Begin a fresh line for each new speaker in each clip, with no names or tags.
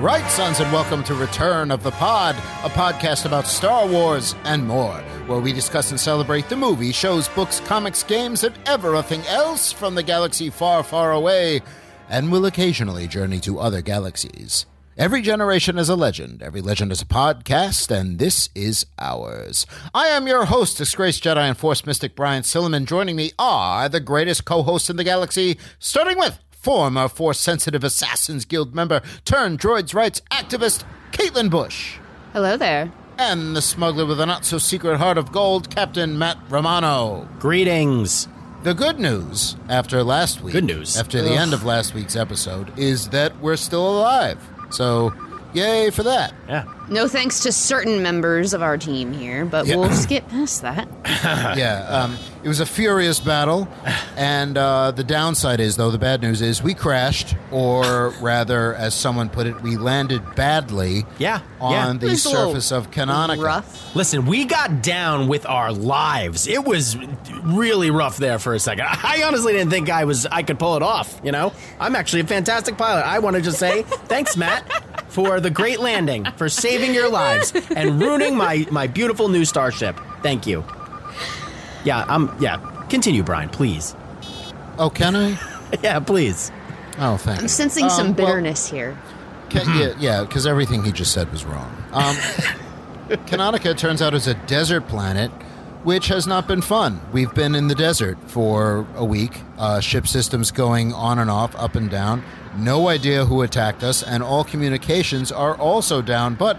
Right, sons, and welcome to Return of the Pod, a podcast about Star Wars and more, where we discuss and celebrate the movie, shows, books, comics, games, and everything else from the galaxy far, far away, and will occasionally journey to other galaxies. Every generation is a legend, every legend is a podcast, and this is ours. I am your host, Disgraced Jedi and Force Mystic Brian Silliman. Joining me are the greatest co hosts in the galaxy, starting with former Force Sensitive Assassins Guild member turned droids rights activist Caitlin Bush,
Hello there.
and the smuggler with a not so secret heart of gold, Captain Matt Romano.
Greetings.
The good news after last week,
Good news.
after the
Ugh.
end of last week's episode, is that we're still alive. So, yay for that.
Yeah.
No thanks to certain members of our team here, but
Yeah.
we'll skip past that.
yeah, um, it was a furious battle, and uh, the downside is, though, the bad news is we crashed, or rather, as someone put it, we landed badly.
Yeah,
on
yeah.
the
It's a little
surface of Canonica.
Rough.
Listen, we got down with our lives. It was really rough there for a second. I honestly didn't think I was I could pull it off, you know? I'm actually a fantastic pilot. I want to just say thanks, Matt, for the great landing, for saving your lives and ruining my my beautiful new starship. Thank you. Yeah, I'm yeah. Continue, Brian, please.
Oh, can I?
Yeah, please.
Oh, thank
I'm sensing some bitterness here.
Can, yeah, yeah, because everything he just said was wrong. Um, Canonica it turns out is a desert planet, which has not been fun. We've been in the desert for a week. Uh, ship systems going on and off, up and down. No idea who attacked us, and all communications are also down. But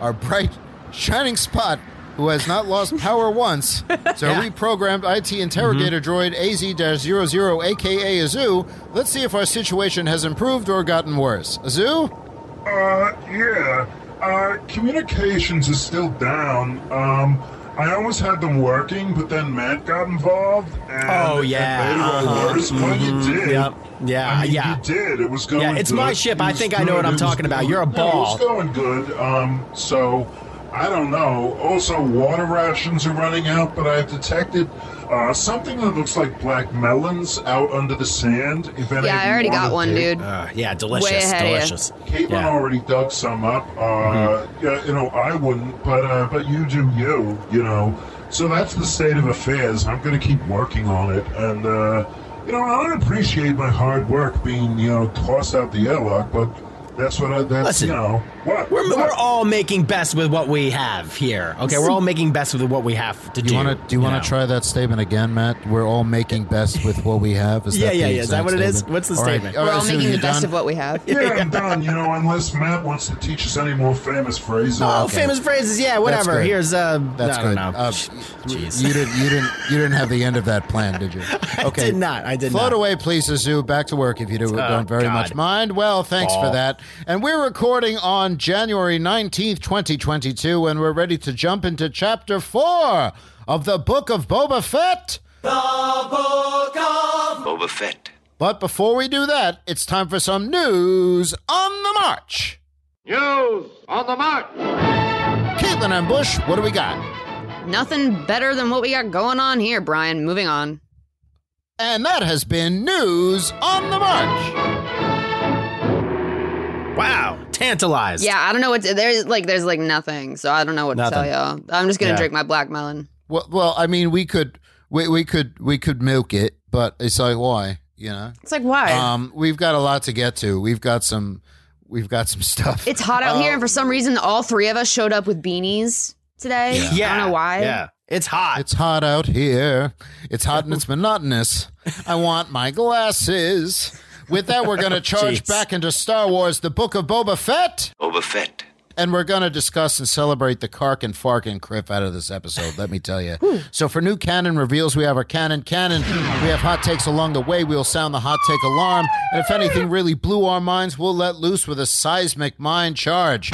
our bright, shining spot, who has not lost power once, is a reprogrammed IT interrogator droid AZ 00, aka Azu. Let's see if our situation has improved or gotten worse. Azu?
Uh, yeah. Uh, communications is still down. Um, I almost had them working, but then Matt got involved, and
Oh,
and
yeah,
they were
uh-huh.
worse. Well, you did.
yep, yeah,
I mean,
yeah.
You did. It was going.
Yeah, it's my
good.
ship.
It
I
was
think I know what
good. It
I'm
was
talking about.
good.
You're a
No,
ball.
it was going good. Um, so I don't know. Also, water rations are running out, but I detected uh, something that looks like black melons out under the sand. If any
Yeah,
of
I
you
already
want
got
to
one,
dig.
dude.
Uh, yeah, delicious,
Way ahead of you.
delicious.
Caitlin
Yeah. Mm-hmm.
already dug some up. Uh, yeah, you know, I wouldn't, but uh, but you do you, you know. So that's the state of affairs. I'm going to keep working on it, and uh, you know, I don't appreciate my hard work being, you know, tossed out the airlock, but that's what I. That's
Listen,
you know what
We're,
what?
we're all making best with what we have here. Okay, we're all making best with what we have to
Do
do.
you want to do you want
know?
to try that statement again, Matt? We're all making best with what we have. Is
Yeah,
that the
yeah, yeah. Is
exact
that what it is?
statement?
What's the
All right.
statement?
All
We're
right,
all
Sue,
making
you
the best
done?
of what we have.
Yeah, I'm done. You know, unless Matt wants to teach us any more famous phrases.
Oh, famous phrases. Yeah, whatever.
good.
Here's uh,
That's
I
good.
don't know.
Uh,
Jeez.
You didn't. You didn't. You didn't have the end of that plan, did you? Okay.
did not, I did
Float
not.
away, please, Azu. Back to work if you do, don't very
God.
much mind. Well, thanks for
Ball.
that. And we're recording on January nineteenth, twenty twenty-two, and we're ready to jump into chapter four of the Book of Boba Fett.
Boba Fett.
But before we do that, it's time for some news on the march.
News on the march.
Caitlin and Bush, what do we got?
Nothing better than what we got going on here, Brian. Moving on.
And that has been news on the march.
wow, tantalized.
Yeah, I don't know what to, there's like. There's like nothing, so I don't know what
Nothing.
to tell y'all. I'm just gonna
Yeah.
drink my black melon.
Well, well, I mean, we could, we, we could, we could milk it, but it's like why, you know?
It's like why?
Um, we've got a lot to get to. We've got some, we've got some stuff.
it's hot out here, and for some reason, all three of us showed up with beanies today.
yeah.
I don't know why.
Yeah, it's hot.
It's hot out here. It's hot and it's monotonous. I want my glasses. With that, we're going to charge
Jeez.
back into Star Wars: The Book of Boba Fett.
Boba Fett.
and we're going to discuss and celebrate the Kark and Fark and Criff out of this episode, let me tell you. so, for new canon reveals, we have our canon canon. We have hot takes along the way. We'll sound the hot take alarm. And if anything really blew our minds, we'll let loose with a seismic mind charge.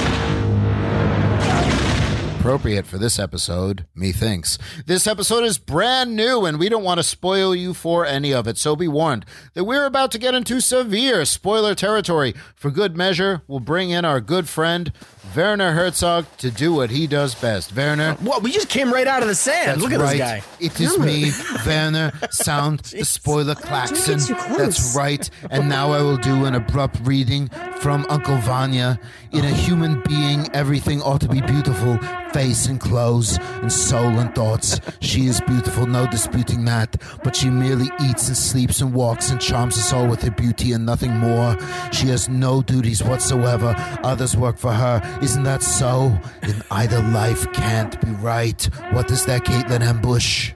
appropriate for this episode, methinks. This episode is brand new, and we don't want to spoil you for any of it, so be warned that we're about to get into severe spoiler territory. For good measure, we'll bring in our good friend, Werner Herzog, to do what he does best. Werner.
What? We just came right out of the sand.
That's
Look at
right.
this guy.
It is me, Werner. Sound the spoiler klaxon.
too close.
That's right. And now I will do an abrupt reading from Uncle Vanya. In a human being, everything ought to be beautiful face and clothes and soul and thoughts. She is beautiful, no disputing that. But she merely eats and sleeps and walks and charms us all with her beauty and nothing more. She has no duties whatsoever. Others work for her. Isn't that so? In either life can't be right. What is that, Caitlin Ambush?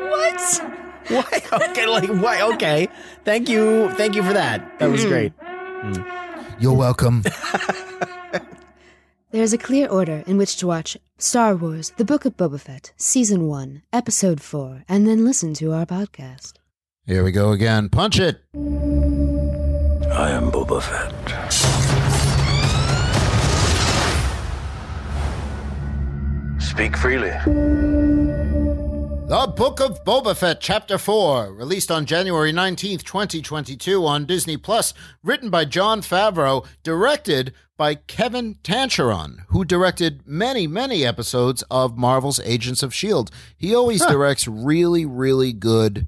What?
Why? Okay, like why? Okay. Thank you. Thank you for that. That was great.
You're welcome.
There is a clear order in which to watch Star Wars, The Book of Boba Fett, Season 1, Episode 4, and then listen to our podcast.
Here we go again. Punch it.
I am Boba Fett. Speak freely.
The Book of Boba Fett, Chapter 4, released on January 19th, 2022 on Disney Plus, written by John Favreau, directed by Kevin Tancheron, who directed many, many episodes of Marvel's Agents of S.H.I.E.L.D. E He always directs really, really good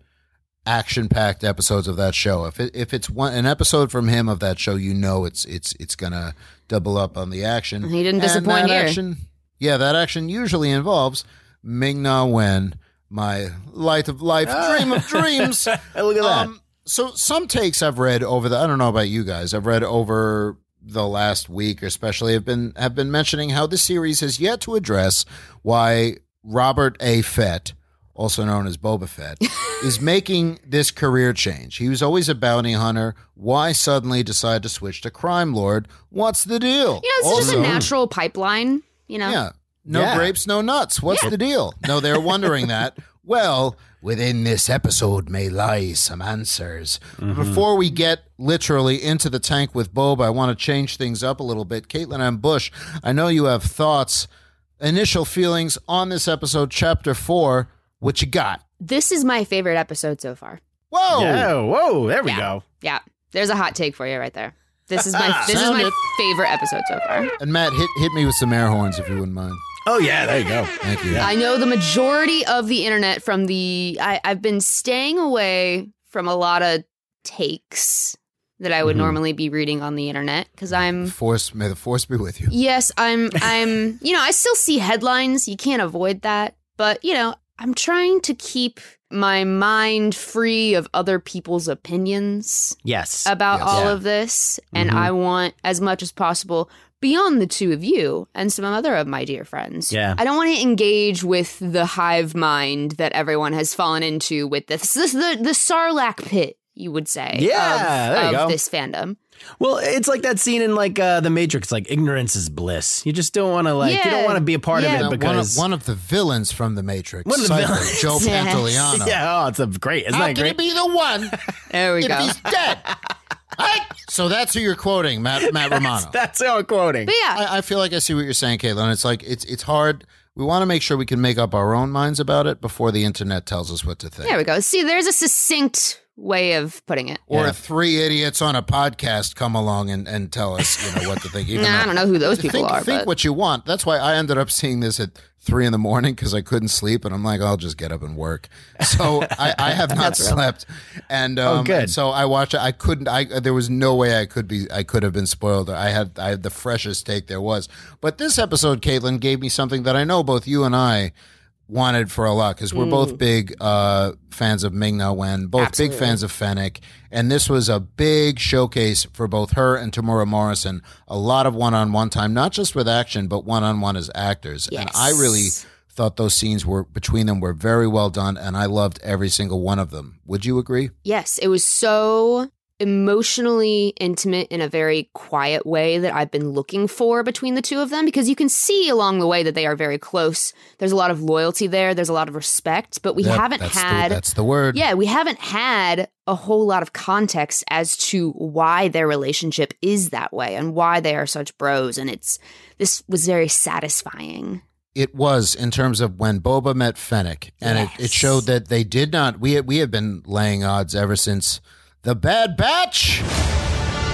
action-packed episodes of that show. If it, if it's one an episode from him of that show, you know it's it's it's going to double up on the action.
He didn't
And
disappoint
that
here.
action- yeah, that action usually involves Ming Na Wen, my light of life,
Ah.
dream of dreams.
Look at that.
Um, so some takes I've read over the I don't know about you guys, I've read over the last week especially have been have been mentioning how this series has yet to address why Robert A. Fett, also known as Boba Fett, is making this career change. He was always a bounty hunter. Why suddenly decide to switch to crime lord? What's the deal?
You know, it's just a
Also-
natural pipeline, you know?
yeah. No
Yeah.
grapes, no nuts. What's the deal? No, they're wondering that. Well, within this episode may lie some answers.
Mm-hmm.
Before we get literally into the tank with Bob, I want to change things up a little bit. Caitlin and Bush, I know you have thoughts, initial feelings on this episode, chapter four. What you got?
This is my favorite episode so far.
Whoa!
Yeah, whoa, there we
Yeah.
go.
Yeah. There's a hot take for you right there. This is my this is
Sound
my
it.
favorite episode so far.
And Matt, hit hit me with some air horns if you wouldn't mind.
Oh yeah, there you go.
Thank you.
I know the majority of the internet from the. I, I've been staying away from a lot of takes that I would
Mm-hmm.
normally be reading on the internet because I'm.
Force, may the force be with you.
Yes, I'm. I'm. you know, I still see headlines. You can't avoid that. But you know, I'm trying to keep my mind free of other people's opinions
Yes.
about
Yes.
all
Yeah.
of this, and
Mhm.
I want as much as possible beyond the two of you and some other of my dear friends.
Yeah.
I don't want to engage with the hive mind that everyone has fallen into with this, this the the Sarlacc pit, you would say.
Yeah,
of,
there you
of
go.
this fandom.
well, it's like that scene in like uh, the Matrix, like ignorance is bliss. You just don't want to like you don't
Yeah.
want to be a part
Yeah.
of
Now,
it because
one, of, one of the villains from The Matrix,
One of the
Cypher,
villains.
Joe
Yes.
Pantoliano.
yeah, oh, it's a great. Isn't
How
that
can
great?
he be the one
There we
if
go.
he's dead? Right? So that's who you're quoting, Matt, Matt Romano.
That's how I'm quoting.
But yeah,
I, I feel like I see what you're saying, Caitlin. It's like it's it's hard. We want to make sure we can make up our own minds about it before the internet tells us what to think.
there we go. See, there's a succinct way of putting it.
Or
Yeah.
three idiots on a podcast come along and, and tell us, you know, what to think. Even
Nah, I
though-
don't know who those people
think,
are,
Think
but
what you want. That's why I ended up seeing this at three in the morning because I couldn't sleep, and I'm like, I'll just get up and work. So I, I have not slept, and um,
good.
and so I watched. it. I couldn't. I there was no way I could be. I could have been spoiled. I had. I had the freshest take there was. But this episode, Caitlin gave me something that I know both you and I wanted for a lot because we're
Mm.
both big uh, fans of Ming Na Wen, both big fans of Fennec, and this was a big showcase for both her and Tamura Morrison. A lot of one-on-one time, not just with action, but one-on-one as actors. And I really
Yes.
thought those scenes were between them were very well done, and I loved every single one of them. Would you agree?
Yes, it was so emotionally intimate in a very quiet way that I've been looking for between the two of them because you can see along the way that they are very close. There's a lot of loyalty there, there's a lot of respect, but we
That-
haven't
that's
had
the, that's the word.
yeah, we haven't had a whole lot of context as to why their relationship is that way and why they are such bros and it's this was very satisfying.
it was in terms of when Boba met Fennec, and it, it
Yes.
showed that they did not. We we have been laying odds ever since the Bad Batch.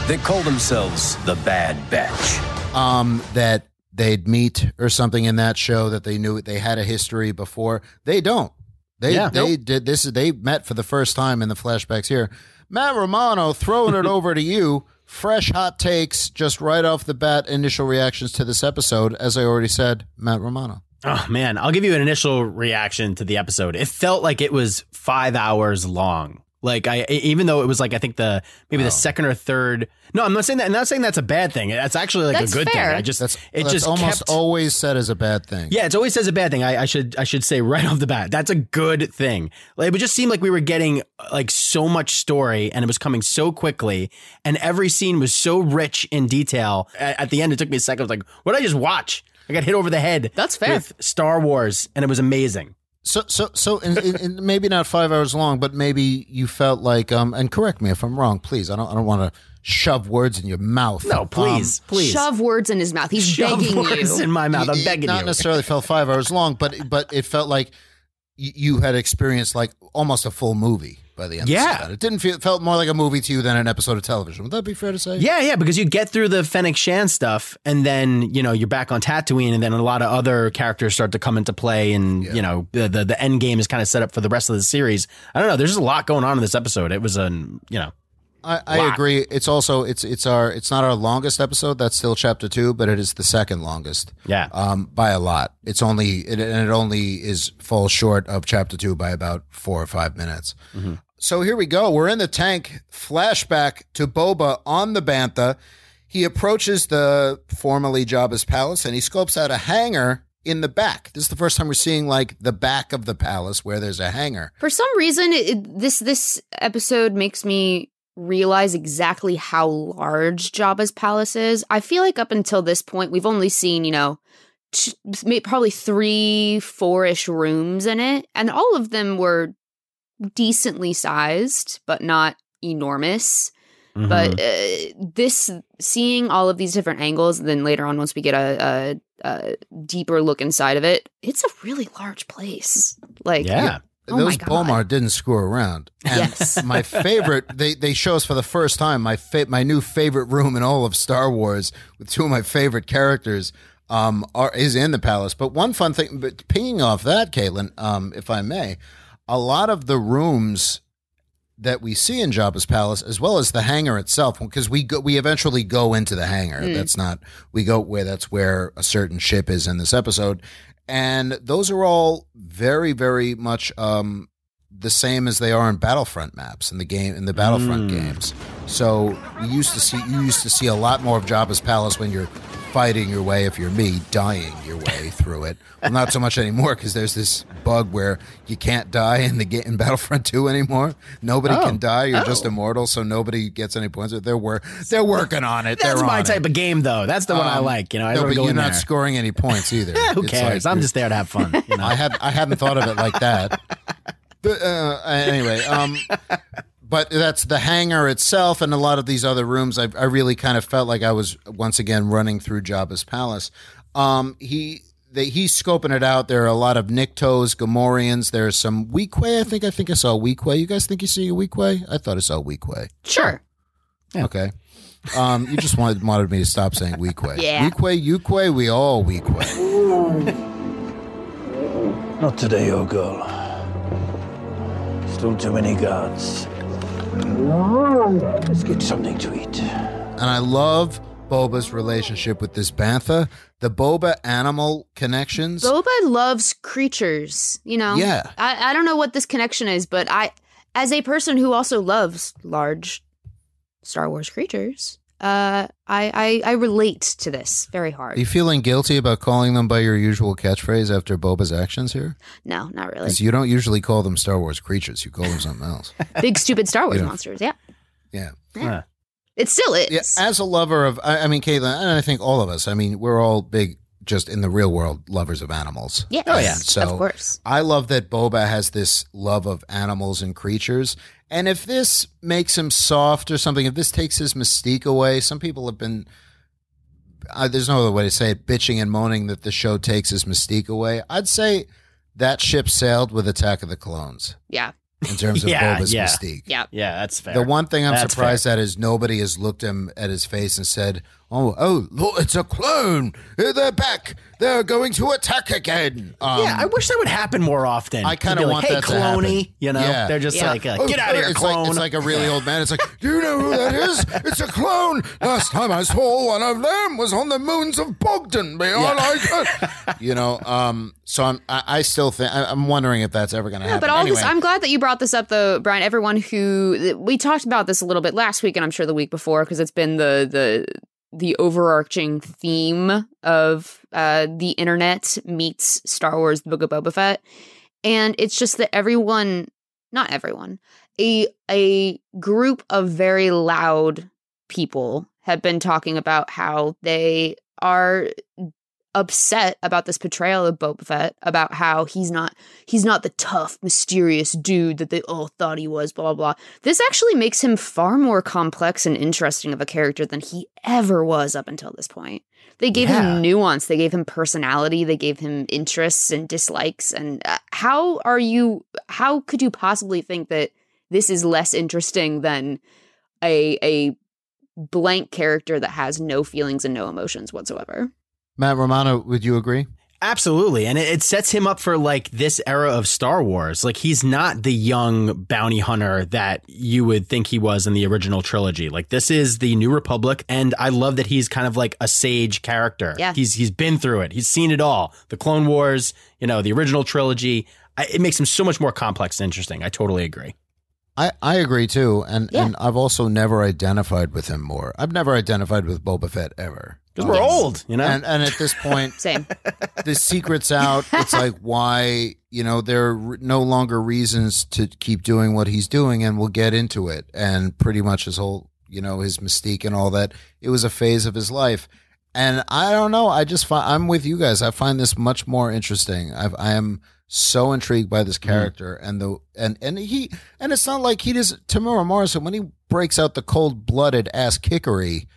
They call themselves the Bad Batch.
um, that they'd meet or something in that show that they knew they had a history before. They don't. They
Yeah.
they did this. They met for the first time in the flashbacks here. Matt Romano throwing it over to you. Fresh hot takes, just right off the bat. Initial reactions to this episode, as I already said, Matt Romano.
Oh man, I'll give you an initial reaction to the episode. It felt like it was five hours long. Like I, e, even though it was like I think the maybe
Oh.
the second or third. No, I'm not saying that. I'm not saying that's a bad thing. That's actually like
That's
a good
fair.
thing. I just
That's
it
that's
just
almost
kept,
always said as a bad thing.
Yeah, it always says a bad thing. I, I should I should say right off the bat. That's a good thing. Like, it just seemed like we were getting like so much story, and it was coming so quickly, and every scene was so rich in detail. At, at the end, it took me a second. I was like, "What did I just watch?" I got hit over the head.
That's fair.
With Star Wars, and it was amazing.
So so so, in, in, in maybe not five hours long, but maybe you felt like um. And correct me if I'm wrong, please. I don't I don't want to shove words in your mouth.
No,
Um,
please, please.
Shove words in his mouth. He's
Shove
begging
words
you.
in my mouth. I'm
it
begging
not
you.
necessarily felt five hours long, but but it felt like y- you had experienced like almost a full movie by the end.
Yeah.
of that. it didn't feel it felt more like a movie to you than an episode of television. Would that be fair to say?
Yeah, yeah, because you get through the Fennec Shan stuff, and then you know you're back on Tatooine, and then a lot of other characters start to come into play, and you know the, the the end game is kind of set up for the rest of the series. I don't know. There's just a lot going on in this episode. It was an you know
I, I agree. It's also it's it's our it's not our longest episode. That's still chapter two, but it is the second longest.
Yeah.
um, by a lot. It's only it, and it only is falls short of chapter two by about four or five minutes. So here we go. We're in the tank. Flashback to Boba on the Bantha. He approaches the formerly Jabba's palace and he scopes out a hangar in the back. This is the first time we're seeing like the back of the palace where there's a hangar.
For some reason, it, it- this this episode makes me realize exactly how large Jabba's palace is. I feel like up until this point, we've only seen you know. t- may- Probably three, four ish rooms in it, and all of them were decently sized, but not enormous.
mm-hmm.
but
Mm-hmm.
uh, this seeing all of these different angles and then later on once we get a, a, a deeper look inside of it it's a really large place like
yeah,
Oh my
Those
God.
Bomar didn't screw around. And
Yes.
my favorite, they, they show us for the first time my fa- my new favorite room in all of Star Wars with two of my favorite characters um, are is in the palace. But one fun thing, but pinging off that, Caitlin, um, if I may, a lot of the rooms that we see in Jabba's palace, as well as the hangar itself, because we go, we eventually go into the hangar. That's not we go where that's where a certain ship is in this episode, and those are all very very much um, the same as they are in Battlefront maps in the game in the Battlefront
Mm.
games. So we used to see you used to see a lot more of Jabba's palace when you're fighting your way if you're me dying your way through it well not so much anymore because there's this bug where you can't die in the ga- in battlefront 2 anymore nobody
Oh.
can die you're just immortal so nobody gets any points they're, wor- they're working on it
that's
they're
my
on
type
it.
of game though. That's the one I like. You know, I
Um, no,
don't
but
go
you're
in
not
there.
scoring any points either
Who
It's
cares?
like
I'm
you're-
just there to have fun. You know?
I had I hadn't thought of it like that. But uh, anyway, um, but that's the hangar itself, and a lot of these other rooms. I, I really kind of felt like I was once again running through Jabba's palace. Um, he. They, he's scoping it out. There are a lot of Nictos, Gamorreans. There's some Weequay. I think. I think I saw Weequay. You guys think you see a Weequay? I thought I saw Weequay.
sure
Okay. Um, you just wanted wanted me to stop saying Weequay.
Yeah.
Weequay, Uquay, we all Weequay.
Not today, old girl. Still too many guards. Let's get something to eat.
And I love Boba's relationship with this Bantha, the Boba animal connections.
boba loves creatures you know
Yeah.
I, I don't know what this connection is but i as a person who also loves large star wars creatures uh i i, I relate to this very
Are
hard
you feeling guilty about calling them by your usual catchphrase after Boba's actions here?
no not really
Because you don't usually call them Star Wars creatures, you call them something else.
big stupid star wars
Yeah.
monsters yeah
Yeah.
Huh.
it still is
yeah. uh, As a lover of, I, I mean, Caitlin, and I think all of us, I mean, we're all big, just in the real world, lovers of animals.
Yes,
Oh, yeah.
So,
of course
I love that Boba has this love of animals and creatures. And if this makes him soft or something, if this takes his mystique away, some people have been uh, there's no other way to say it, bitching and moaning that the show takes his mystique away. I'd say that ship sailed with Attack of the Clones
Yeah.
in terms of
Yeah,
Boba's
yeah.
mystique.
Yeah.
Yeah, that's fair.
The one thing I'm
That's
surprised at is nobody has looked him at his face and said, "Oh, oh, look, it's a clone. They're back. They're going to attack again." Um,
yeah, I wish that would happen more often.
I kinda
To be like,
want
hey,
that to
cloney.
happen.
You know,
Yeah.
they're just
Yeah.
like, uh,
Oh,
get out of here,
it's
clone.
Like, it's like a really old man. It's like, do you know who that is? It's a clone. Last time I saw one of them was on the moons of Bogdan beyond I could. You know, um, so I'm, I, I still think, I, I'm wondering if that's ever going to
Yeah,
happen.
but all
anyway,
this, I'm glad that you brought this up, though, Brian. Everyone who we talked about this a little bit last week, and I'm sure the week before, because it's been the the the overarching theme of uh, the internet meets Star Wars: The Book of Boba Fett, and it's just that everyone, not everyone, a a group of very loud people have been talking about how they are upset about this portrayal of Boba Fett, about how he's not he's not the tough, mysterious dude that they all thought he was, blah, blah, blah. This actually makes him far more complex and interesting of a character than he ever was up until this point. They gave
Yeah.
him nuance, they gave him personality, they gave him interests and dislikes. And uh, how are you, how could you possibly think that this is less interesting than a, a, blank character that has no feelings and no emotions whatsoever.
Matt Romano, would you agree?
Absolutely. And it, it sets him up for like this era of Star Wars. Like he's not the young bounty hunter that you would think he was in the original trilogy. Like this is the New Republic and I love that he's kind of like a sage character.
Yeah.
He's he's been through it. He's seen it all. The Clone Wars, you know, the original trilogy. I, it makes him so much more complex and interesting. I totally agree.
I, I agree too, and
Yeah.
and I've also never identified with him more. I've never identified with Boba Fett ever.
'Cause we're old, you know?
And and at this point,
Same.
the secret's out. It's like why you know there are no longer reasons to keep doing what he's doing, and we'll get into it. And pretty much his whole you know his mystique and all that. It was a phase of his life, and I don't know. I just find I'm with you guys. I find this much more interesting. I've, I am so intrigued by this character and the and and he and it's not like he does Tamura Morrison when he breaks out the cold blooded ass kickery,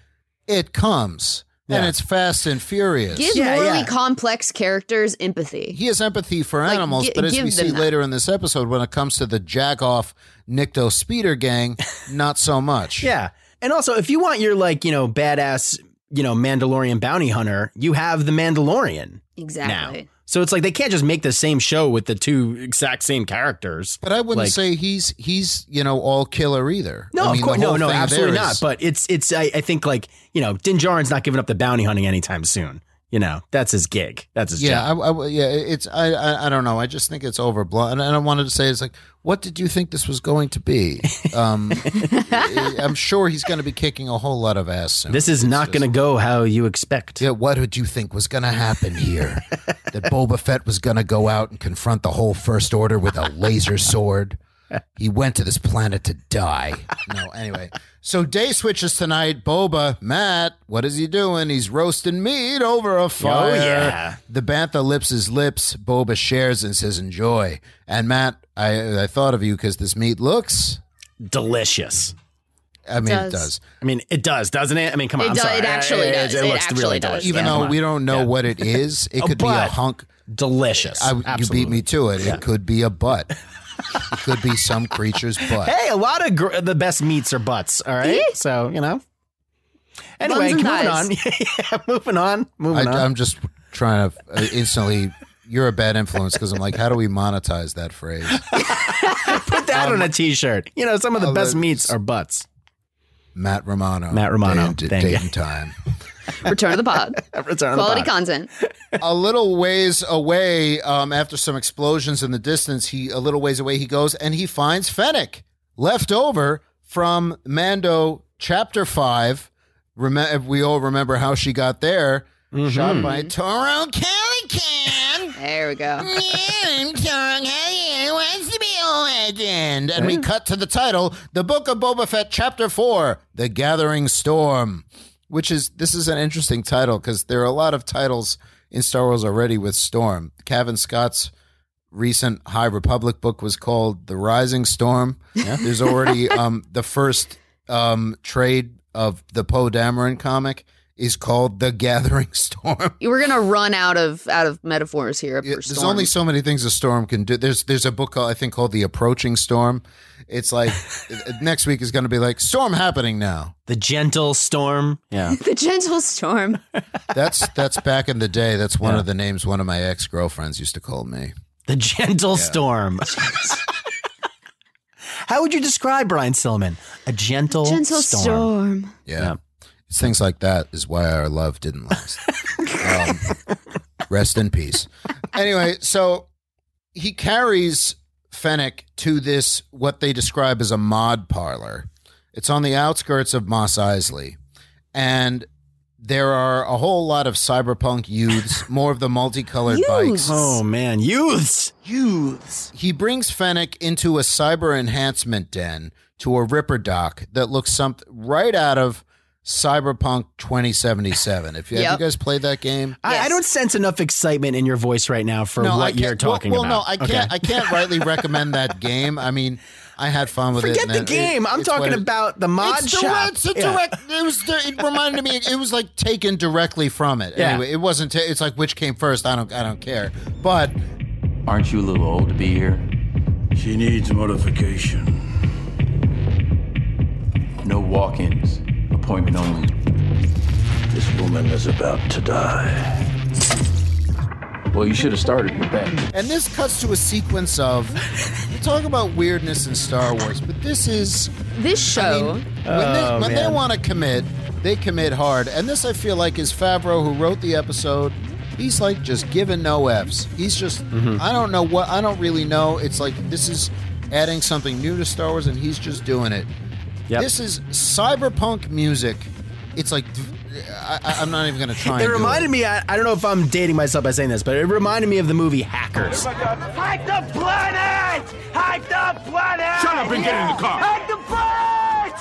it comes. And
Yeah.
it's fast and furious
Give
Yeah,
morally
yeah.
complex characters empathy.
he has empathy for
Like,
animals,
gi-
but as
give
we
them
see
that.
later in this episode, when it comes to the jack off Nikto speeder gang, not so much.
Yeah. And also, if you want your like, you know, badass, you know, Mandalorian bounty hunter, you have the Mandalorian
Exactly.
now. So it's like they can't just make the same show with the two exact same characters.
But I wouldn't
Like-
say he's he's you know all killer either.
No,
I mean,
of
the
course, no,
whole
no,
thing
absolutely
there
not.
is-
But it's it's I, I think like you know, Din Djarin's not giving up the bounty hunting anytime soon. You know, that's his gig. That's his
yeah,
job.
I, I- yeah, it's I, I I don't know. I just think it's overblown, and I wanted to say it's like, what did you think this was going to be? Um, I'm sure he's going to be kicking a whole lot of ass soon.
This is not going to go how you expect.
Yeah, what did you think was going to happen here? that Boba Fett was going to go out and confront the whole First Order with a laser sword? He went to this planet to die. No, anyway. So day switches tonight. Boba, Matt, what is he doing? He's roasting meat over a fire.
yeah.
The bantha lips his lips. Boba shares and says, "Enjoy." And Matt, I I thought of you because this meat looks.
Delicious.
I mean,
does.
it does.
I mean, it does, doesn't it? I mean, come on.
It
I'm
do-
sorry.
it actually does. It
looks
actually
really
does,
delicious.
Even
Yeah.
though we don't know what it is, it could be a
but-
hunk.
delicious.
I, you
Absolutely.
beat me to it. It could be a butt. it could be some creature's butt.
Hey, a lot of gr- the best meats are butts. All right, so you know. Anyway,
Buns and
moving on.
thighs.
yeah, moving on.
I,
Moving on.
I'm just trying to uh, instantly. You're a bad influence because I'm like, how do we monetize that phrase?
Put that on a t-shirt. You know, some of the
Um, I'll
best
let-
meats are butts.
Matt Romano.
Matt Romano.
Day and,
Thank
date
you.
and time.
Return of the pod.
Return
Quality
of the pod.
content.
a little ways away, um, after some explosions in the distance, he a little ways away he goes and he finds Fennec left over from Mando chapter five. Remember, we all remember how she got there, shot by Toro Calican.
There we go.
Man, Toro Calican wants to be a legend. And we cut to the title, The Book of Boba Fett, Chapter 4, The Gathering Storm. Which is, this is an interesting title because there are a lot of titles in Star Wars already with Storm. Kevin Scott's recent High Republic book was called The Rising Storm. There's already um, the first um, trade of the Poe Dameron comic is called The Gathering Storm.
We're gonna run out of out of metaphors here.
Yeah,
for
there's
storm.
only so many things a storm can do. There's there's a book called, I think called The Approaching Storm. It's like next week is going to be like storm happening now.
The gentle storm. Yeah.
the gentle storm.
That's that's back in the day. That's one of the names one of my ex girlfriends used to call me.
The gentle storm. How would you describe Brian Stillman? A gentle,
Gentle
storm.
storm.
Yeah.
Yeah.
It's things like that is why our love didn't last. um, rest in peace. Anyway, so he carries Fennec to this, what they describe as a mod parlor. It's on the outskirts of Moss Isley. And there are a whole lot of cyberpunk youths, more of the multicolored bikes.
Oh man, youths.
He brings Fennec into a cyber enhancement den to a Ripper dock that looks something right out of Cyberpunk 2077. If you, have
Yep.
you guys played that game,
I, I
Yes.
don't sense enough excitement in your voice right now for
Uh, I
what
can't-
you're talking
well,
about.
Well, no, I can't. I can't rightly recommend that game. I mean, I had fun with it.
Forget
and
the
it-
game. I'm
it's what
talking
it-
about the mod
it's
shop.
direct. It's a
Yeah.
direct. It was. di- It reminded me. It was like taken directly from it.
Yeah.
Anyway, it wasn't. ta- it's like which came first. I don't. I don't care. But
Aren't you a little old to be here?
She needs modification.
No walk ins, appointment only.
This woman is about to die.
Well, you should have started with that.
And this cuts to a sequence of we talk about weirdness in Star Wars, but this is
This
I
show.
mean, when they, when they
Oh, man.
want to commit, they commit hard. And this I feel like is Favreau who wrote the episode. He's like just giving no f's. He's just
Mm-hmm.
I don't know what I don't really know. It's like this is adding something new to Star Wars, and he's just doing it.
Yep.
This is cyberpunk music. It's like I, I- I'm not even going to try.
It
and do
reminded me, I, I don't know if I'm dating myself by saying this, but it reminded me of the movie Hackers.
Hike the planet! Hike the planet!
Shut up and get in the car.
Hike the planet!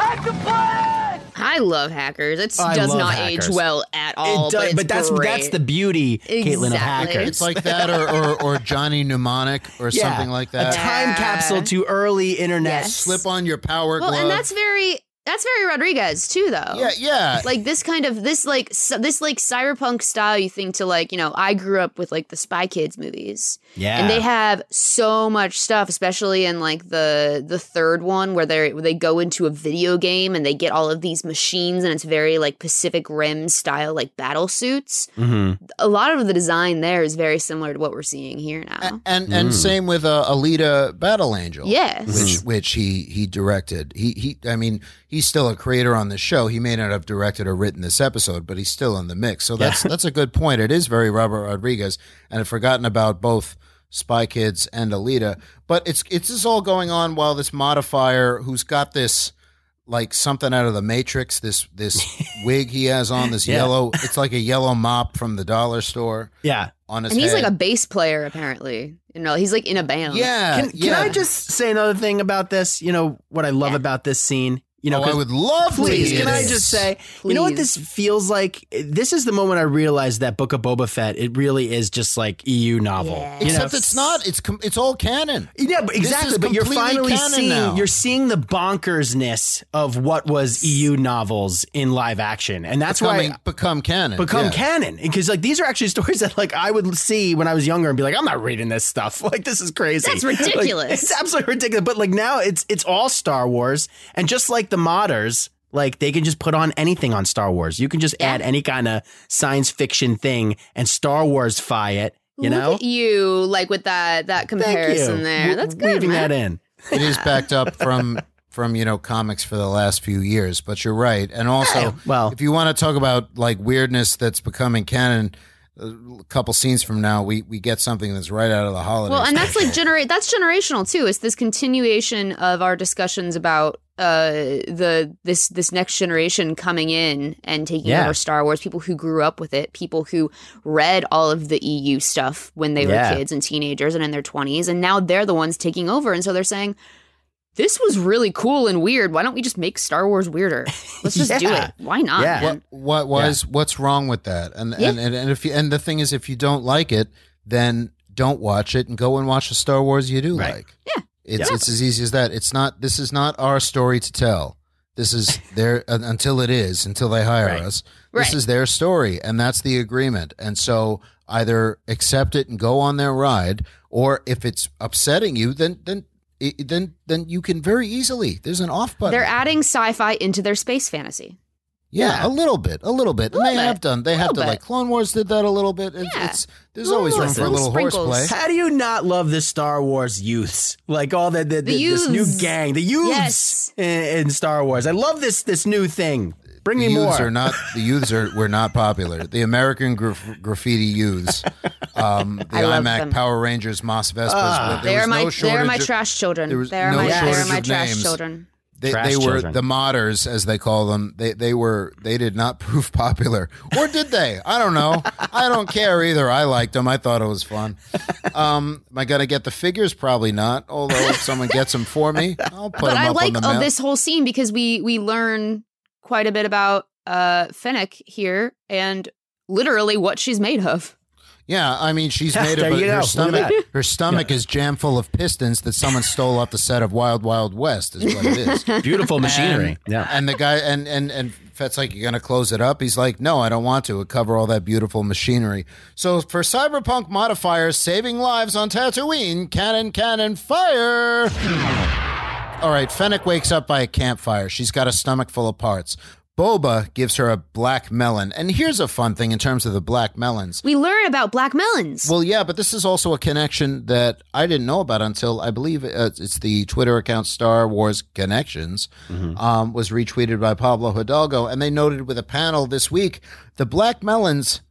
Hike the planet!
I love hackers. It
I
does
love
not
Hackers.
age well at all.
it
but, it's
that's
great.
that's the beauty, Caitlin, of
Exactly.
Hackers.
It's like that, or, or, or Johnny Mnemonic, or
Yeah,
something like
A
that.
time
Yeah.
capsule to early internet.
Yes.
slip on your power
well,
glove.
and that's very that's very Rodriguez too, though.
yeah, yeah.
Like this kind of this like so, this like cyberpunk style you think to like you know I grew up with like the Spy Kids movies
Yeah.
and they have so much stuff especially in like the the third one where they they go into a video game and they get all of these machines and it's very like Pacific Rim style like battle suits
Mm-hmm.
a lot of the design there is very similar to what we're seeing here now
and and same with uh, Alita Battle Angel.
Yes.
Mm-hmm.
which which he he directed. He he. I mean, he's still a creator on the show. He may not have directed or written this episode, but he's still in the mix. So that's that's a good point. It is very Robert Rodriguez, and I've forgotten about both. Spy Kids and Alita, but it's it's this all going on while this modifier, who's got this like something out of the Matrix, this this wig he has on, this
Yeah.
yellow, it's like a yellow mop from the dollar store
yeah.
on his
and he's
head.
like a bass player apparently you know he's like in a band
yeah.
Can, can
Uh, yeah.
I just say another thing about this? You know what I love about this scene. You know,
oh, I
'cause-
would love
please,
to
can I
hear
just
this.
say, you know what
Please.
this feels like? This is the moment I realized that Book of Boba Fett. It really is just like EU novel.
Yeah.
You know?
Except it's not. It's com- it's all canon.
Yeah, but
This
exactly.
is
But you're
completely
finally
canon
seeing
now.
you're seeing the bonkersness of what was EU novels in live action, and that's
Becoming,
why
become canon.
become
yeah.
canon because like these are actually stories that like I would see when I was younger and be like, I'm not reading this stuff. Like this is crazy.
That's
Like,
ridiculous.
it's absolutely ridiculous. But like now it's it's all Star Wars, and just like the modders. Like they can just put on anything on Star Wars. You can just add any kind of science fiction thing and Star Warsify it. You know,
Look at you like with that that
Thank
comparison
you.
there.
W-
That's good.
Weaving
man.
that in.
It is backed up from from you know comics for the last few years. But you're right. And also,
well.
if you want to talk about like weirdness that's becoming canon, a couple scenes from now, we we get something that's right out of the holidays.
Well, and that's like generate that's generational too. It's this continuation of our discussions about uh the this this next generation coming in and taking
Yeah.
over Star Wars, people who grew up with it, people who read all of the EU stuff when they
Yeah.
were kids and teenagers and in their 20s and now they're the ones taking over and so they're saying this was really cool and weird. Why don't we just make Star Wars weirder? Let's just do
Yeah.
it. Why not?
Yeah.
man?
what what was what's wrong with that? And,
Yeah.
and and and if you, and the thing is, if you don't like it, then don't watch it and go and watch the Star Wars you do
Right.
like. Yeah, it's it's as easy as that. It's not. This is not our story to tell. This is their uh, until it is until they hire
Right.
us. This
Right.
is their story, and that's the agreement. And so either accept it and go on their ride, or if it's upsetting you, then then i- then then you can very easily. There's an off button.
They're adding sci-fi into their space fantasy.
yeah, a little bit, a little bit. and they
Little
have
bit,
done. They have
little
done. Like
bit.
Clone Wars did that a little bit. It's,
Yeah.
it's there's
Little-
always room for a
little
little
sprinkles.
horseplay.
How do you not love the Star Wars youths? Like all the, the, the, this new
youths.
gang, the youths
Yes.
in, in Star Wars. I love this this new thing. Bring me
the youths
more.
are not the youths are were not popular. The American graf- graffiti youths, um, the
I love
IMAC
them.
Power Rangers, Mos Vespas. but there
They are
was
my
no
they are my
shortage of-
trash children.
there was
They are
no
my they are
shortage
my
of
trash
names.
children.
They,
Trash
they were
children.
the modders, as they call them. They they were they did not prove popular, or did they? I don't know. I don't care either. I liked them. I thought it was fun. Um, am I gonna get the figures? Probably not. Although if someone gets them for me, I'll put
But
them
I
up
like
on the
of
mount-
this whole scene because we we learn quite a bit about uh Fennec here and literally what she's made of.
Yeah, I mean, she's
Yeah,
made it,
there
but
you go.
her
Look at
stomach,
that.
her stomach is jammed full of pistons that someone stole off the set of Wild Wild West, is what it is.
Beautiful machinery.
And,
yeah.
and the guy and and and Fett's like, "You're gonna close it up?" He's like, "No, I don't want to. It cover all that beautiful machinery." So for cyberpunk modifiers, saving lives on Tatooine, cannon, cannon, fire. All right, Fennec wakes up by a campfire. She's got a stomach full of parts. Boba gives her a black melon. And here's a fun thing in terms of the black melons.
We learn about black melons.
Well, yeah, but this is also a connection that I didn't know about until I believe uh, it's the Twitter account Star Wars Connections um, was retweeted by Pablo Hidalgo, and they noted with a panel this week the black melons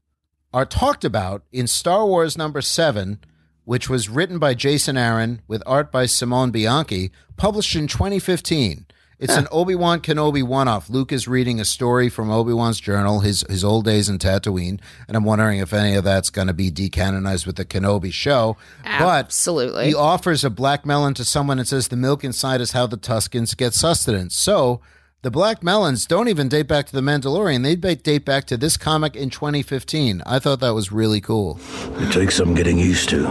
are talked about in Star Wars number seven, which was written by Jason Aaron with art by Simone Bianchi, published in 2015. It's an Obi Wan Kenobi one off. Luke is reading a story from Obi Wan's journal, his his old days in Tatooine, and I'm wondering if any of that's going to be decanonized with the Kenobi show. But
Absolutely.
he offers a black melon to someone and says the milk inside is how the Tuscans get sustenance. So the black melons don't even date back to the Mandalorian; they ba- date back to this comic in 2015. I thought that was really cool.
It takes some getting used to.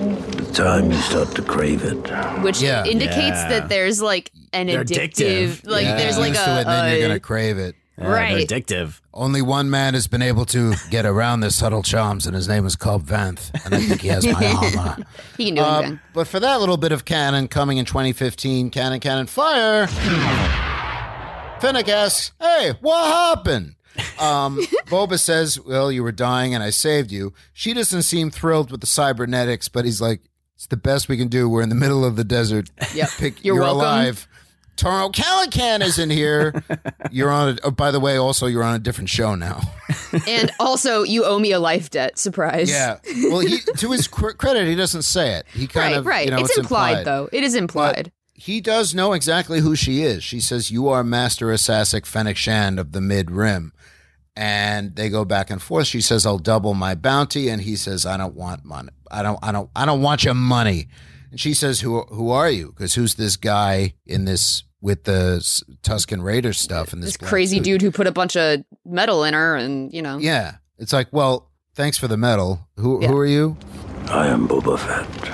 With time, you start to crave it.
which
Yeah.
indicates
Yeah.
that there's like an
They're
addictive,
addictive.
like
Yeah.
there's like
Used to it,
a,
and then you're
a-
going to crave it.
Yeah,
right.
They're addictive.
Only one man has been able to get around their subtle charms, and his name is Cobb Vanth, and I think he has my armor.
he can do
Uh,
anything.
but for that little bit of canon coming in 2015, Cannon Cannon Fire, Finnick asks, Hey, what happened? Um, Boba says, Well, you were dying and I saved you. She doesn't seem thrilled with the cybernetics, but he's like, It's the best we can do. We're in the middle of the desert.
Yep.
Pick,
You're
you're
welcome.
alive. Toro Calican is in here. You're on a, oh, by the way, also, you're on a different show now.
and also, you owe me a life debt. Surprise.
Yeah. Well, he, to his cr- credit, he doesn't say it. He kind
Right,
of,
right.
you know,
it's,
it's,
implied, though. It is implied.
he does know exactly who she is. She says, "You are Master Assassin Fennec Shand of the Mid Rim," and they go back and forth. She says, "I'll double my bounty," and he says, "I don't want money. I don't. I don't. I don't want your money." And she says, "Who? Who are you? Because who's this guy in this with the s- Tuscan Raider stuff and this,
This
black
crazy
suit?"
dude who put a bunch of metal in her, and you know,
Yeah, it's like, well, thanks for the medal. Who? Who are you?
I am Boba Fett.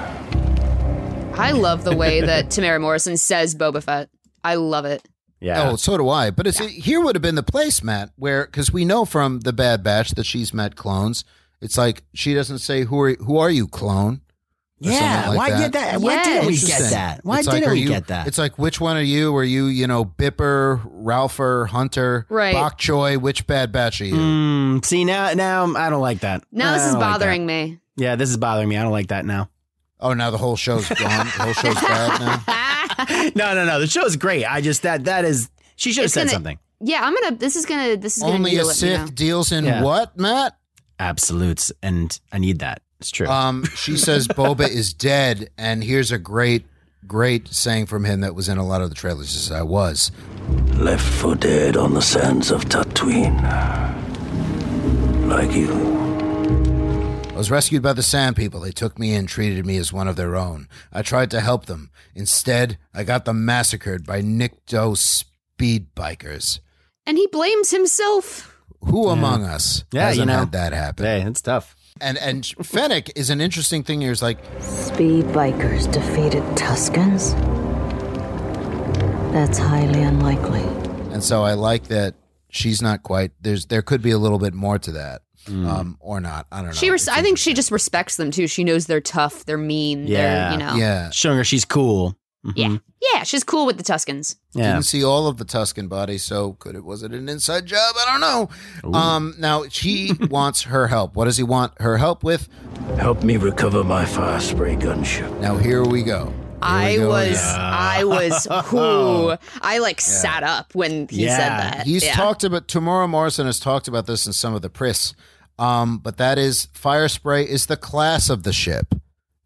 I love the way that Tamara Morrison says Boba Fett. I love it.
Yeah.
Oh, so do I. But it's, here would have been the place, Matt, where because we know from the Bad Batch that she's met clones. It's like she doesn't say who are who are you clone? or
yeah.
something like
why
that.
did that? Why
Yeah.
didn't we
Interesting.
get that? Why
It's like,
didn't
are
we
you-
get that?
It's like which one are you? Are you you know Bipper, Ralpher, Hunter,
Right.
Bok Choy? Which Bad Batch are you?
Mm, see now, now I don't like that.
Now
I
this is
don't like that.
bothering me.
yeah, this is bothering me. I don't like that now.
Oh, now the whole show's gone. the whole show's bad now.
No, no, no. The show's great. I just that that is. She should have
It's
said
gonna-
something.
yeah, I'm gonna. This is gonna. This is gonna.
Only
need to
a
let me know.
Sith deals in
Yeah.
what, Matt?
Absolutes, and I need that. It's true.
Um, she says Boba is dead, and here's a great, great saying from him that was in a lot of the trailers. He says, "I was."
Left for dead on the sands of Tatooine. Like you.
I was rescued by the Sand People. They took me in, treated me as one of their own. I tried to help them. Instead, I got them massacred by Nikto speed bikers.
And he blames himself.
Who among us
Yeah, you
hasn't
know.
had that happen?
hey, it's tough.
And and Fennec is an interesting thing here. It's like
Speed bikers defeated Tuscans? That's highly unlikely.
And so I like that she's not quite. There's there could be a little bit more to that,
Hmm.
um, or not. I don't know.
She, res- I think she just respects them too. She knows they're tough, they're mean, they're you know,
yeah. Mm-hmm.
Showing her she's cool. Mm-hmm.
yeah, yeah. She's cool with the Tuscans.
Yeah.
Didn't see all of the Tuscan body, so could it was it an inside job? I don't know. Um, now she wants her help. What does he want her help with?
Help me recover my fire spray gunship.
Now here we go.
I
go
was,
again.
I was, who I like sat up when he
Yeah.
said that.
He's
Uh, yeah.
talked about Tamora Morrison has talked about this in some of the press. Um, but that is fire spray is the class of the ship.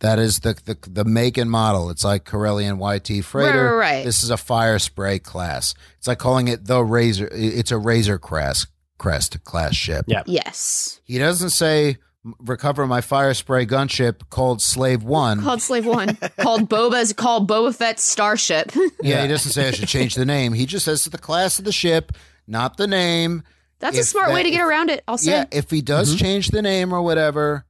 That is the the, the make and model. It's like Corellian YT freighter.
Right, right, right.
This is a fire spray class. It's like calling it the razor. It's a razor crest crest class ship.
Yeah.
Yes,
He doesn't say recover my fire spray gunship called Slave One.
called Slave One, called Boba's, called Boba Fett's starship.
yeah, he doesn't say I should change the name. He just says the class of the ship, not the name.
That's a
If
smart
that-
way to get
if-
around it. I'll say.
yeah, if he does change the name or whatever,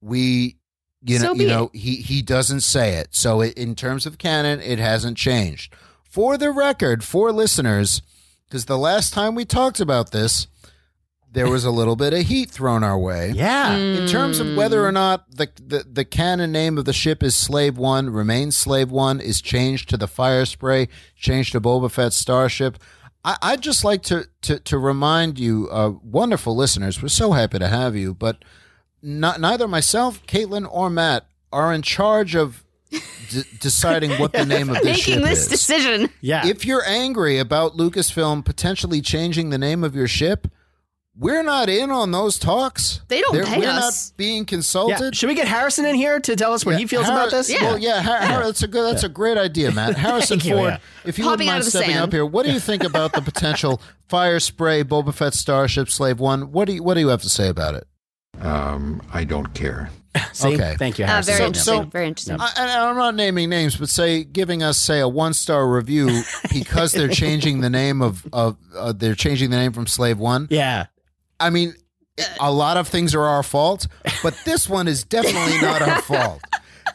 we you know
So be
you know he he doesn't say it. So it, in terms of canon, it hasn't changed. For the record, for listeners, because the last time we talked about this, there was a little bit of heat thrown our way.
Yeah.
Mm.
In terms of whether or not the, the the canon name of the ship is Slave One, remains Slave One, is changed to the Fire Spray, changed to Boba Fett's starship. I, I'd just like to to to remind you, uh, wonderful listeners, we're so happy to have you, but not, neither myself, Caitlin, or Matt are in charge of d- deciding what the name of this
Making
ship
this
is.
decision.
Yeah.
If you're angry about Lucasfilm potentially changing the name of your ship, we're not in on those talks.
They don't pay
we're
us.
not being
Yeah.
consulted.
Should we get Harrison in here to tell us what he feels
Har-
about this?
Well, yeah, Har- Har- that's a good. That's a great idea, Matt. Harrison
Thank you,
Ford,
yeah.
if you wouldn't
Popping out
mind
of the
stepping
sand.
up here, what do you think about the potential fire spray Boba Fett starship Slave One? What do you What do you have to say about it?
Um, I don't care.
See?
Okay.
Thank you,
Ah,
Harrison.
very
So-
interesting.
so-
very interesting.
I, and I'm not naming names, but say giving us say a one star review because they're changing the name of of uh, they're changing the name from Slave One.
yeah.
I mean,
Uh,
a lot of things are our fault, but this one is definitely not our fault.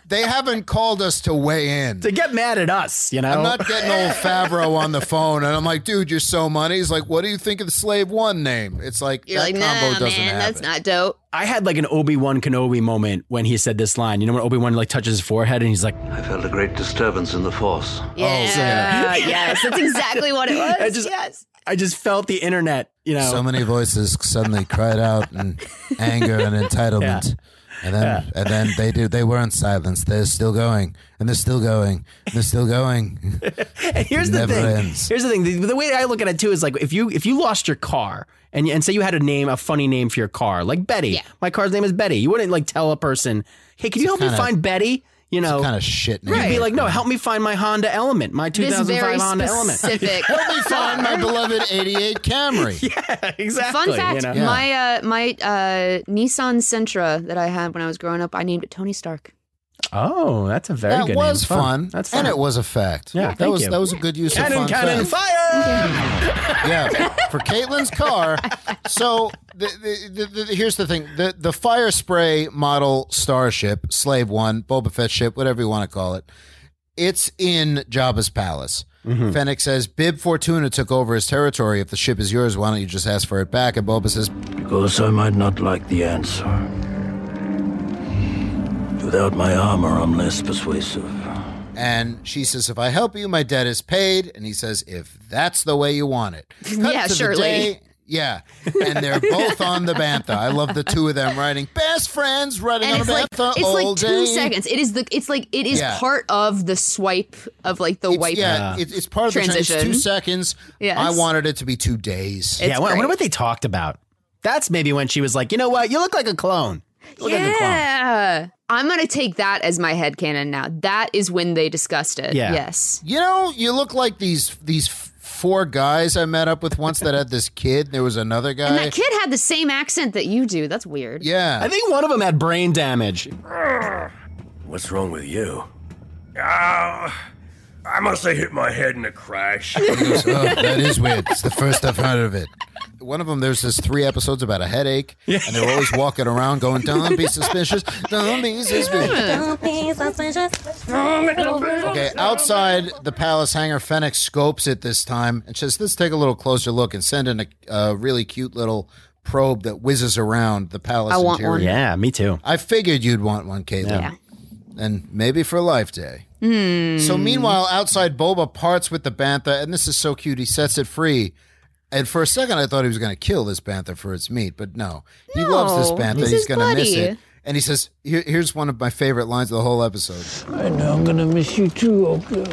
They haven't called us to weigh in.
To get mad at us, you know?
I'm not getting old Favreau on the phone, and I'm like, dude, you're so money. He's like, what do you think of the Slave One name? It's like
You're
that
like,
combo
nah, man,
doesn't happen.
that's not dope.
I had like an Obi Wan Kenobi moment when he said this line. You know when Obi Wan like touches his forehead and he's like,
I felt a great disturbance in the force.
Yeah, yes, that's exactly what it was.
I just-
yes.
I just felt the internet. You know,
So many voices suddenly cried out in anger and entitlement. And then, and then they do. They weren't silenced. They're still going, and they're still going, and they're still going.
And here's the
never
thing.
ends.
Here's the thing. The, the way I look at it too is like if you if you lost your car and and say you had a name, a funny name for your car, like Betty.
Yeah.
My car's name is Betty. You wouldn't like tell a person, hey, can you help me
kinda-
find Betty? You know,
kind of shit name.
you'd be like, no, help me find my Honda Element, my
This
2005
very
Honda Element.
specific.
Let me find my beloved '88 Camry.
exactly.
Fun
you
fact:
know?
my uh, my uh, Nissan Sentra that I had when I was growing up, I named it Tony Stark.
Oh, that's a very
That
good.
was
name.
fun.
That's fun.
and it was a fact.
Yeah,
that
thank
was
you.
that was a good use
Cannon,
of fun
cannon,
facts.
fire!
yeah, for Caitlin's car. So the, the, the, the, here's the thing: the the fire spray model starship, Slave One, Boba Fett ship, whatever you want to call it, it's in Jabba's palace.
Mm-hmm.
Fennec says, "Bib Fortuna took over his territory. If the ship is yours, why don't you just ask for it back?" And Boba says,
Because I might not like the answer. Without my armor, I'm less persuasive.
And she says, If I help you, my debt is paid. And he says, If that's the way you want it. Cut
Yeah,
to the
sure, lady.
day- Yeah. And they're both on the Bantha. I love the two of them riding best friends riding
And
on
it's
the
like
Bantha
it's
all
like
day.
two seconds. It is the it's like it is
Yeah.
part of the swipe of like the
It's,
wipe.
yeah, it- it's part of the
Transition.
It's two seconds.
Yes.
I wanted it to be two days.
yeah, I wonder- I
great.
wonder what they talked about. That's maybe when she was like, you know what, you look like a clone. You Look like a clone.
Yeah. I'm gonna take that as my headcanon now. That is when they discussed it.
Yeah.
Yes.
You know, you look like these these f- four guys I met up with once that had this kid. There was another guy.
And that kid had the same accent that you do. That's weird.
yeah.
I think one of them had brain damage.
What's wrong with you?
Ah, I must have hit my head in a crash.
He goes, "Oh, that is weird. It's the first I've heard of it. one of them, there's this three episodes about a headache, and they're always walking around going, "Don't be suspicious, don't be suspicious." Okay, outside the palace hangar, Fennec scopes it this time and says, "Let's take a little closer look and send in a, a really cute little probe that whizzes around the palace."
I want
interior.
one.
Yeah, me too.
I figured you'd want one, Caitlin.
Yeah. Hmm.
And maybe for Life Day. So meanwhile, outside Boba parts with the bantha, and this is so cute. He sets it free. And for a second, I thought he was going to kill this bantha for its meat, but no, he loves this
No,
bantha.
this
He's
is
going to miss
buddy.
it. And he says, Here, "Here's one of my favorite lines of the whole episode."
I know I'm gonna miss you too, old girl.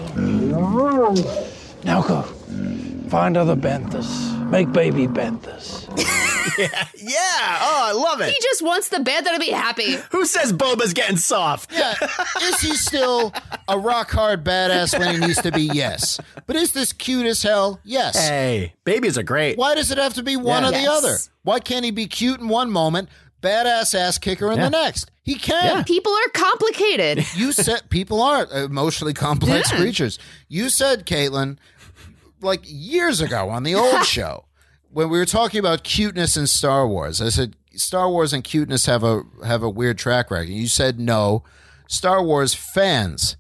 Now go. Find other banthas. Make baby banthas.
Yeah. Oh, I love it.
He just wants the bed that'll be happy.
Who says Boba's getting soft?
Yeah, is he still a rock hard badass when he needs to be? Yes. But is this cute as hell? Yes.
Hey, babies are great.
Why does it have to be one
Yeah.
or the
Yes.
other? Why can't he be cute in one moment, badass ass kicker in
Yeah.
the next? He can.
People are complicated.
You said people aren't emotionally complex creatures. You said, Caitlin, like years ago on the old show, when we were talking about cuteness in Star Wars, I said Star Wars and cuteness have a have a weird track record. You said no. Star Wars fans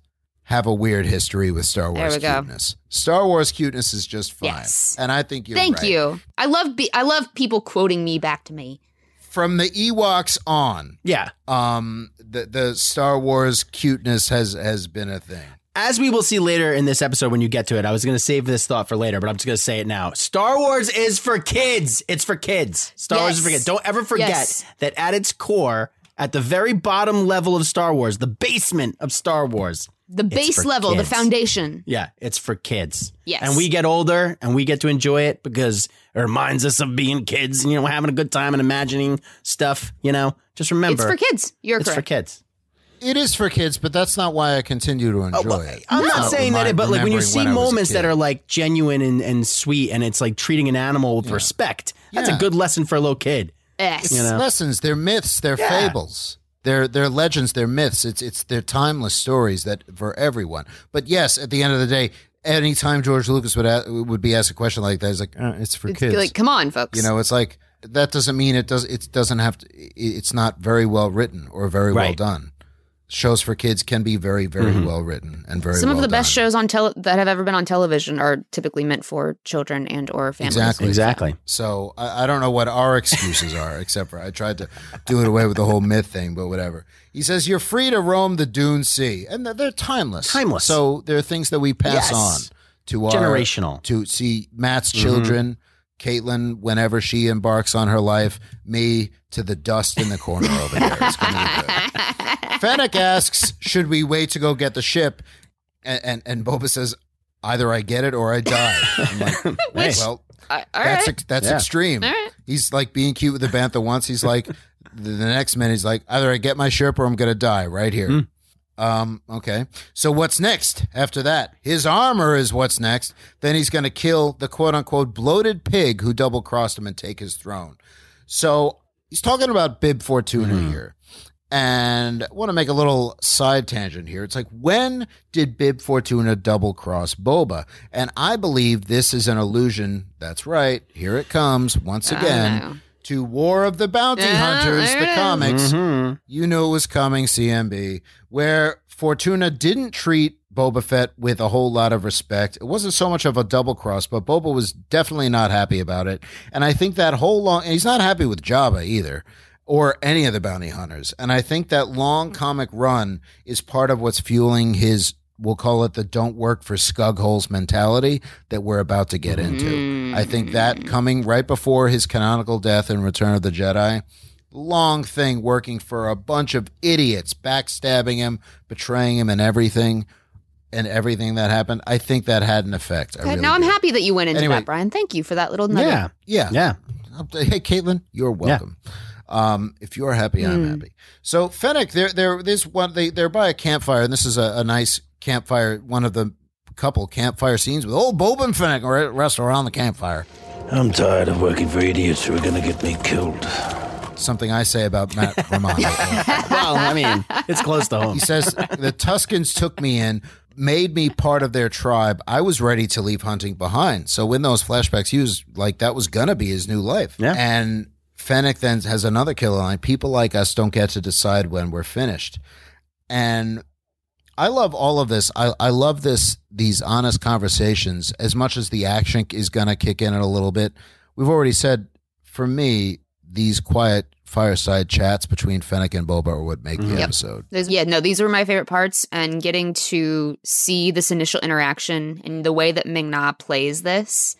have a weird history with Star Wars
we go.
cuteness. Star Wars cuteness is just fine.
Yes.
And I think you're
Thank
right.
you. I love be- I love people quoting me back to me.
From the Ewoks on,
Yeah.
um, the the Star Wars cuteness has has been a thing.
As we will see later in this episode when you get to it, I was going to save this thought for later, but I'm just going to say it now. Star Wars is for kids. It's for kids. Star Wars is for
Yes.
kids. Don't ever forget
Yes.
that at its core, at the very bottom level of Star Wars, the basement of Star Wars,
The base
for
level,
kids.
the foundation.
yeah, it's for kids.
Yes.
And we get older and we get to enjoy it because it reminds us of being kids and, you know, having a good time and imagining stuff, you know? Just remember.
It's for kids. You're
It's for
correct.
kids.
It is for kids, but that's not why I continue to enjoy it.
Oh, I'm not
Not
saying that,
remi-
it, but like when you
remembering
see
when I was a
moments that
kid.
are like genuine and, and sweet, and it's like treating an animal with respect. That's
Yeah.
a good lesson for a little kid.
Yes.
You know?
lessons, they're myths, they're fables. They're, they're legends, they're myths. It's it's they're timeless stories that for everyone. But yes, at the end of the day, anytime George Lucas would a would be asked a question like that, he's like, "Uh, it's for
It's
kids.
like, come on, folks.
you know, it's like that doesn't mean it does. It doesn't have to. i- It's not very well written or very well
Right.
done. Shows for kids can be very very well written and very
Mm-hmm. Some of
well
the best
done.
shows on tele- that have ever been on television are typically meant for children and or families.
Exactly.
Exactly.
So I, I don't know what our excuses are, except for I tried to do it away with the whole myth thing, but whatever. He says you're free to roam the Dune Sea, and they're, they're timeless.
Timeless.
So there are things that we pass
Yes.
on to our
Generational.
to see Matt's children, Caitlin, whenever she embarks on her life, me to the dust in the corner over there. It's gonna be good. Fennec asks, "Should we wait to go get the ship?" And and, and Boba says. Either I get it or I die. I'm like,
Nice.
well,
I- all
that's
right.
ex- that's
Yeah.
extreme.
All right.
He's like being cute with the bantha once. He's like the, the next minute he's like either I get my ship or I'm gonna die right here. Um. Okay. So what's next after that? His armor is what's next. Then he's gonna kill the quote unquote bloated pig who double crossed him and take his throne. So he's talking about Bib Fortuna here. And I want to make a little side tangent here. It's like, when did Bib Fortuna double cross Boba? And I believe this is an illusion. That's right. Here it comes once
know.
again to War of the Bounty
Yeah,
Hunters,
there
the
it is.
comics.
Mhm.
You knew it was coming, CMB, where Fortuna didn't treat Boba Fett with a whole lot of respect. It wasn't so much of a double cross, but Boba was definitely not happy about it. And I think that whole long, and he's not happy with Jabba either, or any of the bounty hunters. And I think that long comic run is part of what's fueling his. We'll call it the don't work for scug holes mentality that we're about to get into. I think that coming right before his canonical death in Return of the Jedi, long thing working for a bunch of idiots, backstabbing him, betraying him, and everything, and everything that happened. I think that had an effect. I
Okay,
really
now I'm
do.
happy that you went into
Anyway.
that, Brian. Thank you for that little nugget.
Yeah.
Yeah. Yeah.
Hey, Caitlin, you're welcome. Um, if you're happy,
Hmm.
I'm happy. So Fennec, they're they're this one they they're by a campfire, and this is a, a nice campfire, one of the couple campfire scenes with old Bob and Fennec re- wrestle around the campfire.
I'm tired of working for idiots who are gonna get me killed.
Something I say about Matt Romano.
well, I mean, it's close to home.
He says the Tuscans took me in, made me part of their tribe, I was ready to leave hunting behind. So when those flashbacks used, like that was gonna be his new life. Yeah. And Fennec then has another killer line. People like us don't get to decide when we're finished. And I love all of this. I, I love this these honest conversations as much as the action is gonna kick in it a little bit. We've already said for me, these quiet fireside chats between Fennec and Boba are what make the
Yep.
episode.
Those- yeah, no, these were my favorite parts, and getting to see this initial interaction and the way that Ming Na plays this,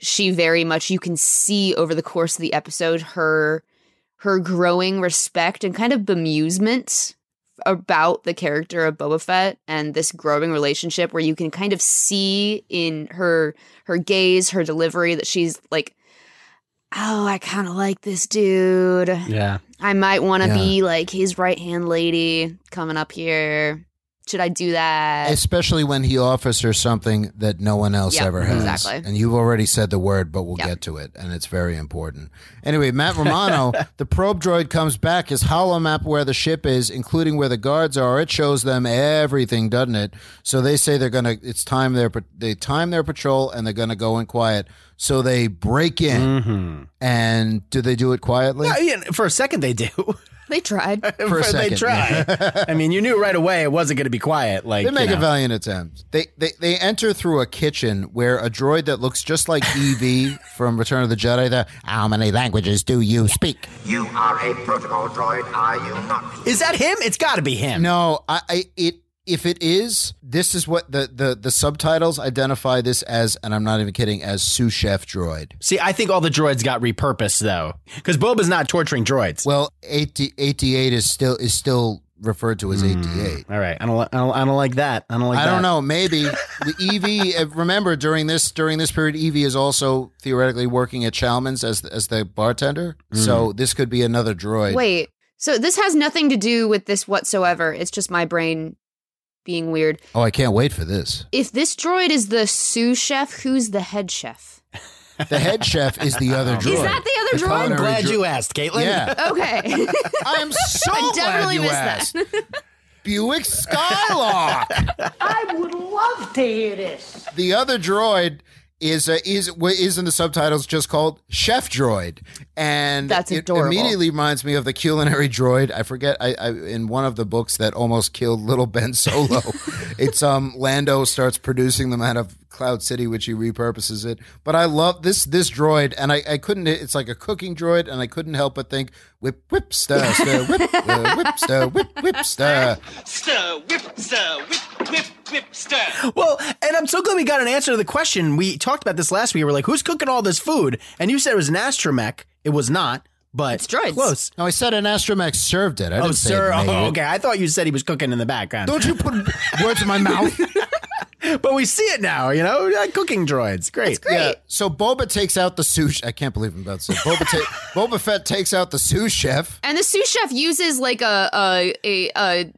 she very much you can see over the course of the episode her her growing respect and kind of bemusement about the character of Boba Fett and this growing relationship where you can kind of see in her her gaze, her delivery that she's like, oh, I kind of like this dude.
Yeah.
I might want to
Yeah.
be like his right hand lady coming up here. Should I do that?
Especially when he offers her something that no one else
Yeah,
ever has.
exactly.
And you've already said the word, but we'll
Yeah.
get to it. And it's very important. Anyway, Matt Romano, the probe droid comes back. His hollow map where the ship is, including where the guards are, it shows them everything, doesn't it? So they say they're going to, it's time their, pat- they time their patrol and they're going to go in quiet. So they break in.
Mm-hmm.
And do they do it quietly?
Yeah, yeah, for a second they do.
They tried.
For a second.
they try. I mean, you knew right away it wasn't going to be quiet. Like
They make
you
a
know.
valiant attempt. They, they they enter through a kitchen where a droid that looks just like EV from Return of the Jedi. That how many languages do you speak?
You are a protocol droid, are you not?
Is that him? It's got to be him.
No, I, I it if it is, this is what the the the subtitles identify this as, and I'm not even kidding, as sous chef droid.
See, I think all the droids got repurposed though, because Boba's not torturing droids.
Well, 80, 88 is still is still referred to as 88.
all right, I don't, li- I don't, I don't like that. I don't like.
I
that.
don't know. Maybe the EV. uh, Remember, during this during this period, EV is also theoretically working at Chalmers as as the bartender. So this could be another droid.
Wait. So this has nothing to do with this whatsoever. It's just my brain being weird.
Oh, I can't wait for this.
If this droid is the sous chef, who's the head chef?
The head chef is the other droid.
Is that the other droid?
I'm
culinary
glad
dro-
you asked, Caitlin.
Yeah,
Okay.
I am so
I
glad
definitely
you
missed
asked.
that.
Buick Skylark.
I would love to hear this.
the other droid is uh, is wa- is in the subtitles just called Chef Droid, and
That's
it
adorable.
immediately reminds me of the culinary droid. I forget I, I in one of the books that almost killed little Ben Solo. it's um Lando starts producing them out of Cloud City, which he repurposes it. But I love this this droid, and I, I couldn't. It's like a cooking droid, and I couldn't help but think whip whip stir stir whip uh, whip stir whip whip stir.
Stir, whip, stir, whip, whip, whip, stir.
Well, and I'm so glad we got an answer to the question. We talked about this last week. We were like, who's cooking all this food? And you said it was an astromech. It was not, but
It's droids.
close.
No, I said an astromech served it. I didn't
Oh,
say
sir.
It made
Oh,
it.
okay. I thought you said he was cooking in the background.
Don't you put words in my mouth.
But we see it now, you know? Uh, Cooking droids. Great.
Yeah. Uh, So Boba takes out the sous. I can't believe I'm about to say Boba. Ta- Boba Fett takes out the sous chef.
And the sous chef uses like a a a, a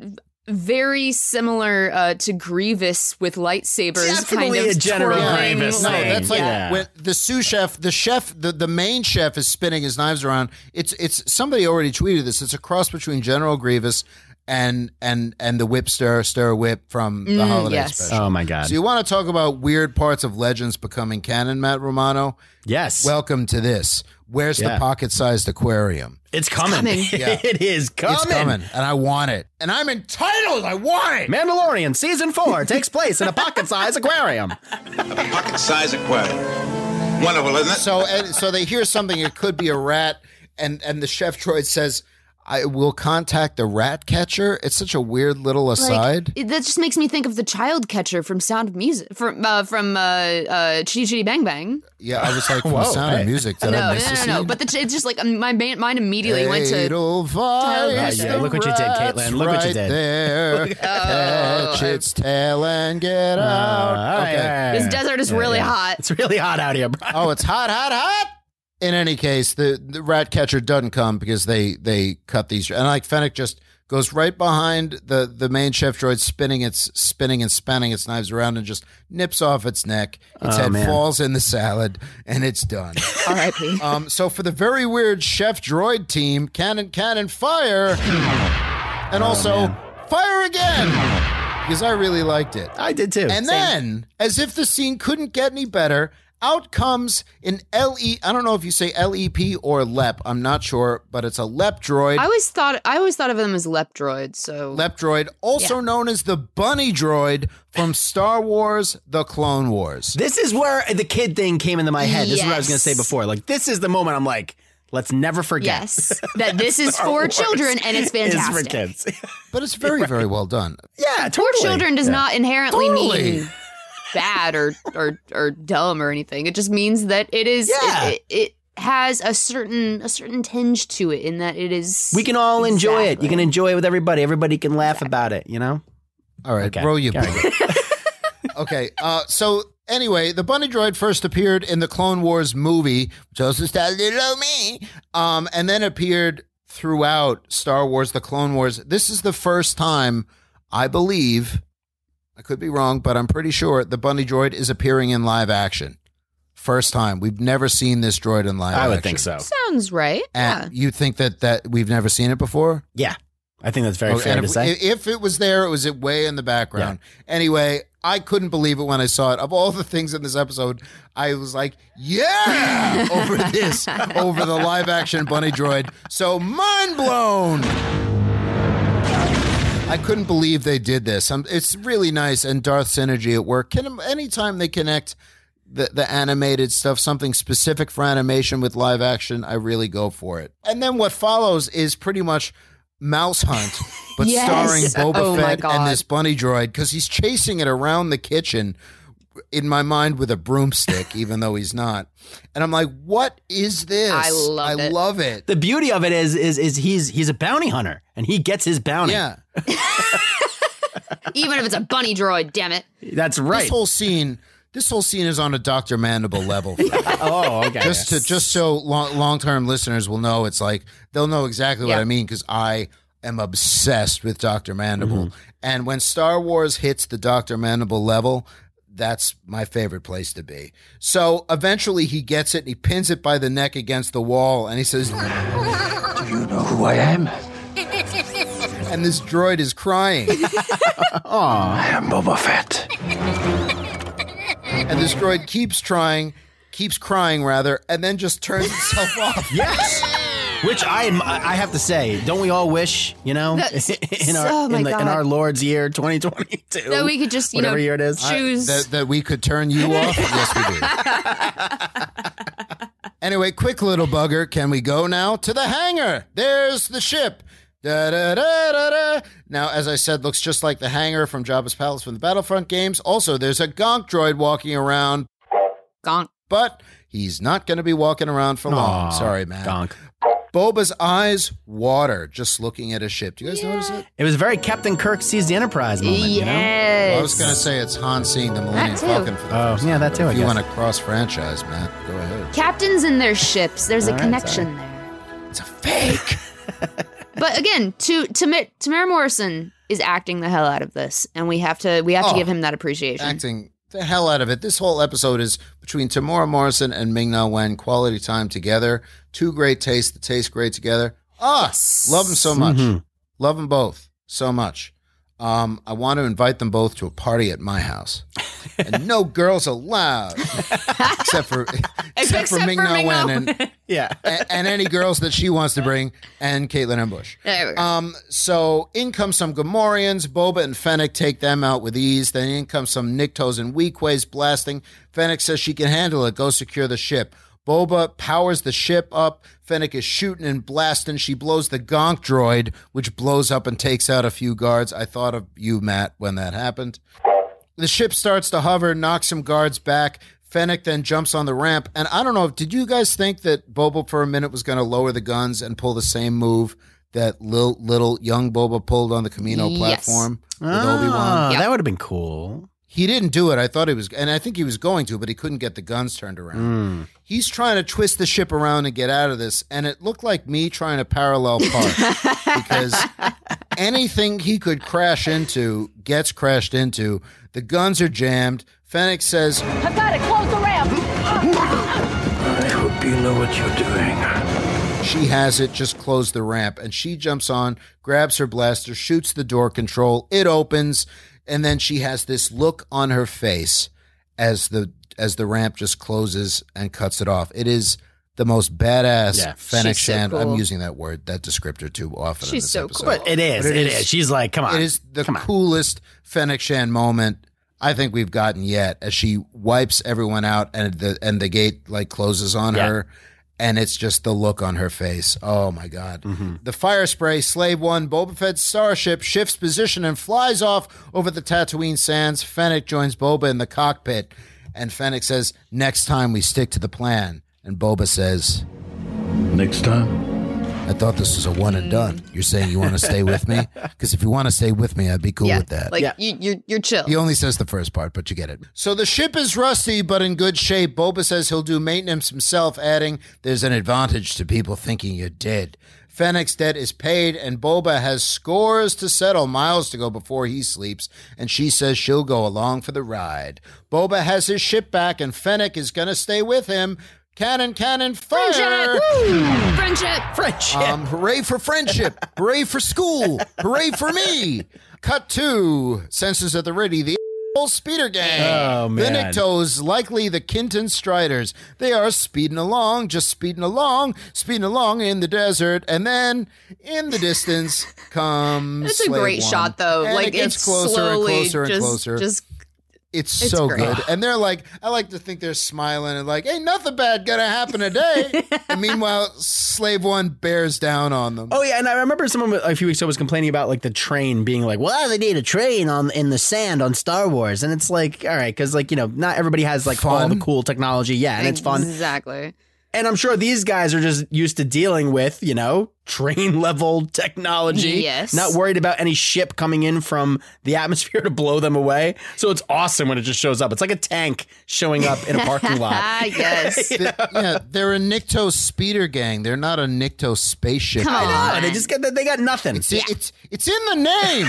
very similar uh, to Grievous with lightsabers
Definitely
kind of
a General
twirling,
Grievous
No,
like-
thing.
that's like
Yeah.
when the sous chef, the chef, the, the main chef is spinning his knives around. It's it's somebody already tweeted this. It's a cross between General Grievous and and and the whip stir stir whip from the
Mm,
holiday
yes.
special.
Oh, my God.
So you want to talk about weird parts of legends becoming canon, Matt Romano?
Yes.
Welcome to this. Where's
Yeah.
the pocket-sized aquarium?
it's coming.
coming.
Yeah.
it is coming.
It's coming, and I want it, and I'm entitled. I want it.
Mandalorian season four takes place in a pocket sized aquarium.
Pocket size aquarium. Wonderful, isn't
So, and, so they hear something. It could be a rat, and and the chef droid says, "I will contact the rat catcher." It's such a weird little aside.
it- that just makes me think of the child catcher from Sound of Music from uh, from uh, uh, Chitty Chitty Bang Bang.
yeah, I was like, from the
Whoa,
sound
hey.
of music. Did
No,
I
no,
miss a
no, no,
scene?
But the, ch- it's just like um, my ba- mind immediately went to.
Edelweiss,
Yeah, yeah,
the
look what you did,
rat's
Caitlin. Look what you
right
did. Oh,
There,
Oh.
catch its tail and get
Uh,
out. Oh, okay.
This desert is really hot.
It's really hot out here, bro.
Oh, it's hot, hot, hot. In any case, the, the rat catcher doesn't come because they they cut these. And like Fennec just goes right behind the the main chef droid, spinning its spinning and spanning its knives around, and just nips off its neck. Its
Oh,
head
man.
falls in the salad, and it's done.
R.I.P.
um, so for the very weird chef droid team,
Oh,
cannon, cannon, fire, and also fire again. because I really liked it.
I did too.
And then, as if the scene couldn't get any better, out comes an LE. I don't know if you say LEP or LEP. I'm not sure, but it's a LEP droid.
I always thought I always thought of them as Leptroid. So
Leptroid, also
Yeah.
known as the Bunny Droid from Star Wars: The Clone Wars.
This is where the kid thing came into my head. This is what I was going to say
Yes.
before. Like, this is the moment I'm like, let's never forget.
yes, that this is
Star
for
Wars
children and it's
is
fantastic.
for kids.
But it's very, very well done.
yeah,
For
totally.
children does not inherently
Totally.
mean bad or, or or dumb or anything. It just means that it is it-
Yeah.
it, it, has a certain a certain tinge to it in that it is
We can all enjoy it. You can enjoy it with everybody. Everybody can laugh about it, you know?
All right,
Okay.
roll you.
Carry
back. okay, uh, so anyway, the bunny droid first appeared in the Clone Wars movie, Joseph Stalilo me, um, and then appeared throughout Star Wars: The Clone Wars. This is the first time, I believe, I could be wrong, but I'm pretty sure the bunny droid is appearing in live action. First time we've never seen this droid in live.
I would
action.
think so.
Sounds right. yeah.
And you think that that we've never seen it before?
Yeah. I think that's very
Okay,
fair
Oh, and
to
if,
say.
if it was there, it was it way in the background. Anyway, I couldn't believe it when I saw it. Of all the things in this episode, I was like, "Yeah!" over this, over the live-action bunny droid. So mind blown. I couldn't believe they did this. Um, it's really nice, and Darth Synergy at work. Can anytime they connect the the animated stuff, something specific for animation with live action, I really go for it. And then what follows is pretty much Mouse Hunt, but
Yes.
starring Boba
Oh my
Fett and
God.
this bunny droid because he's chasing it around the kitchen. In my mind, with a broomstick, even though he's not, and I'm like, "What is this?
I love
I
it.
love it.
the beauty of it is is is he's he's a bounty hunter and he gets his bounty.
Yeah,
Even if it's a bunny droid, damn it.
That's right.
This whole scene, this whole scene is on a Dr. Mandible level. for me.
oh, okay.
just to just so long long term listeners will know, it's like they'll know exactly what
Yeah.
I mean because I am obsessed with Dr. Mandible, and when Star Wars hits the Dr. Mandible level. That's my favorite place to be. So eventually he gets it and he pins it by the neck against the wall and he says,
You know who I am?
and this droid is crying.
I am Boba Fett.
And this droid keeps trying, keeps crying rather, and then just turns itself off.
Yes. Which I admi- I have to say, don't we all wish, you know,
That's-
in our
oh my
in, the, in
God.
our Lord's year 2022.
That we could just, you
whatever
know,
year it is.
I-
choose.
that, that we could turn you off? yes, we do. anyway, quick little bugger, can we go now to the hangar? There's the ship. Da, da, da, da, da. Now, as I said, looks just like the hangar from Jabba's Palace from the Battlefront games. Also, there's a gonk droid walking around,
Gonk.
but he's not going to be walking around for long.
Aw,
Sorry, man.
Gonk.
Boba's eyes water just looking at a ship. Do you guys notice it?
It was very Captain Kirk sees the Enterprise moment. you know?
Yes.
Well, I was going to say it's Han seeing the Millennium
too.
Falcon for the
Oh,
first
yeah,
time,
that
but
too, I
If you
guess.
want to cross franchise, Matt, go ahead.
Captains and their ships. There's
All
a
right,
connection
sorry.
there.
It's a fake.
But again, to Tamir, Tamir Morrison is acting the hell out of this, and we have to we have
Oh.
to give him that appreciation.
Acting the hell out of it. This whole episode is between Tamora Morrison and Ming Na Wen. Quality time together. Two great tastes that taste great together. Ah, love them so much. Love them both so much. Um, I want to invite them both to a party at my house, and no girls allowed, except for except, for
Except
Ming
for
Na
Ming Na
Wen and,
Yeah.
and, and any girls that she wants to bring, and Caitlin Ambush.
There we go.
Um, so in comes some Gamorreans. Boba and Fennec take them out with ease. Then in comes some Nyctos and Weakways blasting. Fennec says she can handle it. Go secure the ship. Boba powers the ship up. Fennec is shooting and blasting. She blows the gonk droid, which blows up and takes out a few guards. I thought of you, Matt, when that happened. The ship starts to hover, knocks some guards back. Fennec then jumps on the ramp. And I don't know, did you guys think that Boba for a minute was going to lower the guns and pull the same move that little, little young Boba pulled on the Camino
Yes.
platform with
Ah,
Obi-Wan?
That would have been cool.
He didn't do it. I thought he was, and I think he was going to, but he couldn't get the guns turned around. He's trying to twist the ship around and get out of this. And it looked like me trying to parallel park because anything he could crash into gets crashed into. The guns are jammed. Fennec says,
I hope you know what you're doing.
She has it, just close the ramp. And she jumps on, grabs her blaster, shoots the door control. It opens, and then she has this look on her face as the as the ramp just closes and cuts it off. It is the most badass
Yeah,
Fennec
she's so
Shand. I'm
cool.
using that word, that descriptor too often. in
She's
this
so
episode.
cool. But it is, it is. She's like, come on,
It is the coolest Fennec Shand moment I think we've gotten yet as she wipes everyone out and the and the gate like closes on
Yeah.
her. And it's just the look on her face. Oh my God.
Mm-hmm.
The fire spray, Slave One, Boba Fett's starship shifts position and flies off over the Tatooine sands. Fennec joins Boba in the cockpit. And Fennec says, Next time we stick to the plan. And Boba says,
Next time?
I thought this was a one and done. You're saying you want to stay with me? Because if you want to stay with me, I'd be cool
yeah,
with that.
like you, you're you're chill.
He only says the first part, but you get it. So the ship is rusty, but in good shape. Boba says he'll do maintenance himself, adding, There's an advantage to people thinking you're dead. Fennec's debt is paid, and Boba has scores to settle, miles to go before he sleeps, and she says she'll go along for the ride. Boba has his ship back, and Fennec is going to stay with him. Cannon, cannon, fire!
Friendship! Friendship!
Friendship!
Um, hooray for friendship! hooray for school! Hooray for me! Cut to Senses of the Riddy, the whole speeder gang.
Oh,
The
man.
Nictos, likely the Kinton Striders. They are speeding along, just speeding along, speeding along in the desert, and then in the distance comes.
It's a
Slave
great
One.
shot, though.
And
like
it gets
it's
closer
slowly
and closer and
just,
closer.
just
It's,
It's
so
great.
good. And they're like, I like to think they're smiling and like, ain't nothing bad gonna happen today. and meanwhile, Slave One bears down on them.
Oh yeah, and I remember someone a few weeks ago was complaining about like the train being like, "Well, they need a train on in the sand on Star Wars," and it's like, all right, because like you know, not everybody has like all the cool technology, yeah, and it's fun.
Exactly.
And I'm sure these guys are just used to dealing with you know train level technology,
Yes.
not worried about any ship coming in from the atmosphere to blow them away. So it's awesome when it just shows up. It's like a tank showing up in a parking lot.
Ah, yes.
Th- yeah, they're a Nikto speeder gang. They're not a Nikto spaceship.
Come
gang.
I know. They just got they got nothing.
It's, it's it's in the name.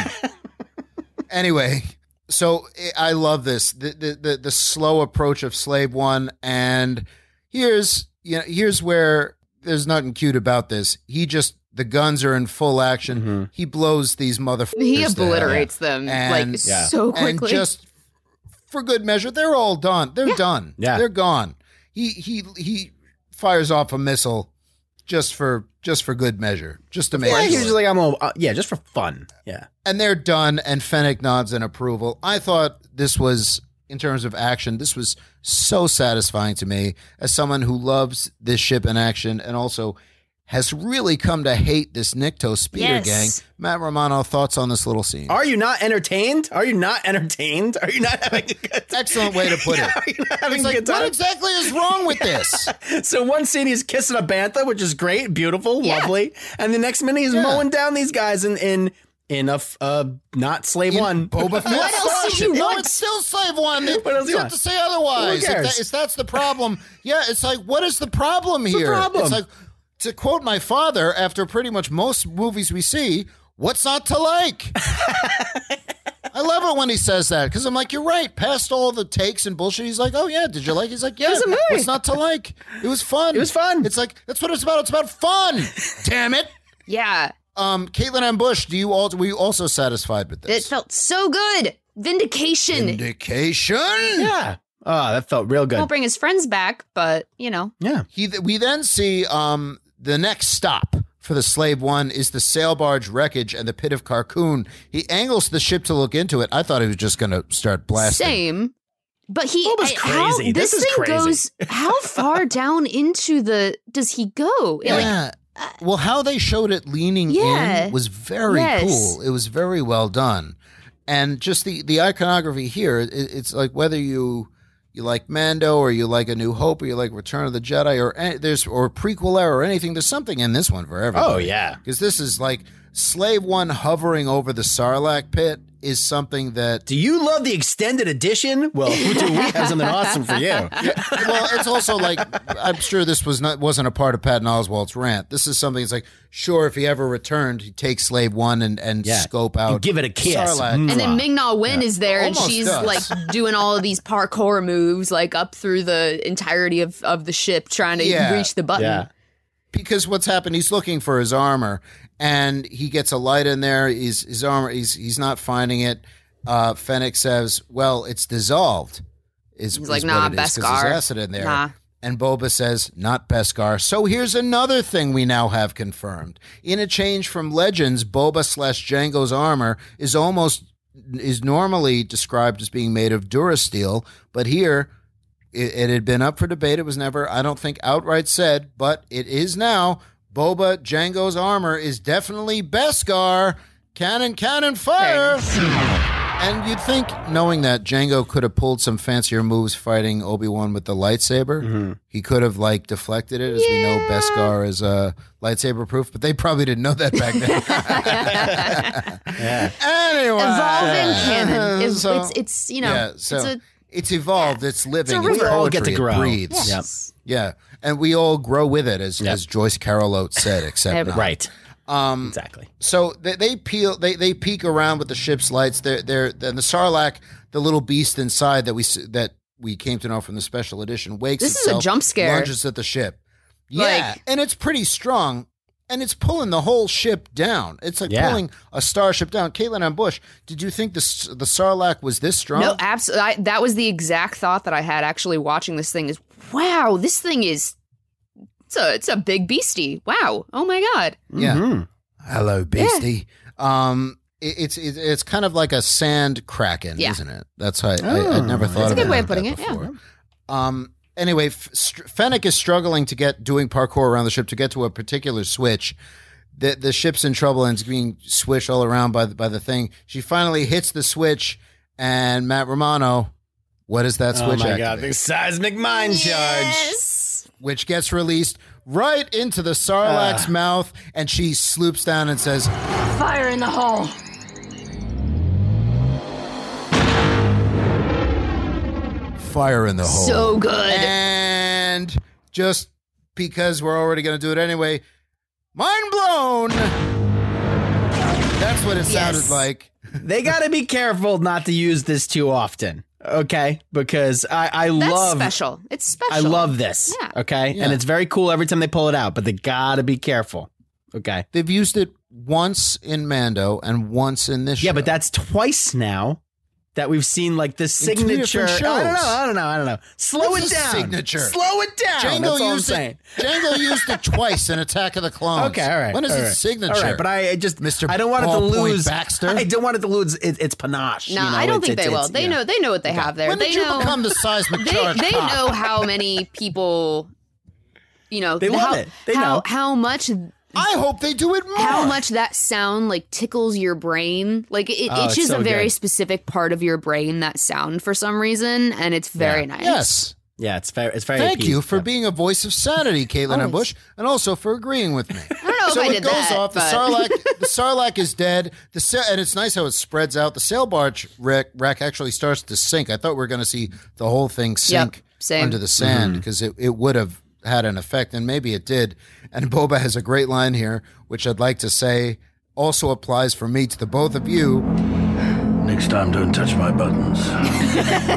anyway, so eh, I I love this the, the the the slow approach of Slave One, and here's you know here's where there's nothing cute about this. He just the guns are in full action. He blows these motherfuckers.
He
to hell.
obliterates them, like, Yeah. so
uh, And
quickly.
just for good measure, they're all done. They're done.
Yeah.
they're gone. He he he fires off a missile just for just for good measure, just to make
Yeah,
sure.
he's just like I'm all, uh, yeah, just for fun. Yeah.
And they're done, and Fennec nods in approval. I thought this was, in terms of action, this was so satisfying to me as someone who loves this ship in action and also has really come to hate this Nikto speeder
Yes.
gang. Matt Romano, thoughts on this little scene?
Are you not entertained? Are you not entertained? Are you not having a good time?
Excellent way to put it.
Are you not having
It's
a
like,
good time?
what exactly is wrong with this?
so one scene he's kissing a bantha, which is great, beautiful, lovely, and the next minute he's mowing down these guys in in in a f- uh, not slave one.
Boba Fett.
What else did you
No,
want?
it's still slave one.
What else do
you
you
have
want?
to say otherwise.
Who
If,
cares?
that- if that's the problem, yeah, it's like, what is the problem
the
here?
problem?
It's like, to quote my father, after pretty much most movies we see, what's not to like? I love it when he says that because I'm like, you're right. Past all the takes and bullshit, he's like, oh yeah, did you like? He's like, yeah.
was a movie.
What's not to like? It was fun. It was
fun.
It's like that's what it's about. It's about fun. Damn it.
yeah.
Um, Caitlin and Bush, do you all were you also satisfied with
It
this?
felt so good. Vindication.
Vindication.
Yeah. Oh, that felt real good.
Won't bring his friends back, but you know.
Yeah.
He we then see um the next stop for the slave one is the sail barge wreckage and the pit of Carcoon. He angles the ship to look into it. I thought he was just going to start blasting.
Same. But he
Boba's
I- how-
crazy.
this,
This is
thing
crazy.
goes how far down into the does he go? It, like, uh,
Yeah. well, how they showed it leaning
Yeah.
in was very
Yes.
cool. It was very well done, and just the the iconography here. It, it's like whether you you like Mando or you like A New Hope or you like Return of the Jedi or any, there's or prequel era or anything. There's something in this one for everybody.
Oh, yeah.
because this is like Slave One hovering over the Sarlacc pit is something that.
Do you love the extended edition? Well, do we have something awesome for you?
well, it's also like I'm sure this was not wasn't a part of Patton Oswald's rant. This is something. It's like sure if he ever returned, he'd take Slave One and and
Yeah.
scope out,
And give it a kiss.
Sarlacc.
Mm.
and then Ming Na Wen is there and
Almost
she's
does.
like doing all of these parkour moves like up through the entirety of, of the ship trying to
Yeah.
reach the button.
Yeah.
because what's happened, he's looking for his armor, and he gets a light in there. He's his armor. He's he's not finding it. Uh, Fennec says, "Well, it's dissolved." Is,
He's like,
is
"Nah,
what it is, 'cause
Beskar.
There's acid in there.
Nah.
And Boba says, not Beskar. So here's another thing we now have confirmed. In a change from Legends, Boba slash Django's armor is almost is normally described as being made of Durasteel, but here it, it had been up for debate. It was never, I don't think, outright said, but it is now. Boba Django's armor is definitely Beskar. Cannon, cannon, fire! And you'd think, knowing that Django could have pulled some fancier moves fighting Obi Wan with the lightsaber,
Mm-hmm.
he could have like deflected it. As we know, Beskar is uh, lightsaber proof, but they probably didn't know that back then. Anyway,
Evolving canon. It's,
Uh-huh. So-
it's, it's, you know,
yeah, so
it's
it's,
a
evolved. It's living.
river.
It's
We all get
poetry,
to grow.
It breathes.
Yes.
Yeah, and we all grow with it, as as Joyce Carol Oates said. Except not.
Right.
Um,
exactly.
So they, they peel, they they peek around with the ship's lights. They're they're and the Sarlacc, the little beast inside that we s- that we came to know from the special edition, wakes.
This is a
itself,
jump scare.
Lunges at the ship. Yeah, and it's pretty strong, and it's pulling the whole ship down. It's like
Yeah.
pulling a starship down. Caitlin and Bush, did you think the s- the Sarlacc was this strong?
No, absolutely. That was the exact thought that I had actually watching this thing. Is wow, this thing is. It's a it's a big beastie. Wow. Oh my god.
Yeah.
Mm-hmm.
Hello, beastie. Um, it, it's it, it's kind of like a sand kraken,
Yeah.
isn't it? That's how I, I,
Oh.
I never thought
That's a
of
good
it
way
like
of putting
that
it. Yeah.
Um, anyway, F- Str- Fennec is struggling to get doing parkour around the ship to get to a particular switch. The the ship's in trouble and it's being swished all around by the, by the thing. She finally hits the switch, and Matt Romano, what is that
oh
switch?
my
activate?
god, the seismic mind
Which gets released right into the
Ah.
Sarlacc's mouth, and she sloops down and says,
Fire in the hole.
fire in the
Oh.
hole.
So good.
And just because we're already going to do it anyway, mind blown. That's what it sounded like.
charge. they got to be careful not to use this too often. Okay, because I I
That's
love
special. It's special.
I love this.
Yeah.
Okay,
Yeah.
and it's very cool every time they pull it out, but they got to be careful. Okay,
they've used it once in Mando and once in this.
Yeah, but that's twice now that we've seen like the
In two different
signature. I don't know.
shows.
I don't know. I don't know. Slow
This is
it down.
Signature.
Slow it down.
Django
That's all I'm
used
saying.
it. Django used it twice in Attack of the Clones.
Okay, all right.
When is
all
it
right.
signature?
All right, but I I just
Mr.
I don't want it to
Ballpoint
lose
Baxter?
I don't want it to lose it, its panache.
No,
you know,
I don't
it's-
think
it's-
they will.
it's-
They
yeah.
know they know what they have there.
When
they
did you
know,
become the seismic
they
charge
they
cop?
know how many people, you know,
They
how,
love it. They
how
know.
how much.
I hope they do it more.
How much that sound like tickles your brain? Like it
Oh, it's
itches
so
a very
good.
specific part of your brain that sound for some reason, and it's very nice.
Yeah, it's very it's very
Thank
appealing.
you for being a voice of sanity, Caitlin and Bush, and also for agreeing with me. I
don't know
so
if Oh. I
it
did
goes
that,
off. The
but-
sarlacc, the sarlacc is dead. The sa- and it's nice how it spreads out. The sail barge wreck, wreck actually starts to sink. I thought we were going to see the whole thing sink
same.
under the sand because it, it would have had an effect, and maybe it did. And Boba has a great line here, which I'd like to say also applies for me to the both of you.
Next time, don't touch my buttons.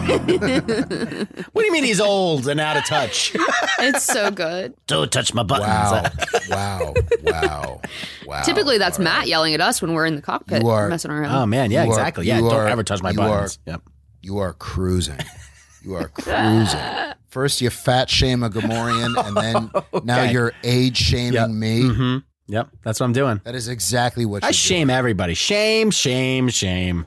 What do you mean he's old and out of touch?
it's so good.
Don't touch my buttons.
Wow. wow. Wow.
Typically, that's Matt yelling at us when we're in the cockpit
Oh, You are- um,
messing around.
Oh man, yeah,
You are-
exactly. yeah,
you
don't
are-
ever touch my
you
buttons.
are-
yep.
You are cruising. You are cruising. First, you fat shame a Gamorrean, and then now
Okay.
you're age shaming me.
Mhm. Yep, that's what I'm doing.
That is exactly what
I
you're
shame everybody. Shame, shame, shame.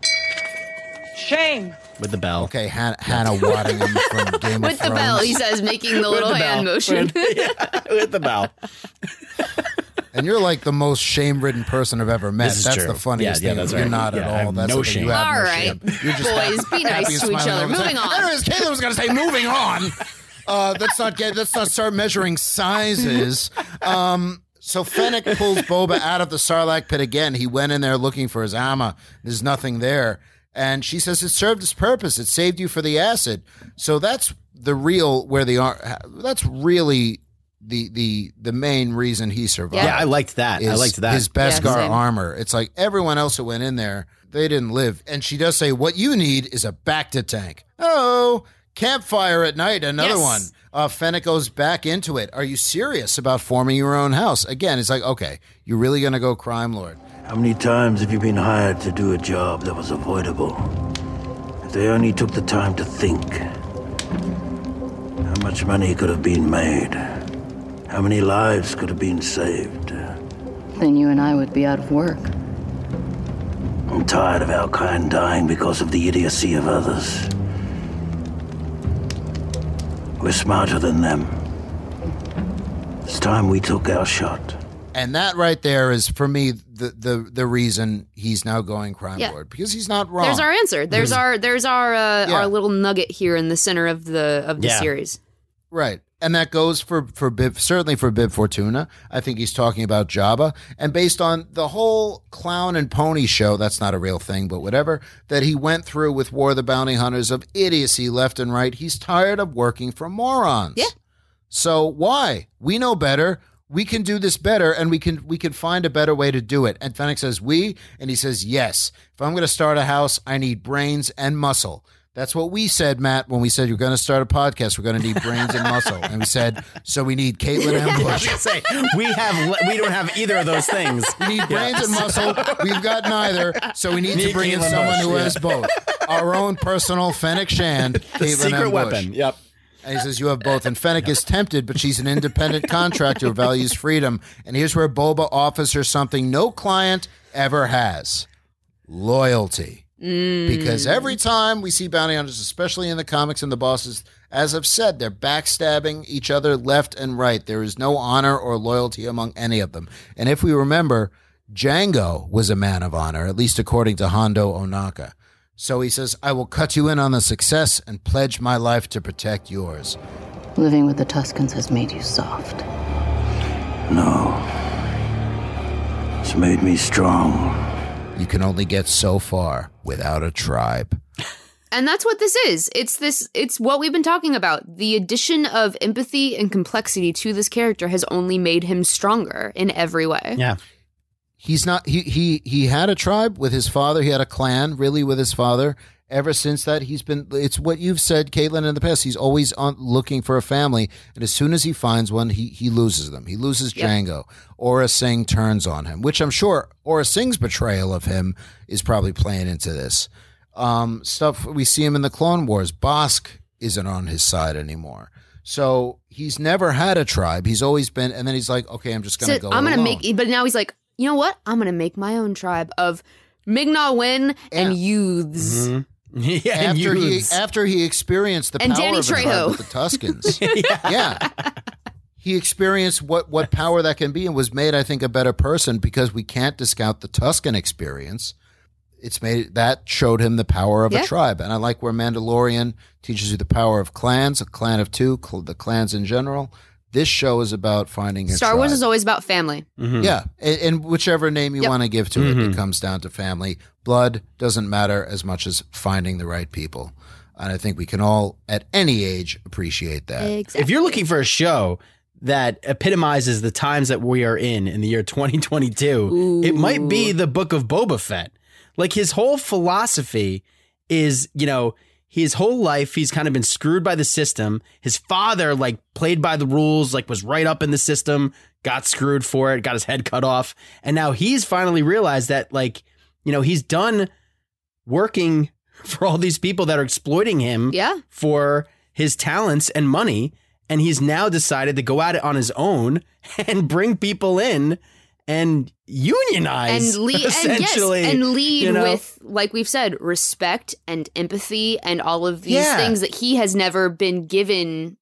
Shame.
With the bell.
Okay, Han- Hannah Waddingham from Game
With
of Thrones.
the bell, he says, making the little
the
hand
bell.
motion.
With- With the bell.
And you're like the most shame-ridden person I've ever met.
This is
that's
true.
the funniest
Yeah, yeah,
thing.
that's
you're
right.
not
Yeah, I
at all.
have
That's
no
the thing. You
shame.
have
All
no
right,
shame. You're just
boys,
happy
be
and
nice to each
smiling
other.
all the time.
Moving on.
Anyways, Caitlin was going to say, moving on. Uh, let's not get. Let's not start measuring sizes. Um, so Fennec pulls Boba out of the Sarlacc pit again. He went in there looking for his ama. There's nothing there, and she says it served its purpose. It saved you for the acid. So that's the real where the ar- That's really the the the main reason he survived.
Yeah, I liked that. I
is
liked that.
His Beskar
same.
armor. It's like everyone else who went in there, they didn't live. And she does say, "What you need is a back to tank." Oh, Campfire at night, another
Yes.
one. Uh, Fennec goes back into it. Are you serious about forming your own house? Again, it's like, okay, you're really going to go crime lord.
How many times have you been hired to do a job that was avoidable? If they only took the time to think, how much money could have been made? How many lives could have been saved?
Then you and I would be out of work.
I'm tired of our kind dying because of the idiocy of others. We're smarter than them. It's time we took our shot.
And that right there is, for me, the, the, the reason he's now going crime
Yeah.
lord because he's not wrong.
There's our answer. There's
Mhm.
our there's our uh,
Yeah.
our little nugget here in the center of the of the
Yeah.
series.
Right. And that goes for for Bib, certainly for Bib Fortuna. I think he's talking about Jabba, and based on the whole clown and pony show, that's not a real thing, but whatever that he went through with War of the Bounty Hunters of idiocy left and right. He's tired of working for morons. Yeah. So why? We know better. We can do this better, and we can we can find a better way to do it. And Fennec says we, and he says yes. If I'm going to start a house, I need brains and muscle. That's what we said, Matt, when we said you're going to start a podcast. We're going to need brains and muscle, and we said so. We need Caitlin
I
and
was
Bush.
gonna say we have le- we don't have either of those things.
We need brains and muscle. We've got neither, so we need to
Need
bring in
Caitlin
someone
Bush,
who
yeah.
has both. Our own personal Fennec Shand, Caitlin
secret
M. Bush.
weapon, Yep.
And he says you have both, and Fennec is tempted, but she's an independent contractor who values freedom. And here's where Boba offers her something no client ever has: loyalty. Because every time we see bounty hunters, especially in the comics and the bosses, as I've said, they're backstabbing each other left and right. There is no honor or loyalty among any of them. And if we remember, Django was a man of honor, at least according to Hondo Onaka. So he says, I will cut you in on the success and pledge my life to protect yours.
Living with the Tuscans has made you soft.
No. It's made me strong.
You can only get so far without a tribe.
And that's what this is. It's this it's what we've been talking about. The addition of empathy and complexity to this character has only made him stronger in every way.
Yeah.
he's not he he he had a tribe with his father he had a clan really with his father ever since that he's been it's what you've said caitlin in the past he's always on looking for a family and as soon as he finds one he he loses them he loses
Yep.
django aura singh turns on him which i'm sure aura singh's betrayal of him is probably playing into this um stuff we see him in the clone wars bosk isn't on his side anymore so he's never had a tribe he's always been and then he's like okay i'm just gonna
So
go
I'm gonna
alone.
make but now he's like, you know what? I'm gonna make my own tribe of Migna Wen and youths.
Mm-hmm.
Mm-hmm. Yeah, and
after he
youths.
after he experienced the
And
power
Danny
of a tribe
Trejo.
with the Tuscans, yeah. he experienced what what power that can be, and was made, I think, a better person because we can't discount the Tuscan experience. It's made that showed him the power of
Yeah.
a tribe, and I like where Mandalorian teaches you the power of clans, a clan of two, cl- the clans in general. This show is about finding your
Star Wars
tribe.
is always about family.
Hmm.
Yeah, and, and whichever name you
Yep.
want to give to
Mm-hmm.
it, it comes down to family. Blood doesn't matter as much as finding the right people, and I think we can all, at any age, appreciate that.
If you're looking for a show that epitomizes the times that we are in in the year 2022, it might be the Book of Boba Fett. Like his whole philosophy is, you know, his whole life he's kind of been screwed by the system. His father like played by the rules, like was right up in the system, got screwed for it, got his head cut off, and now he's finally realized that like, you know, he's done working for all these people that are exploiting him
Yeah.
for his talents and money. And he's now decided to go at it on his own and bring people in and unionize.
and lead and yes
essentially,
and lead
you know?
with like we've said respect and empathy and all of these
Yeah.
things that he has never been given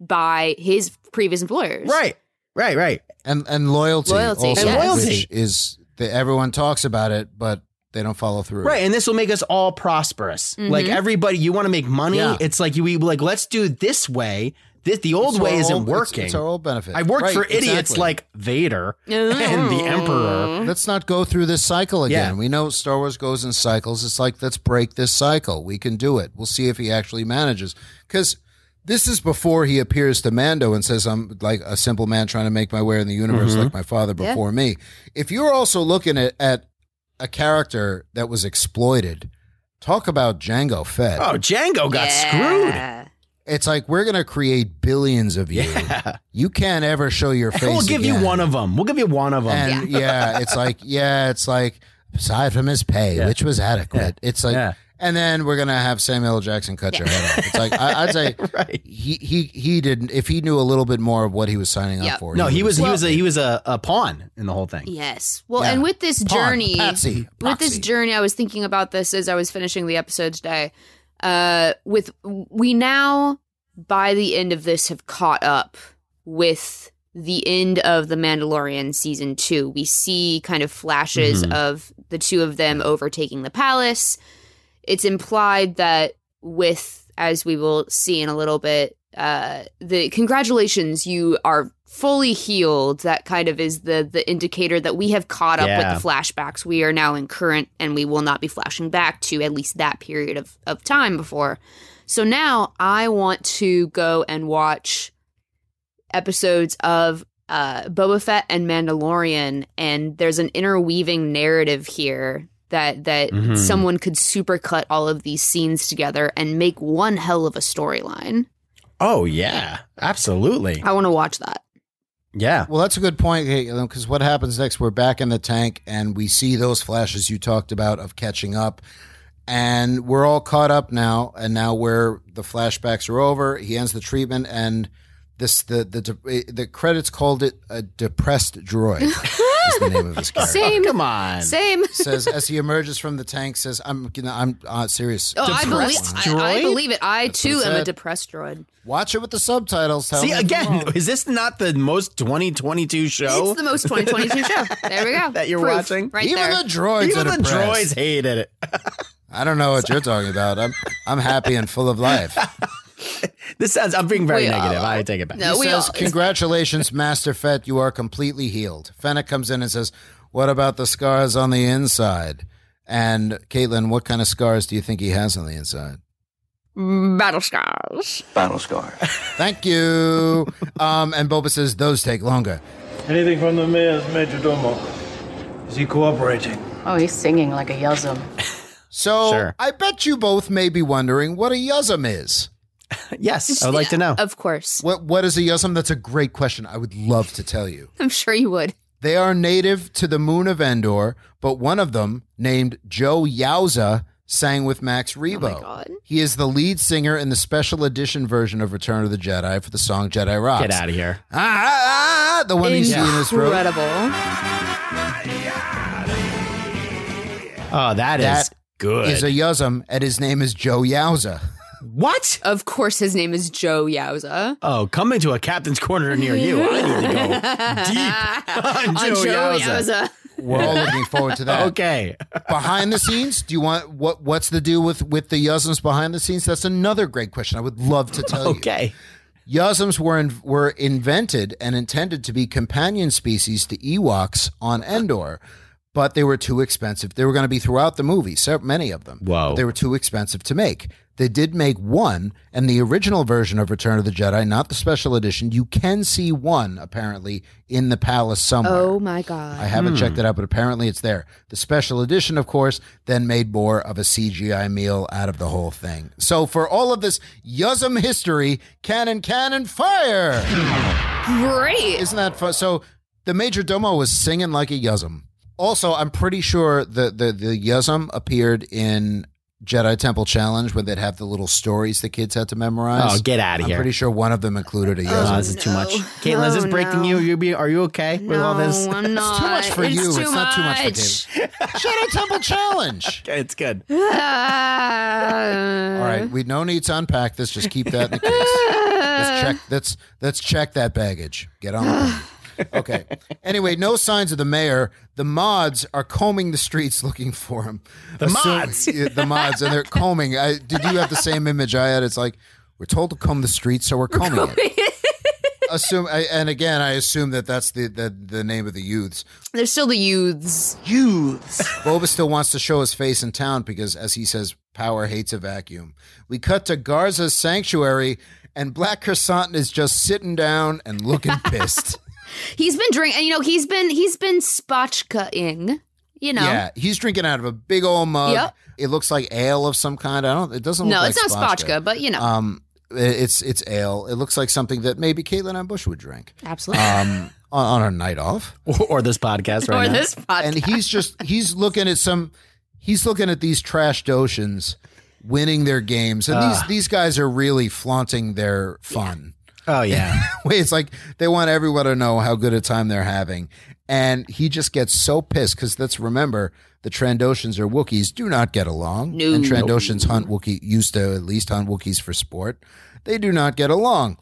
by his previous employers
right right right
and and loyalty,
Loyalty,
also,
yes. And loyalty.
which is the, everyone talks about it, but they don't follow through.
Right, and this will make us all prosperous.
Mm-hmm.
Mhm.
Like everybody, you want to make money.
Yeah.
It's like you we like let's do it this way. This the old
It's our
way isn't
old- it's-
working.
it's our old benefit.
I worked
Right,
for idiots
exactly.
like Vader and the
Mm-hmm.
Emperor.
Let's not go through this cycle again.
Mm-hmm. Yeah.
We know Star Wars goes in cycles. It's like, let's break this cycle. We can do it. We'll see if he actually manages. Because this is before he appears to Mando and says, I'm like a simple man trying to make my way in the universe
Mm-hmm.
Mhm.
like my father
Yeah.
before me. If you're also looking at, at a character that was exploited, talk about Django Fett.
Oh, Django got Oh, screwed.
It's like we're gonna create billions of you. You can't ever show your face.
We'll give you
again.
one of them. We'll give you one of them.
And yeah. it's like yeah, it's like aside from his pay,
Yeah.
which was adequate. It's like,
Yeah.
and then we're gonna have Samuel L. Jackson cut your head off. It's like I, I'd say he he he didn't. If he knew a little bit more of what he was signing
Yep.
up for,
no, he
would've
was he was a,
said,
he was a, a pawn in the whole thing.
Yes. Well,
Yeah.
and with this
Pawn,
journey,
patsy,
with this
proxy.
journey, I was thinking about this as I was finishing the episode today. Uh, with we now by the end of this have caught up with the end of the Mandalorian season two. We see kind of flashes
Mm-hmm.
Mhm.
of the two of them overtaking the palace. It's implied that with as we will see in a little bit uh the congratulations you are fully healed that kind of is the the indicator that we have caught up
Yeah.
with the flashbacks we are now in current and we will not be flashing back to at least that period of of time before so now i want to go and watch episodes of uh, Boba Fett and Mandalorian, and there's an interweaving narrative here that that
Mm-hmm.
Mhm.
someone could supercut all of these scenes together and make one hell of a storyline.
Oh yeah, absolutely.
I want to watch that.
Yeah.
Well, that's a good point because what happens next? We're back in the tank and we see those flashes you talked about of catching up, and we're all caught up now. And now where the flashbacks are over, he ends the treatment, and this the the de- eh, the credits called it a depressed droid. is the name of this character.
Same.
Oh, Come on.
Same.
says as he emerges from the tank, says, "I'm you know, I'm uh, serious.
Oh, I believe
Depressed
I, I
droid?
believe it. I
That's
too
what it
am a
said.
depressed droid.
Watch it with the subtitles. tell
See
me if I'm wrong.
again, is this not the most 2022 show?
It's the most 2022 show. There we go.
that you're
Proof
watching.
Right there.
Even
are
the
depressed.
droids hated it.
I don't know what you're talking about. I'm I'm happy and full of life.
This sounds. I'm being very
We all
negative. I take it back.
he says, "Congratulations, Master Fett. You are completely healed." Fennec comes in and says, "What about the scars on the inside?" And Caitlin, what kind of scars do you think he has on the inside?
Battle scars.
Battle scar. Thank you. Um, and Boba says, "Those take longer."
Anything from the mayor's major domo? Is he cooperating?
Oh, he's singing like a yuzum.
So
Sure.
I bet you both may be wondering what a yuzum is.
yes, I would like to know.
Of course.
What What is a yuzum? That's a great question. I would love to tell you.
I'm sure you would.
They are native to the moon of Endor, but one of them, named Joe Yauza, sang with Max Rebo. He is the lead singer in the special edition version of Return of the Jedi for the song Jedi Rocks.
Get out of here.
Ah, ah, ah, the one you see in his room.
Incredible.
Oh, that is good.
Is a Yuzum, and his name is Joe Yauza.
What?
Of course, his name is Joe Yauza.
oh, coming to a captain's corner near you. I need to go. on Joe Yauza.
We're all looking forward to that.
Okay.
behind the scenes, do you want what? What's the deal with with the Yuzums behind the scenes? That's another great question. I would love to tell you.
Okay.
Yuzums were in, were invented and intended to be companion species to Ewoks on Endor, but they were too expensive. They were going to be throughout the movie, so many of them. Wow. They were too expensive to make. They did make one, and the original version of Return of the Jedi, not the special edition. You can see one apparently in the palace somewhere.
Oh my god.
I haven't checked
Hmm.
it out, but apparently it's there. The special edition, of course, then made more of a CGI meal out of the whole thing. So for all of this Yuzum history, cannon, cannon, fire!
Great!
Isn't that fun? So the Major Domo was singing like a Yuzum. Also, I'm pretty sure the, the, the Yuzum appeared in Jedi Temple Challenge when they'd have the little stories the kids had to memorize.
Oh, get outta here.
I'm pretty sure one of them included a Yuzum.
Oh, this is too much. Caitlin, is this
Oh,
breaking
no.
you? You be? Are you okay with all this?
No, I'm not.
It's too much for you.
Too
It's not too much for Shadow Temple Challenge.
Okay, it's good.
Uh,
All
Uh-huh.
right, we no need to unpack this. Just keep that in the case. let's check. Let's let's check that baggage. Get on. with it. okay. Anyway, no signs of the mayor. The mods are combing the streets looking for him.
The
Assume-
mods.
Yeah, the mods, and they're combing. I, did you have the same image I had? It's like we're told to comb the streets, so we're combing, it. assume, I, and again, I assume that that's the, the the name of the youths.
They're still the youths.
Youths. Boba still wants to show his face in town because, as he says, power hates a vacuum. We cut to Garza's sanctuary, and Black Croissant is just sitting down and looking pissed.
He's been drinking. You know, he's been he's been spotchka-ing. You know.
Yeah, he's drinking out of a big old mug.
Yep.
It looks like ale of some kind. I don't. It doesn't.
No,
look
it's
like
not spotchka, but, you know.
Um, It's it's ale. It looks like something that maybe Caitlin and Bush would drink.
Absolutely.
Um, on, on a night off,
or, or this podcast,
right Or now. this podcast.
And he's just he's looking at some. He's looking at these trashed oceans winning their games, and
Ah.
these these guys are really flaunting their fun.
Oh yeah.
Wait, it's like they want everyone to know how good a time they're having. And he just gets so pissed because let's remember the Trandoshans or Wookiees do not get along.
No.
And Trandoshans hunt Wookiee, used to at least hunt Wookiees for sport. They do not get along.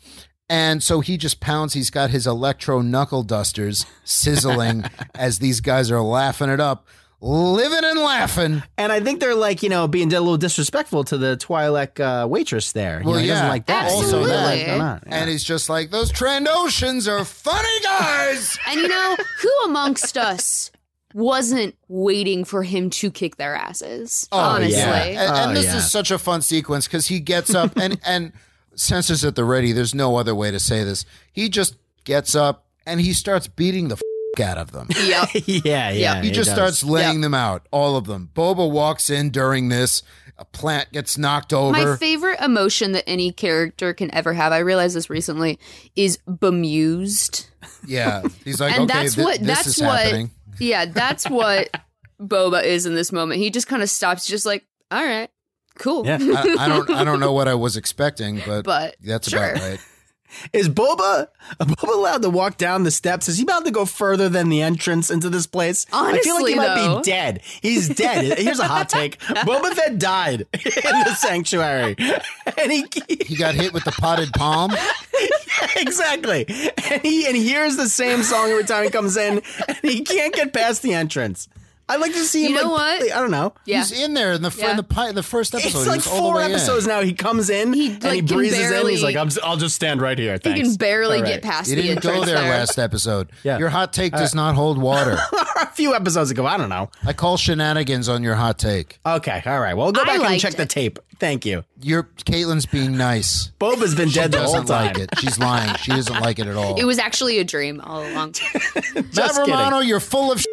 And so he just pounds. He's got his electro knuckle dusters sizzling as these guys are laughing it up, living and laughing.
And I think they're like, you know, being a little disrespectful to the Twi'lek uh, waitress there. You know, he doesn't like that.
Also, that.
Why not?
And he's just like, those Trandoshans are funny guys.
And you know, who amongst us wasn't waiting for him to kick their asses? honestly.
Oh, And,
Oh,
and this is such a fun sequence because he gets up and and senses at the ready. There's no other way to say this. He just gets up and he starts beating the f- out of them.
Yep.
yeah, yeah.
he, just
does.
starts laying them out, all of them. Boba walks in during this. A plant gets knocked over.
My favorite emotion that any character can ever have, I realized this recently, is bemused.
yeah, he's like,
and
okay,
that's
thi-
what
this
that's
is
what
happening.
yeah that's what boba is in this moment he just kind of stops just like all right cool
Yeah, I, I don't, I don't know what I was expecting, but,
But,
that's
sure.
about right.
Is Boba Boba allowed to walk down the steps? Is he about to go further than the entrance into this place? I feel like
Honestly,
he might
though.
be dead. He's dead. Here's a hot take: Boba Fett died in the sanctuary, and he
He got hit with the potted palm.
exactly, and he and he hears the same song every time he comes in, and he can't get past the entrance. I'd like to see him.
You know
like,
what?
I don't know.
Yeah.
He's in there in the fr- in
Yeah.
the, pi- the first episode.
It's
he
like
was all the
four
way in.
episodes now. He comes in and he
like, can
breezes in. He's
barely-
like, I'm, si will just stand right here.
he
Thanks.
can barely
All
get
right.
past
You
the
didn't go
entrance
there
there.
last episode.
Yeah. Uh,
Your hot take does not hold water.
a few episodes ago. I don't know.
I call shenanigans on your hot take.
Okay, all right. Well, go
I
back and
liked
check the tape. Thank you.
Your Caitlin's being nice.
Boba's been
She
dead the whole
doesn't
time.
like it. She's lying. She doesn't like it at all.
it was actually a dream all along
Matt
Just kidding.
Romano, you're full of. Sh-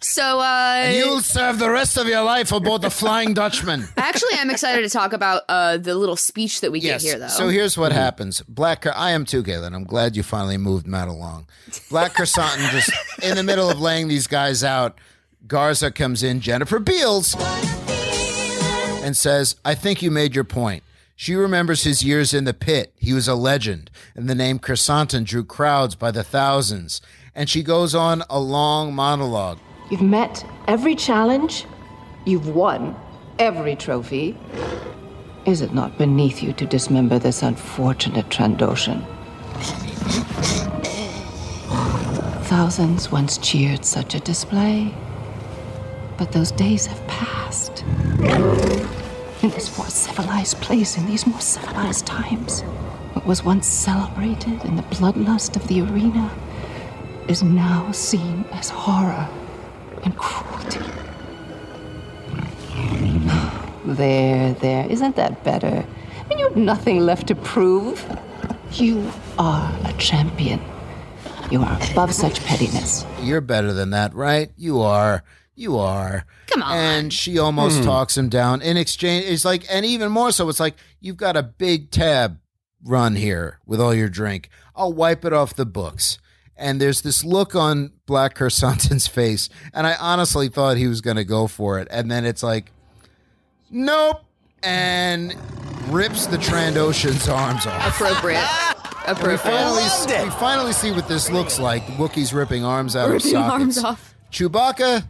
so uh
and you'll serve the rest of your life aboard the Flying Dutchman.
actually i'm excited to talk about uh the little speech that we
Yes.
get here though
So here's what happens. Black, Cro- I am too, Galen. I'm glad you finally moved Matt along. Black Croissant just in the middle of laying these guys out. Garza comes in, Jennifer Beals, and says, I think you made your point. She remembers his years in the pit. He was a legend, and the name Chrysanthemum drew crowds by the thousands. And she goes on a long monologue.
You've met every challenge, you've won every trophy. Is it not beneath you to dismember this unfortunate Trandoshan? Thousands once cheered such a display, but those days have passed. In this more civilized place, in these more civilized times, what was once celebrated in the bloodlust of the arena is now seen as horror and cruelty. There, there. Isn't that better? I mean, you have nothing left to prove. You are a champion. You are above such pettiness.
You're better than that, right? You are. You are.
Come on.
And she almost
Hmm.
talks him down in exchange. It's like, and even more so, it's like, you've got a big tab run here with all your drink. I'll wipe it off the books. And there's this look on Black Kersantin's face. And I honestly thought he was going to go for it. And then it's like, nope. And rips the Trandocean's arms off.
appropriate
And we
appropriate
finally, we finally see what this looks like. Wookiees ripping arms out of
Ripping
sockets.
arms off
Chewbacca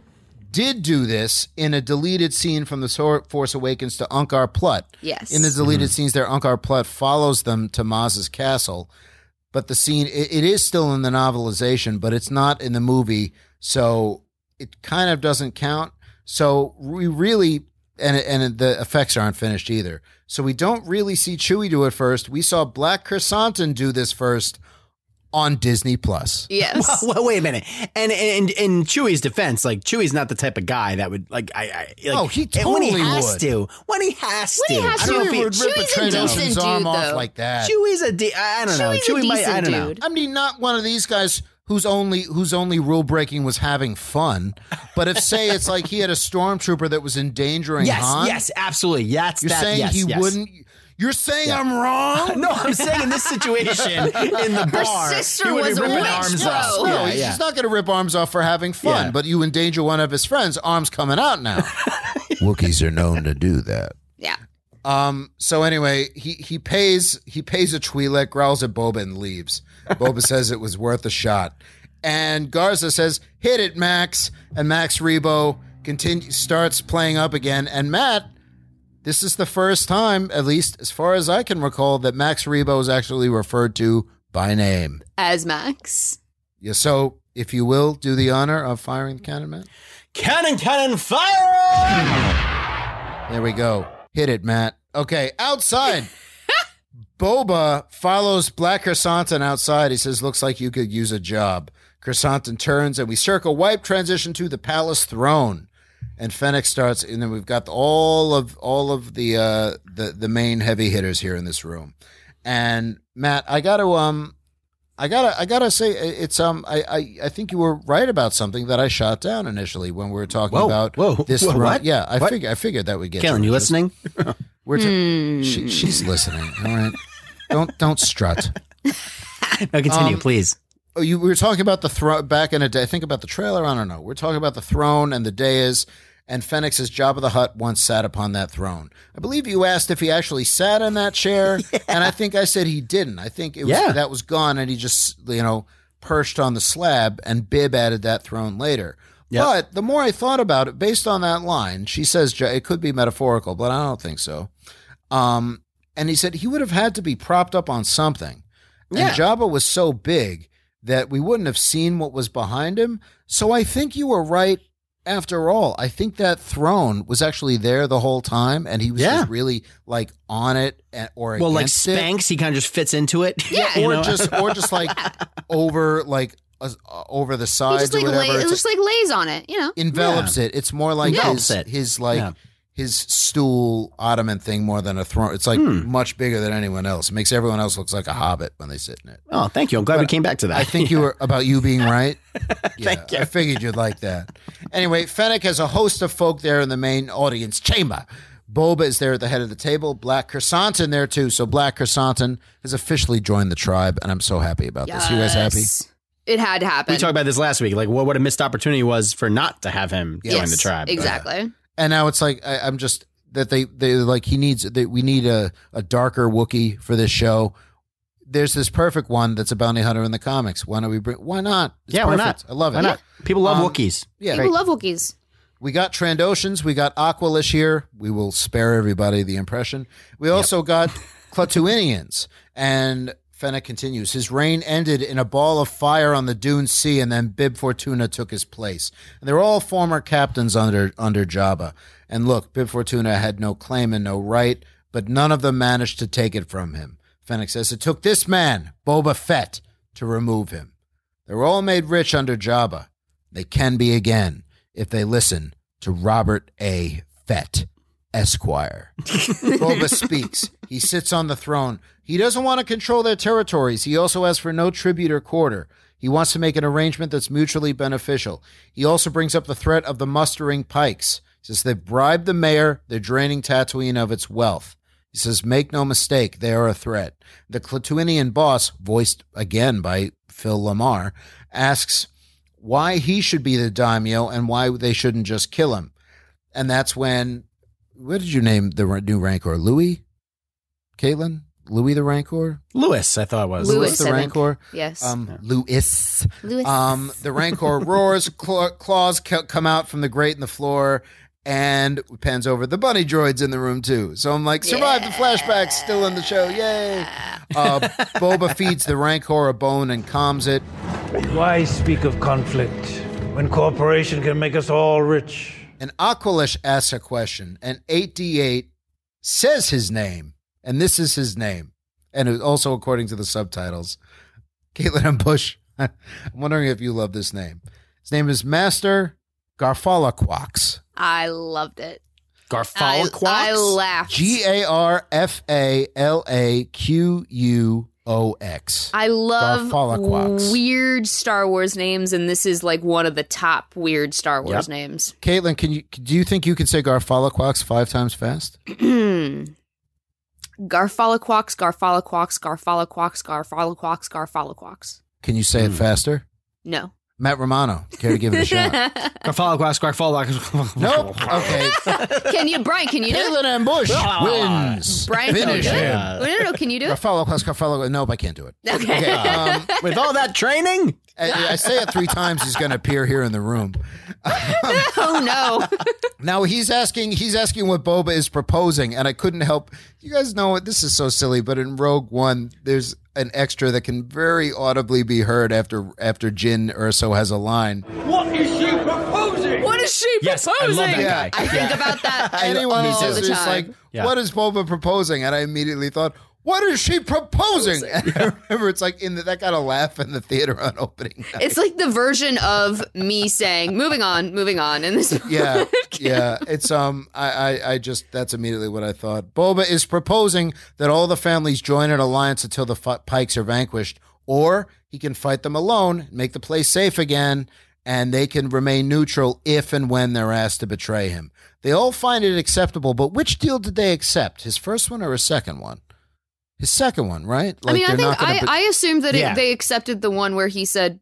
did do this in a deleted scene from the Sor- Force Awakens to Unkar Plutt.
Yes.
In the deleted scenes there, Unkar Plutt follows them to Maz's castle. But the scene, it, it is still in the novelization, but it's not in the movie. So it kind of doesn't count. So we really, and, and the effects aren't finished either. So we don't really see Chewie do it first. We saw Black Chrysanthemum do this first on Disney Plus.
yes
Well, wait a minute. And and in Chewie's defense, like Chewie's not the type of guy that would like I. I like,
Oh, he
and when he
totally
has
would.
to, when he has
When he
to,
has
I
to.
don't know if he
would rip a
Chewie's a
Trandoshan's
decent
arm
dude,
off
though.
like that.
Chewie's a de- I I don't know.
Chewie's a
Chewie might. I
decent
don't know.
dude.
I mean, not one of these guys whose only whose only rule breaking was having fun. But if say it's like he had a stormtrooper that was endangering
Yes,
Han,
yes, absolutely. Yes,
you're
that,
saying
yes,
he
yes.
wouldn't. You're saying I'm wrong?
No, I'm saying in this situation, in the
Her
bar,
sister
he would
was a
be ripping
witch,
arms
though.
off.
No, he's just not going to rip arms off for having fun, but you endanger one of his friends, arms coming out now. Wookiees are known to do that.
Yeah.
Um. So anyway, he he pays he pays a Twi'lek, growls at Boba, and leaves. Boba says it was worth a shot, and Garza says, "Hit it, Max." And Max Rebo continue starts playing up again, and Matt. This is the first time, at least as far as I can recall, that Max Rebo is actually referred to by name.
As Max.
Yeah, so, if you will, do the honor of firing the cannon, Matt.
Cannon, cannon, fire!
There we go. Hit it, Matt. Okay, outside. Boba follows Black Chrysanthemum outside. He says, Looks like you could use a job. Chrysanthemum turns and we circle wipe transition to the palace throne. And Fennec starts, and then we've got all of all of the uh the, the main heavy hitters here in this room. And Matt, I gotta um I gotta I gotta say i- it's um I, I I think you were right about something that I shot down initially when we were talking
Whoa,
about
whoa,
this
whoa,
throne.
what?
Yeah, I
What?
figured I figured that would get
Karen,
to it.
you
Just-
listening?
We're ta- she, she's listening. All right, don't don't strut.
No, continue,
Um,
please.
Oh, you we were talking about the throne back in a day. Think about the trailer. I don't know. We're talking about the throne and the day is, and Fenix is Jabba the Hutt once sat upon that throne. I believe you asked if he actually sat in that chair, and I think I said he didn't. I think it was
Yeah.
that was gone, and he just you know perched on the slab, and Bib added that throne later. But the more I thought about it, based on that line, she says Ja- it could be metaphorical, but I don't think so. Um, and he said he would have had to be propped up on something.
Yeah.
And Jabba was so big that we wouldn't have seen what was behind him. So I think you were right after all. I think that throne was actually there the whole time and he was
Yeah.
just really like on it and, or
Well, like
against it.
Spanks, he kind of just fits into it.
Yeah,
You
or
know?
just or just like over like uh, uh, over the
He
sides
just like,
or whatever.
lay,
It's
just like lays on it, you know?
envelops
Yeah.
it. It's more like
Envelops
his,
it.
his like
Yeah.
his stool ottoman thing more than a throne. It's like
Hmm.
much bigger than anyone else. It makes everyone else looks like a hobbit when they sit in it.
Oh, thank you. I'm glad we came back to that.
I think you were about you being right. Thank you. I figured you'd like that. Anyway, Fennec has a host of folk there in the main audience chamber. Boba is there at the head of the table. Black Chrysanthemum there too. So Black Chrysanthemum has officially joined the tribe, and I'm so happy about this. You guys happy?
Yes. It had to happen.
We talked about this last week. Like, what, what a missed opportunity was for not to have him
Yeah.
join the tribe.
Exactly.
And now it's like I, I'm just that they they like he needs that we need a a darker Wookiee for this show. There's this perfect one that's a bounty hunter in the comics. Why don't we bring? Why not? It's
Yeah, why
perfect.
not?
I love it. Um,
Why not? People love Wookiees.
Yeah,
People love Wookiees.
we got Trandoshans. We got Aqualish here. We will spare everybody the impression. We also got Clatuinians. And Fennec continues. His reign ended in a ball of fire on the Dune Sea, and then Bib Fortuna took his place. And they're all former captains under under Jabba. And look, Bib Fortuna had no claim and no right, but none of them managed to take it from him. Fennec says it took this man, Boba Fett, to remove him. They were all made rich under Jabba. They can be again if they listen to Robert A. Fett, Esquire. Boba speaks. He sits on the throne. He doesn't want to control their territories. He also asks for no tribute or quarter. He wants to make an arrangement that's mutually beneficial. He also brings up the threat of the mustering pikes. He says they've bribed the mayor, they're draining Tatooine of its wealth. He says, make no mistake, they are a threat. The Clatuinian boss, voiced again by Phil Lamar, asks why he should be the daimyo and why they shouldn't just kill him. And that's when, what did you name the ra- new Rancor? Louis? Caitlin? Louis the Rancor?
Lewis, I thought it was.
Louis the Rancor?
Yes.
Um, Louis.
Louis.
Um, the Rancor roars, claw, claws ca- come out from the grate in the floor, and pans over the bunny droids in the room too. So I'm like, survive the flashback, still in the show, yay! Uh, Boba feeds the Rancor a bone and calms it.
Why speak of conflict when cooperation can make us all rich?
And Aqualish asks a question, and 8D8 says his name, and this is his name, and it- also according to the subtitles. Caitlin and Bush, I'm wondering if you love this name. His name is Master Garfalaquax.
I loved it. I,
Garfalquax?
I laughed.
G A R F A L A Q U O X.
I love
Garfalquax.
weird Star Wars names, and this is like one of the top weird Star
Yep.
Wars names.
Caitlin, can you do you think you can say Garfalaquax five times fast?
I Garfalaquox, Garfalaquox, Garfalaquox, Garfalaquox, Garfalaquox.
Can you say it faster?
No.
Matt Romano, care to give it a shot?
Garfalaquas, Garfalaquas.
Nope. Okay.
Can you, Brian, can you do
Caitlin
it?
Ambush wins.
Brian, can you
Finish
do it?
him.
No, no, no, can you do it?
Garfalo, Klaus, Garfalo. Nope, I can't do it.
Okay.
Um, With all that training?
I, I say it three times, he's going to appear here in the room.
oh, no.
Now he's asking. He's asking what Boba is proposing, and I couldn't help. You guys know what? This is so silly, but in Rogue One, there's an extra that can very audibly be heard after after Jin Urso has a line.
What is she proposing?
What is she
Yes, I love
proposing?
that guy.
I think about that
Anyone
all
else
the
is just
time.
like, "What is Boba proposing?" And I immediately thought, "What is she proposing?" And I remember it's like in the, that got a laugh in the theater on opening night.
It's like the version of me saying, moving on, moving on. And this,
yeah, yeah. It's um, I, I, I just that's immediately what I thought. Boba is proposing that all the families join an alliance until the fi- Pikes are vanquished, or he can fight them alone, make the place safe again, and they can remain neutral if and when they're asked to betray him. They all find it acceptable, but which deal did they accept? His first one or his second one? His second one, right?
I mean, I
they're
think
gonna
I,
be-
I assumed that
Yeah.
it, they accepted the one where he said,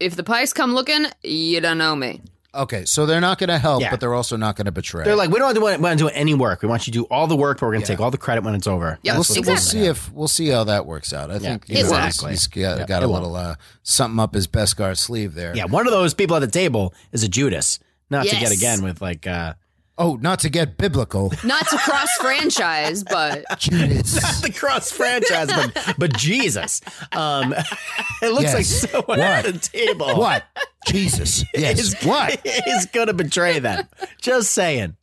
if the pies come looking, you don't know me.
okay, so they're not going to help, but they're also not going to betray.
They're like, we don't want to, want to do any work. We want you to do all the work, but we're going to take all the credit when it's over.
we'll, see, we'll see if we'll see how that works out. I think you know, he's-
exactly.
he's got,
Yep,
got
it
a
will.
little uh, something up his Beskar sleeve there.
Yeah, one of those people at the table is a Judas. Not to get
Yes.
again with like. uh
Oh, not to get biblical.
Not to cross franchise, but
Not the cross franchise, but, but Jesus. Um, it looks like
Yes.
someone
What?
at the table.
What? Jesus. Yes.
Is,
what?
Is going to betray them. Just saying.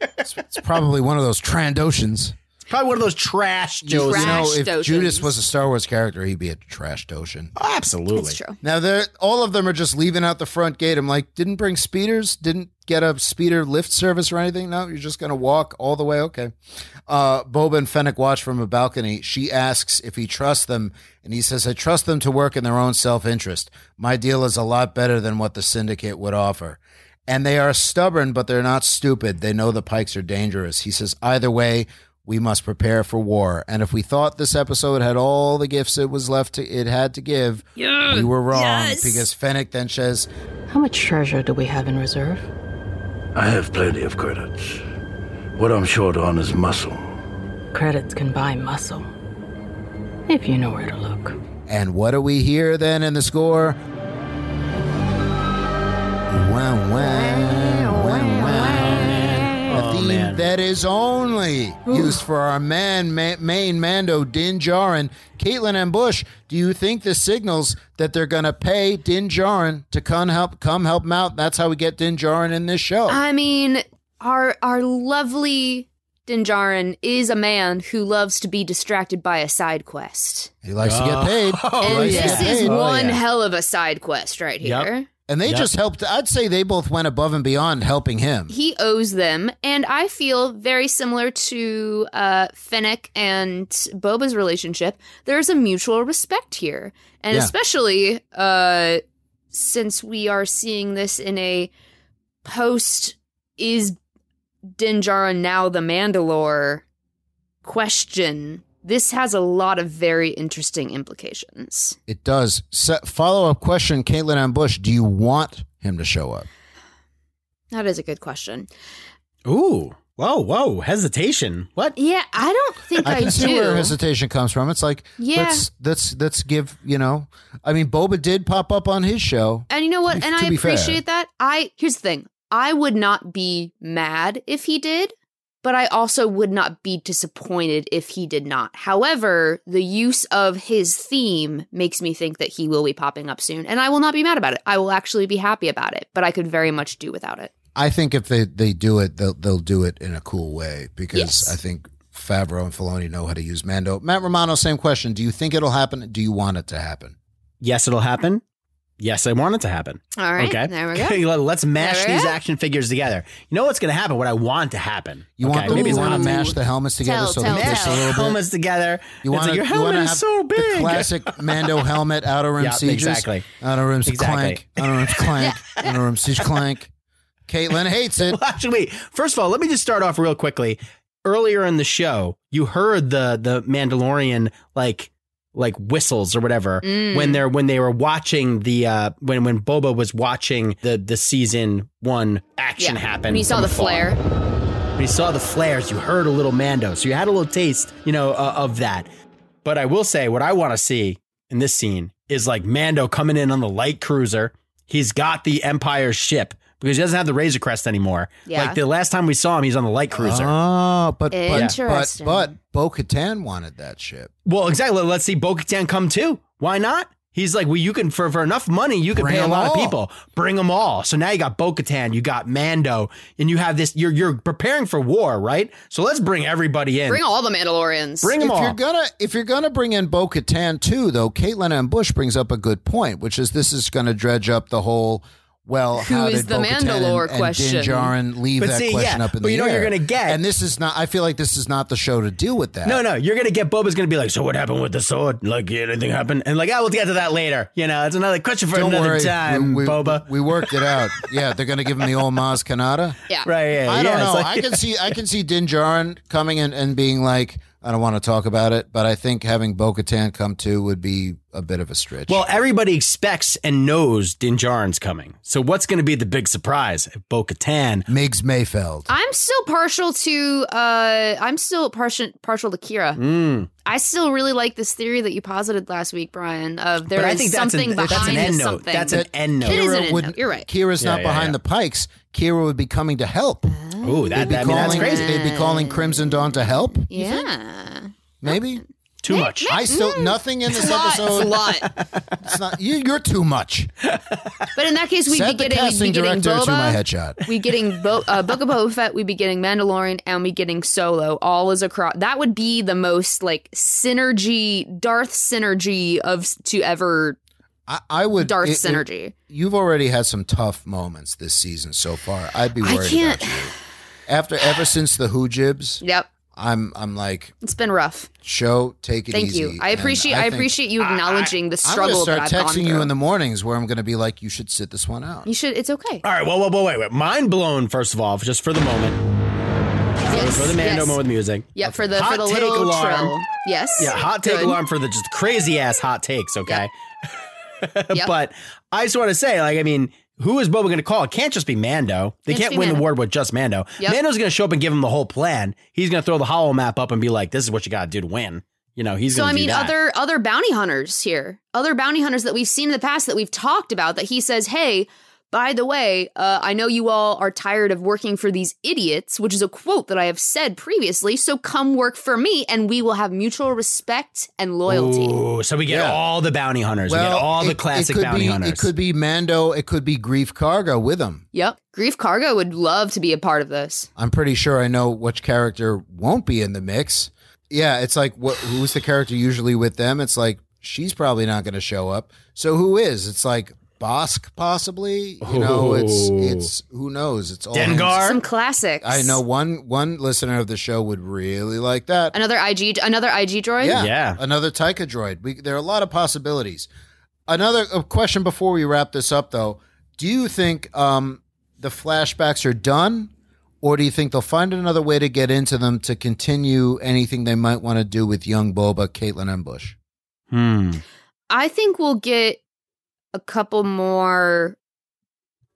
It's probably one of those Trandoshans.
It's probably one of those trash
You
jokes.
know, if Judas was a Star Wars character, he'd be a trash Doshan.
Absolutely.
It's true.
Now they're all of them are just leaving out the front gate. I'm like, didn't bring speeders, didn't get a speeder lift service or anything. No, you're just gonna walk all the way. Okay. Uh, Boba and Fennec watch from a balcony. She asks if he trusts them, and he says, "I trust them to work in their own self interest. My deal is a lot better than what the syndicate would offer." And they are stubborn, but they're not stupid. They know the pikes are dangerous. He says, either way, we must prepare for war. And if we thought this episode had all the gifts it was left to it had to give,
Yeah.
we were wrong
Yes.
because Fennec then says,
How much treasure do we have in reserve?
I have plenty of credits. What I'm short on is muscle.
Credits can buy muscle. If you know where to look.
and what do we hear then in the score? Wow, wow, wow, wow. A theme that is only used for our man, ma- main Mando, Din Djarin, Caitlin and Bush. Do you think this signals that they're going to pay Din Djarin to come help come help him out? That's how we get Din Djarin in this show.
I mean, our our lovely Dinjarin is a man who loves to be distracted by a side quest.
he likes to get paid. He
Oh, and
likes to
this
get
is
paid.
one hell of a side quest right here.
And they
Yep.
just helped. I'd say they both went above and beyond helping him.
He owes them, and I feel very similar to uh, Fennec and Boba's relationship. There's a mutual respect here, and
Yeah.
especially uh, since we are seeing this in a post is Din Djarin now the Mandalore question. This has a lot of very interesting implications.
It does. follow up question, Caitlin and Bush. Do you want him to show up?
That is a good question.
Ooh. Whoa, whoa. Hesitation. What?
Yeah, I don't think I,
I can
do.
see where hesitation comes from. It's like
Yeah.
let's let's let's give you know. I mean, Boba did pop up on his show.
And you know what?
To-
And
to
I
be fair.
appreciate that. I here's the thing. I would not be mad if he did, but I also would not be disappointed if he did not. However, the use of his theme makes me think that he will be popping up soon, and I will not be mad about it. I will actually be happy about it, but I could very much do without it.
I think if they they do it, they'll they'll do it in a cool way because
Yes.
I think Favreau and Filoni know how to use Mando. Matt Romano, same question. Do you think it'll happen? Do you want it to happen?
Yes, it'll happen. Yes, I want it to happen.
All right.
Okay.
There we go.
Let- Let's mash
There we
these
go.
action figures together. You know what's going to happen? What I want to happen.
You
okay,
want them,
maybe
you
it's
want to
not
mash the helmets together
Tell,
so
tell,
they just a
tell.
little bit.
Helmets together.
You
It's
want
like,
to
your helmet is so
the
big.
classic Mando helmet outer rim
Yeah,
sieges.
exactly.
Outer rims
Exactly.
clank. Outer rims clank. outer rims siege clank. Caitlin hates it.
Well, actually, wait. First of all, let me just start off real quickly. earlier in the show, you heard the the Mandalorian like like whistles or whatever
Mm.
when they're when they were watching the uh when when Boba was watching the the season one action
Yeah.
happen.
When you saw
from
the
afar.
flare.
When you saw the flares, you heard a little Mando, so you had a little taste, you know, uh, of that. But I will say, what I want to see in this scene is like Mando coming in on the light cruiser. He's got the Empire ship because he doesn't have the Razor Crest anymore.
Yeah.
Like the last time we saw him, he's on the light cruiser.
Oh, but but but,
Interesting.
but Bo Katan wanted that ship.
Well, exactly. Let's see Bo-Katan come too. Why not? He's like, well, you can for, for enough money, you can
Bring
pay a
'em
lot of
all.
people. Bring them all. So now you got Bo-Katan, you got Mando, and you have this. You're you're preparing for war, right? So let's bring everybody in.
Bring all the Mandalorians.
if You're gonna, if you're gonna bring in Bo Katan too, though, Caitlin and Bush brings up a good point, which is this is going to dredge up the whole. Well,
Who
how
is
did
the
Bo-Katan and,
Mandalore
and Din
question?
Djarin leave
But
that
see,
question
yeah,
up in
but
the
you know what
air?
you're gonna get?
and this is not. I feel like this is not the show to deal with that.
No, no, you're gonna get Boba's gonna be like, so what happened with the sword? Like, yeah, anything happened? And like, I will get to that later. You know, it's another question for
Don't
another
worry,
time,
we, we,
Boba.
We worked it out. Yeah, they're going to give him the old Maz Kanata.
Yeah,
right. Yeah,
I don't
yeah, it's
know.
like-
I can see I can see Din Djarin coming in and being like, I don't want to talk about it, but I think having Bo Katan come too would be a bit of a stretch.
Well, everybody expects and knows Din Djarin's coming. So what's going to be the big surprise? If Bo-Katan,
Migs Mayfeld.
I'm still partial to uh I'm still partial partial to Kira.
Mm.
I still really like this theory that you posited last week, Brian, of there
But I
is
think that's an-
something
that's an
behind
end
this
note.
something.
That's an end note.
It is an end
would-
note. You're right.
Kira's
Yeah,
not
yeah,
behind
yeah.
the Pikes. Kira would be coming to help.
Mm.
Ooh,
They'd
that,
be
that- I mean, that's
calling-
crazy.
They'd be calling Crimson Dawn to help.
Yeah.
Maybe
Too Nick, much. Nick,
I still nothing in
Mm. It's
this
a lot,
episode.
It's a lot.
It's not you. You're too much.
But in that case, we'd
Send
be
the
getting, we'd be
casting
getting
director
Boba.
to my headshot.
We'd getting Bo- uh, Book of Boba Fett. We'd be getting Mandalorian, and we getting Solo. All as a cross. That would be the most like synergy, Darth synergy of s- to ever.
I, I would
Darth
it- it-
synergy.
You've already had some tough moments this season so far. I'd be
I
worried
can't-
about you. After ever since the Who Jibs,
Yep,
I'm I'm like
it's been rough.
show take it
Thank
easy.
you. I
And
appreciate. I,
think-
appreciate you acknowledging the
I'm gonna
struggle
start
that I've gone
texting
through.
you in the mornings where I'm gonna be like, you should sit this one out.
you should. It's okay.
All right, well, well, well, wait, wait. Mind blown, first of all, just for the moment.
Yes,
for the Mando
yes.
moment with music.
Yep, for the
Hot
for the
take
little
alarm.
trill. Yes.
Yeah, hot take
Good.
alarm for the just crazy ass hot takes, okay?
Yep.
but I just want to say, like, I mean, who is Boba going to call? It can't just be Mando. They
Can't just
can't,
be
win the
Mando.
award with just Mando.
Yep.
Mando's going to show up and give him the whole plan. He's going to throw the hollow map up and be like, this is what you got to do to win. You know, he's
so
going
I
to do
mean,
that.
other other bounty hunters here, other bounty hunters that we've seen in the past that we've talked about. That he says, "Hey, by the way, uh, I know you all are tired of working for these idiots," which is a quote that I have said previously. So come work for me, and we will have mutual respect and loyalty.
Ooh, so we get all the bounty hunters. we get all
it-
the
it
classic
could
bounty
be-
hunters.
It could be Mando. It could be Grief Karga with him.
Yep, Grief Cargo would love to be a part of this.
I'm pretty sure I know which character won't be in the mix. Yeah, it's like what? Who's the character usually with them? It's like she's probably not going to show up. So who is? It's like Bosk possibly. You know, it's
Ooh.
it's who knows? It's all
Some classics.
I know one one listener of the show would really like that.
Another IG, another IG droid.
Yeah. Another Taika droid. We, there are a lot of possibilities. Another uh, question before we wrap this up, though. Do you think um, the flashbacks are done, or do you think they'll find another way to get into them to continue anything they might want to do with young Boba, Caitlin Embush?
Hmm.
I think we'll get a couple more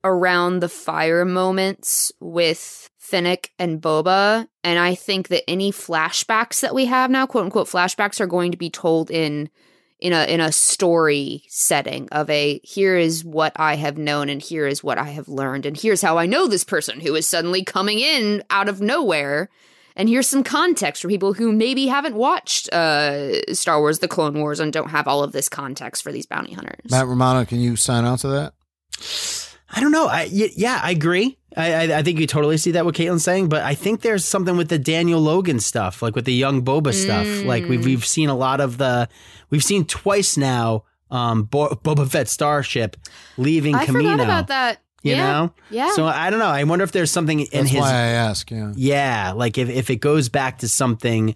around the fire moments with Finnick and Boba. And I think that any flashbacks that we have now, quote unquote flashbacks, are going to be told in in a in a story setting of a here is what I have known and here is what I have learned and here's how I know this person who is suddenly coming in out of nowhere and here's some context for people who maybe haven't watched uh, Star Wars: The Clone Wars and don't have all of this context for these bounty hunters.
Matt Romano, can you sign out to that?
I don't know. I y- yeah, I agree. I, I I think you totally see that what Caitlin's saying, but I think there's something with the Daniel Logan stuff, like with the young Boba stuff. Like
Mm.
we've we've seen a lot of the, we've seen twice now. Um, Bo- Boba Fett starship leaving
I
Camino.
forgot about that.
You
yeah.
know,
Yeah.
So I don't know. I wonder if there's something in
That's
his.
why I ask. Yeah.
Yeah, like if if it goes back to something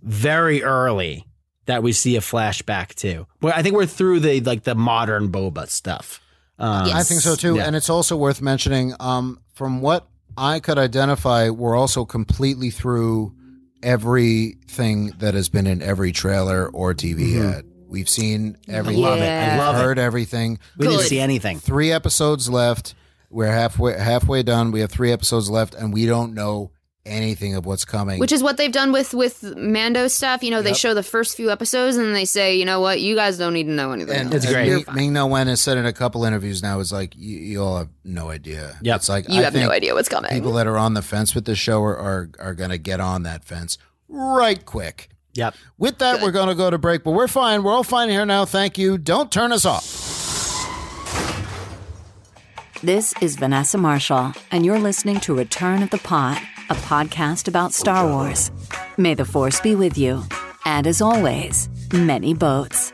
very early that we see a flashback to. Well, I think we're through the like the modern Boba stuff. Um,
I think so too.
yeah.
And it's also worth mentioning um, from what I could identify were also completely through everything that has been in every trailer or TV
Mhm.
ad. We've seen
I
everything.
love it. I
We've
love it.
heard everything.
We didn't Good. see anything.
Three episodes left. We're halfway halfway done. We have three episodes left, and we don't know anything of what's coming.
Which is what they've done with with Mando stuff. You know, they show the first few episodes and then they say, you know what, you guys don't need to know anything.
and
else.
and
You're
Ming, Ming Na Wen has said in a couple interviews now is like you, you all have no idea. Yeah, it's like
You
I
have no
think
idea what's coming.
People that are on the fence with this show are are, are going to get on that fence right quick.
Yep.
With that, we're going to go to break, but we're fine. We're all fine here now. Thank you. Don't turn us off.
This is Vanessa Marshall, and you're listening to Return of the Pot, a podcast about Star Wars. May the Force be with you. And as always, many boats.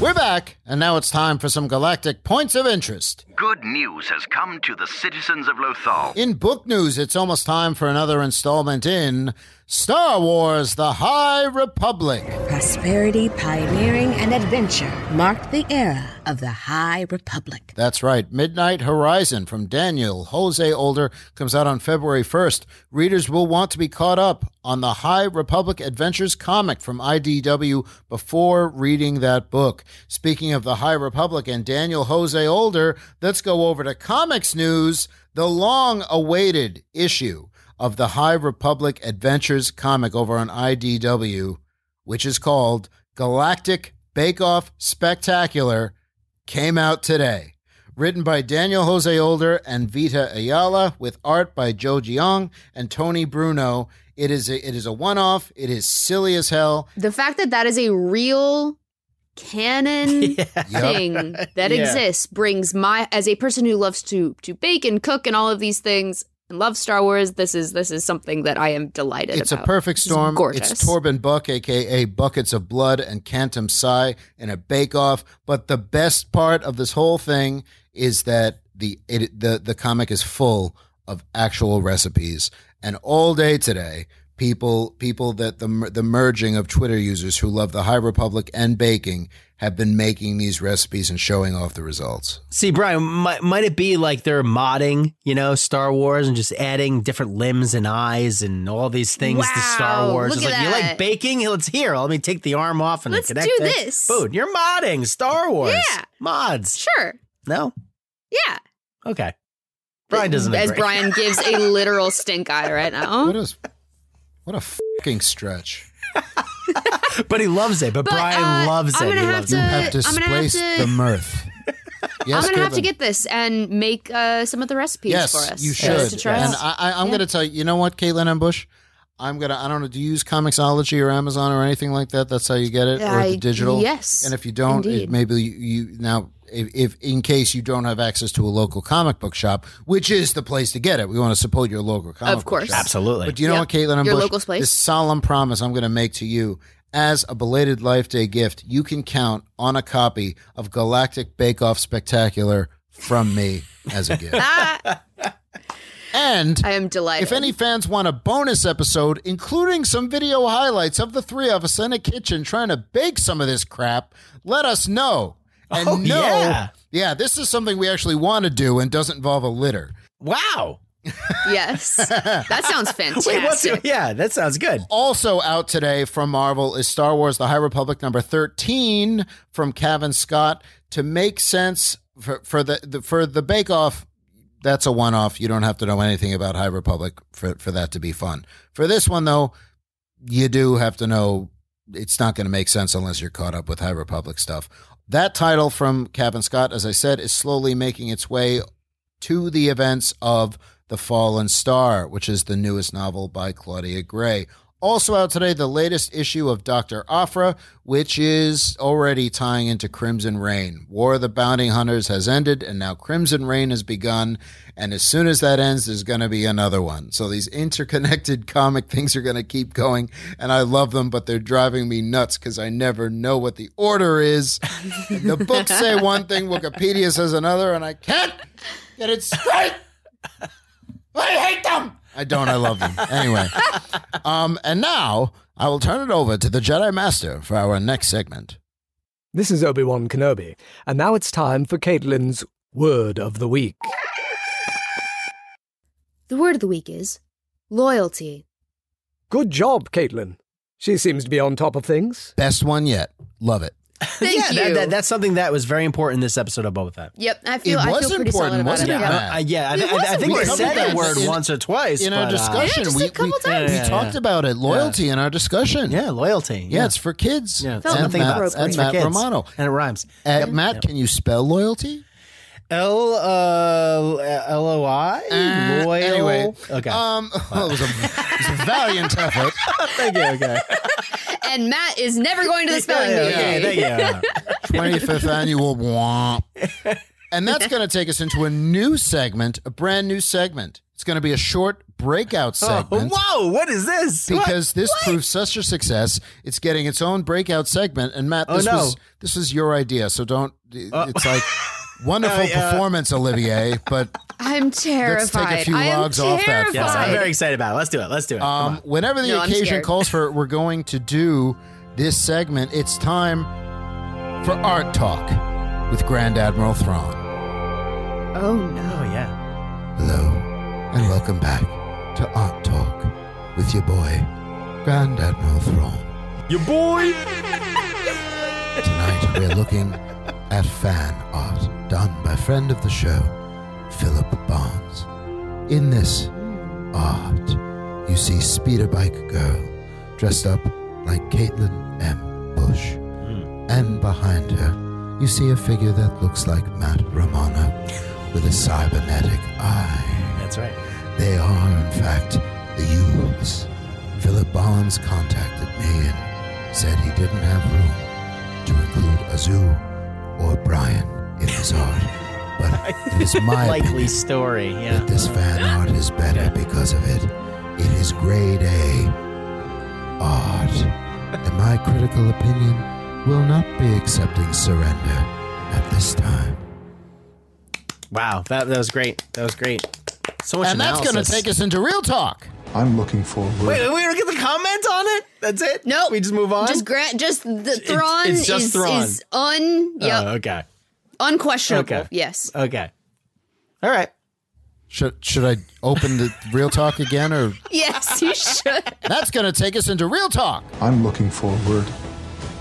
We're back, and now it's time for some galactic points of interest.
Good news has come to the citizens of Lothal.
In book news, it's almost time for another installment in Star Wars The High Republic.
Prosperity, pioneering, and adventure marked the era of the High Republic.
That's right. Midnight Horizon from Daniel Jose Older comes out on February 1st. Readers will want to be caught up on the High Republic Adventures comic from IDW before reading that book. Speaking of the High Republic and Daniel Jose Older, let's go over to comics news, the long awaited issue of the High Republic Adventures comic over on IDW, which is called Galactic Bake Off Spectacular came out today. Written by Daniel Jose Older and Vita Ayala, with art by Joe Jiang and Tony Bruno. It is a, it is a one off. It is silly as hell.
The fact that that is a real canon thing that
Yeah.
exists brings my as a person who loves to to bake and cook and all of these things and loves Star Wars. This is this is something that I am delighted.
It's
about.
a perfect
This is
storm.
gorgeous.
It's Torben Buck, aka Buckets of Blood and Cantum Psi in a bake off. But the best part of this whole thing is that the it, the the comic is full of actual recipes. And all day today, people people that the mer- the merging of Twitter users who love the High Republic and baking have been making these recipes and showing off the results.
See, Brian, might, might it be like they're modding, you know, Star Wars and just adding different limbs and eyes and all these things to Star
Wow,
Wars?
look
it's
at
like, you
that.
like baking? Let's here. Let me take the arm off and
Let's
connect
do
it.
this.
Boom. You're modding Star Wars.
Yeah.
Mods.
Sure.
No?
Yeah.
Okay. Brian doesn't
As
agree.
Brian gives a literal stink eye right now.
What is what a fucking stretch.
but he loves it. But, Brian loves
uh, I'm
it.
gonna
He
have
loves
to-
it.
you have
I'm gonna have
displaced
to-
the mirth. Yes,
I'm gonna have to
Caitlin?
get this and make uh, some of the recipes
yes,
for us.
You
for
should.
us to try
and
out.
I, I, I'm
Yeah.
going to tell you, you know what, Caitlin and Bush? I'm gonna. I don't know. Do you use Comixology or Amazon or anything like that? That's how you get it, or
I-
the digital.
yes,
And if you don't, it,
indeed.
maybe you, you now, if, if in case you don't have access to a local comic book shop, which is the place to get it, we want to support your local comic.
Of course.
book shop.
Absolutely.
But do you know
Yep.
what, Caitlin and
Your
Bush?
local place.
This solemn promise I'm going to make to you. As a belated Life Day gift, you can count on a copy of Galactic Bake Off Spectacular from me as a gift. And
I am delighted.
If any fans want a bonus episode, including some video highlights of the three of us in a kitchen trying to bake some of this crap, let us know. And
Oh,
know,
yeah.
yeah, this is something we actually want to do and doesn't involve a litter.
Wow.
yes, that sounds fantastic.
Wait, what's it? Yeah, that sounds good.
Also out today from Marvel is Star Wars The High Republic number 13 from Kevin Scott to make sense for, for the, the for the bake off that's a one off. You don't have to know anything about High Republic for for that to be fun. For this one though, you do have to know it's not going to make sense unless you're caught up with High Republic stuff. That title from Captain Scott, as I said, is slowly making its way to the events of The Fallen Star, which is the newest novel by Claudia Gray. Also out today, the latest issue of Dr. Afra, which is already tying into Crimson Rain. War of the Bounty Hunters has ended, and now Crimson Rain has begun. And as soon as that ends, there's going to be another one. So these interconnected comic things are going to keep going, and I love them, but they're driving me nuts because I never know what the order is. the books say one thing, Wikipedia says another, and I can't get it straight. I hate them. I don't. I love them. Anyway, um, and now I will turn it over to the Jedi Master for our next segment.
This is Obi Wan Kenobi, and now it's time for Caitlin's Word of the Week.
The word of the week is loyalty.
Good job, Caitlin. She seems to be on top of things.
Best one yet. Love it.
yeah, that-
you.
that- that's something that was very important in this episode of Boba Fett.
Yep, I feel
It
I
was
feel pretty
important,
solid about
wasn't
it.
it,
yeah.
Matt?
Uh, yeah, I,
It
th- I, th- I
wasn't
think
We
they
covered
said
that
that word
in-
once or twice
in our
but, uh,
discussion.
just
we,
a couple
we-
times.
we
Yeah, yeah,
talked
yeah.
about it. Loyalty in our discussion.
Yeah, loyalty.
Yeah, it's for kids. Yeah,
Felt
and
nothing
Matt,
about it.
and
It's for
Matt
kids.
Romano.
And it rhymes.
Uh, Matt, can you spell loyalty?
L uh, L O I
Uh,
loyal.
anyway,
okay.
Um, it, was a, it was a valiant effort.
Thank you. Okay.
And Matt is never going to the spelling
yeah,
bee.
yeah, thank you.
25th annual womp. And that's going to take us into a new segment, a brand new segment. It's going to be a short breakout
Oh,
segment.
whoa! What is this? What?
Because this proved such a success, it's getting its own breakout segment. And Matt,
Oh,
this
no. Uh,
was this was your idea, so don't. It's like wonderful
I, uh,
performance, Olivier, but
I'm terrified.
Let's take a few
I am
logs off that.
terrified.
Yes, I'm very excited about it. Let's do it. Let's do it. Come
Um,
on.
whenever the
No, I'm
occasion
scared.
calls for it, we're going to do this segment. It's time for Art Talk with Grand Admiral Thrawn.
Oh no.
Oh yeah.
Hello, and welcome back to Art Talk with your boy, Grand Admiral Thrawn.
Your boy.
Tonight, we're looking at fan art done by friend of the show, Philip Barnes. In this art, you see speeder bike girl dressed up like Caitlin M. Bush. And behind her, you see a figure that looks like Matt Romano with a cybernetic eye.
That's right.
They are, in fact, the youths. Philip Barnes contacted me and said he didn't have room to include Azu or Brian in his art. But it is my
Likely
opinion
story. Yeah.
that this fan art is better because of it. It is grade A art. And my critical opinion will not be accepting surrender at this time.
Wow. That that was great. That was great. So much
And that's going to
analysis.
take us into real talk.
I'm looking forward.
Wait, we don't get the comment on it. That's it. No, we just move on.
Just grant just the Thrawn
it's just
is
Thrawn.
is un yep,
Oh, okay.
unquestionable.
Okay.
Yes.
Okay. All right.
Should should I open the real talk again or
Yes, you should.
that's going to take us into real talk?
I'm looking forward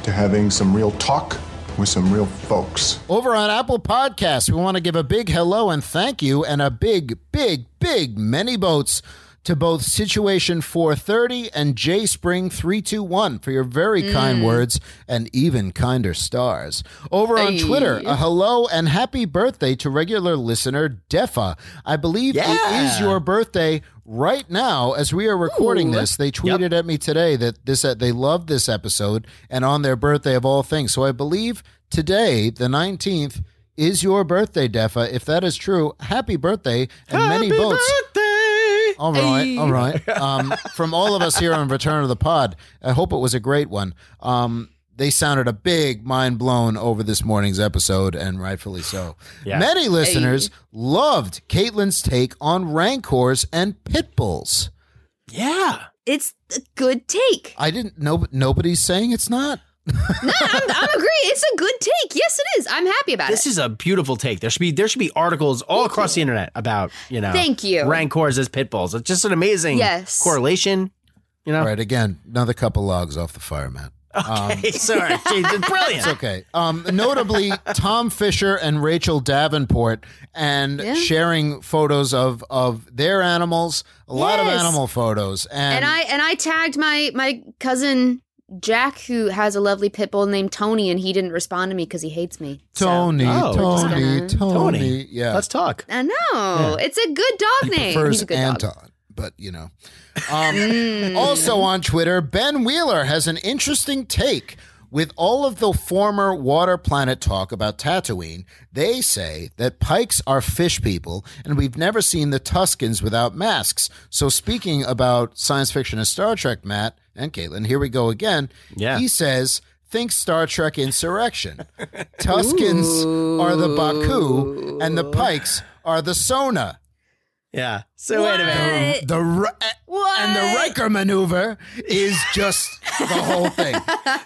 to having some real talk with some real folks.
Over on Apple Podcasts, we want to give a big hello and thank you and a big big big many votes to both Situation 430 and J Spring 321 for your very kind words and even kinder stars. Over on
Hey.
Twitter, a hello and happy birthday to regular listener Defa. I believe it
Yeah.
is your birthday right now as we are recording this. They tweeted at me today that this that they love this episode and on their birthday of all things. So I believe today, the 19th, is your birthday, Defa. If that is true, happy birthday and many
Happy
votes.
birthday.
All right, all right. Um, from all of us here on Return of the Pod, I hope it was a great one. Um, they sounded a big mind blown over this morning's episode, and rightfully so.
Yeah.
Many listeners loved Caitlin's take on rancors and pit bulls.
Yeah.
It's a good take.
I didn't know. Nobody's saying it's not.
I'm, I'm agree. It's a good take. Yes, it is. I'm happy about
This
it.
is a beautiful take. There should be there should be articles all across the internet about you know
Thank you.
rancors as pit bulls. It's just an amazing
Yes.
correlation. You know,
All right, again, another couple logs off the fire, Matt. Um,
Hey, sorry, Jeez, brilliant.
It's okay. Um, notably, Tom Fisher and Rachel Davenport and
Yeah.
sharing photos of of their animals. A lot of
Yes.
animal photos, and,
and I and I tagged my my cousin Jack, who has a lovely pit bull named Tony, and he didn't respond to me because he hates me. So-
Tony,
Oh, we're just
Tony,
gonna-
Tony,
Tony,
Yeah,
let's talk.
I know it's a good dog name. He's
first
a good
Anton.
dog.
But you know, um, also on Twitter, Ben Wheeler has an interesting take. With all of the former water planet talk about Tatooine, they say that pikes are fish people, and we've never seen the Tuscans without masks. So, speaking about science fiction and Star Trek, Matt and Caitlin, here we go again.
Yeah.
He says, think Star Trek Insurrection. Tuscans are the Baku, and the pikes are the Sona.
Yeah. So wait a minute.
What?
The Ri- and the Riker maneuver is just the whole thing.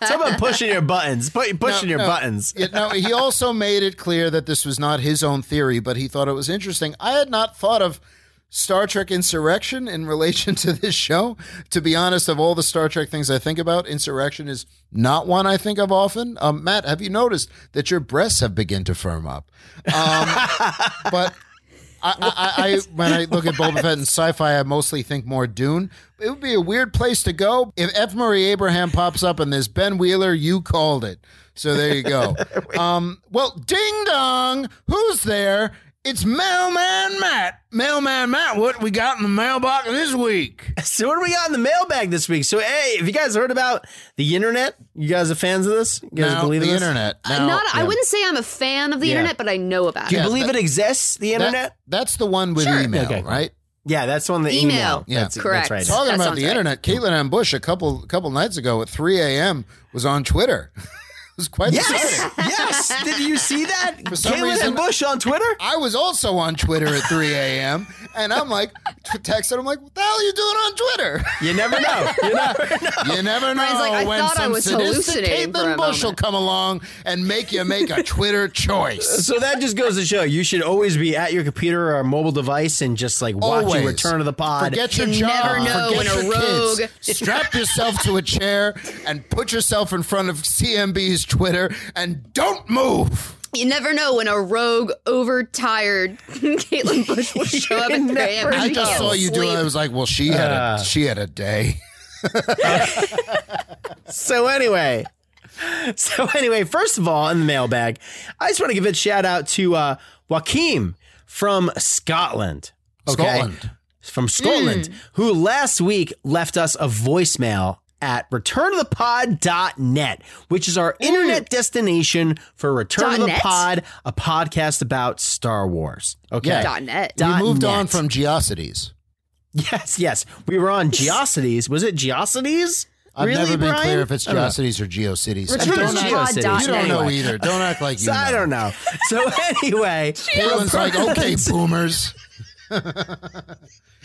Someone pushing your buttons. Pu- pushing your
no.
buttons.
You know, he also made it clear that this was not his own theory, but he thought it was interesting. I had not thought of Star Trek Insurrection in relation to this show. To be honest, of all the Star Trek things I think about, Insurrection is not one I think of often. Um, Matt, have you noticed that your breasts have begun to firm up? Um, but I, I, I, when I look at Boba Fett and sci-fi, I mostly think more Dune. It would be a weird place to go if F. Murray Abraham pops up and there's Ben Wheeler. You called it, so there you go. um, well, ding dong, who's there? It's Mailman Matt. Mailman Matt, what we got in the mailbox this week?
So what do we got in the mailbag this week? So hey, have you guys heard about the internet? You guys are fans of this? You guys
No,
believe in
the
this?
internet.
I'm Uh, not, I wouldn't say I'm a fan of the
Yeah.
internet, but I know about
Do you
it.
believe it exists? The
that-
internet?
that's the one with email, right?
Yeah, that's the one the
Email.
email.
Yeah.
That's,
Correct.
That's right.
Talking
That
about
sounds
the
right.
internet, Caitlin Ann Bush a couple couple nights ago at 3 a.m. was on Twitter. it was quite
Yes,
exciting.
yes. Did you see that?
For some
Caitlin
reason-
and Bush on Twitter.
I was also on Twitter at 3 a.m. and I'm like, t- texted, I'm like, what the hell are you doing on Twitter?
You never know. You never know.
You never know
Brian's like, "I
when
thought I
some
was
sadistic
hallucinating for
Caitlin
a
Bush will
moment."
come along and make you make a Twitter choice.
So that just goes to show you should always be at your computer or mobile device and just like watch
Always.
your Return of the Pod.
Forget your
You
job.
never know
forget
when a
your
rogue-
Kids. Strap yourself to a chair and put yourself in front of CMB's Twitter and don't move.
You never know when a rogue, overtired Caitlin Bush will show up at 3 a.m.
I
She
just
can't Uh.
saw you do it. I was like, well, she had a she had a day.
so anyway, so anyway, first of all, in the mailbag, I just want to give a shout out to uh, Joaquim from Scotland.
Scotland. Hmm.
From Scotland, who last week left us a voicemail at returntothepod.net, which is
Hmm.
our internet destination for Return of the
.net?
Pod, a podcast about Star Wars. Okay.
Dot net.
We moved
net.
on from Geocities.
Yes, yes. We were on Geocities. Was it Geocities?
I've
really,
never been
Brian?
clear if it's
I don't know.
GeoCities or GeoCities.
Return to
Don't act-
GeoCities.
You don't know
Anyway.
either. Don't act like you.
So I
know.
don't know. So anyway,
Caitlin's like, okay, boomers.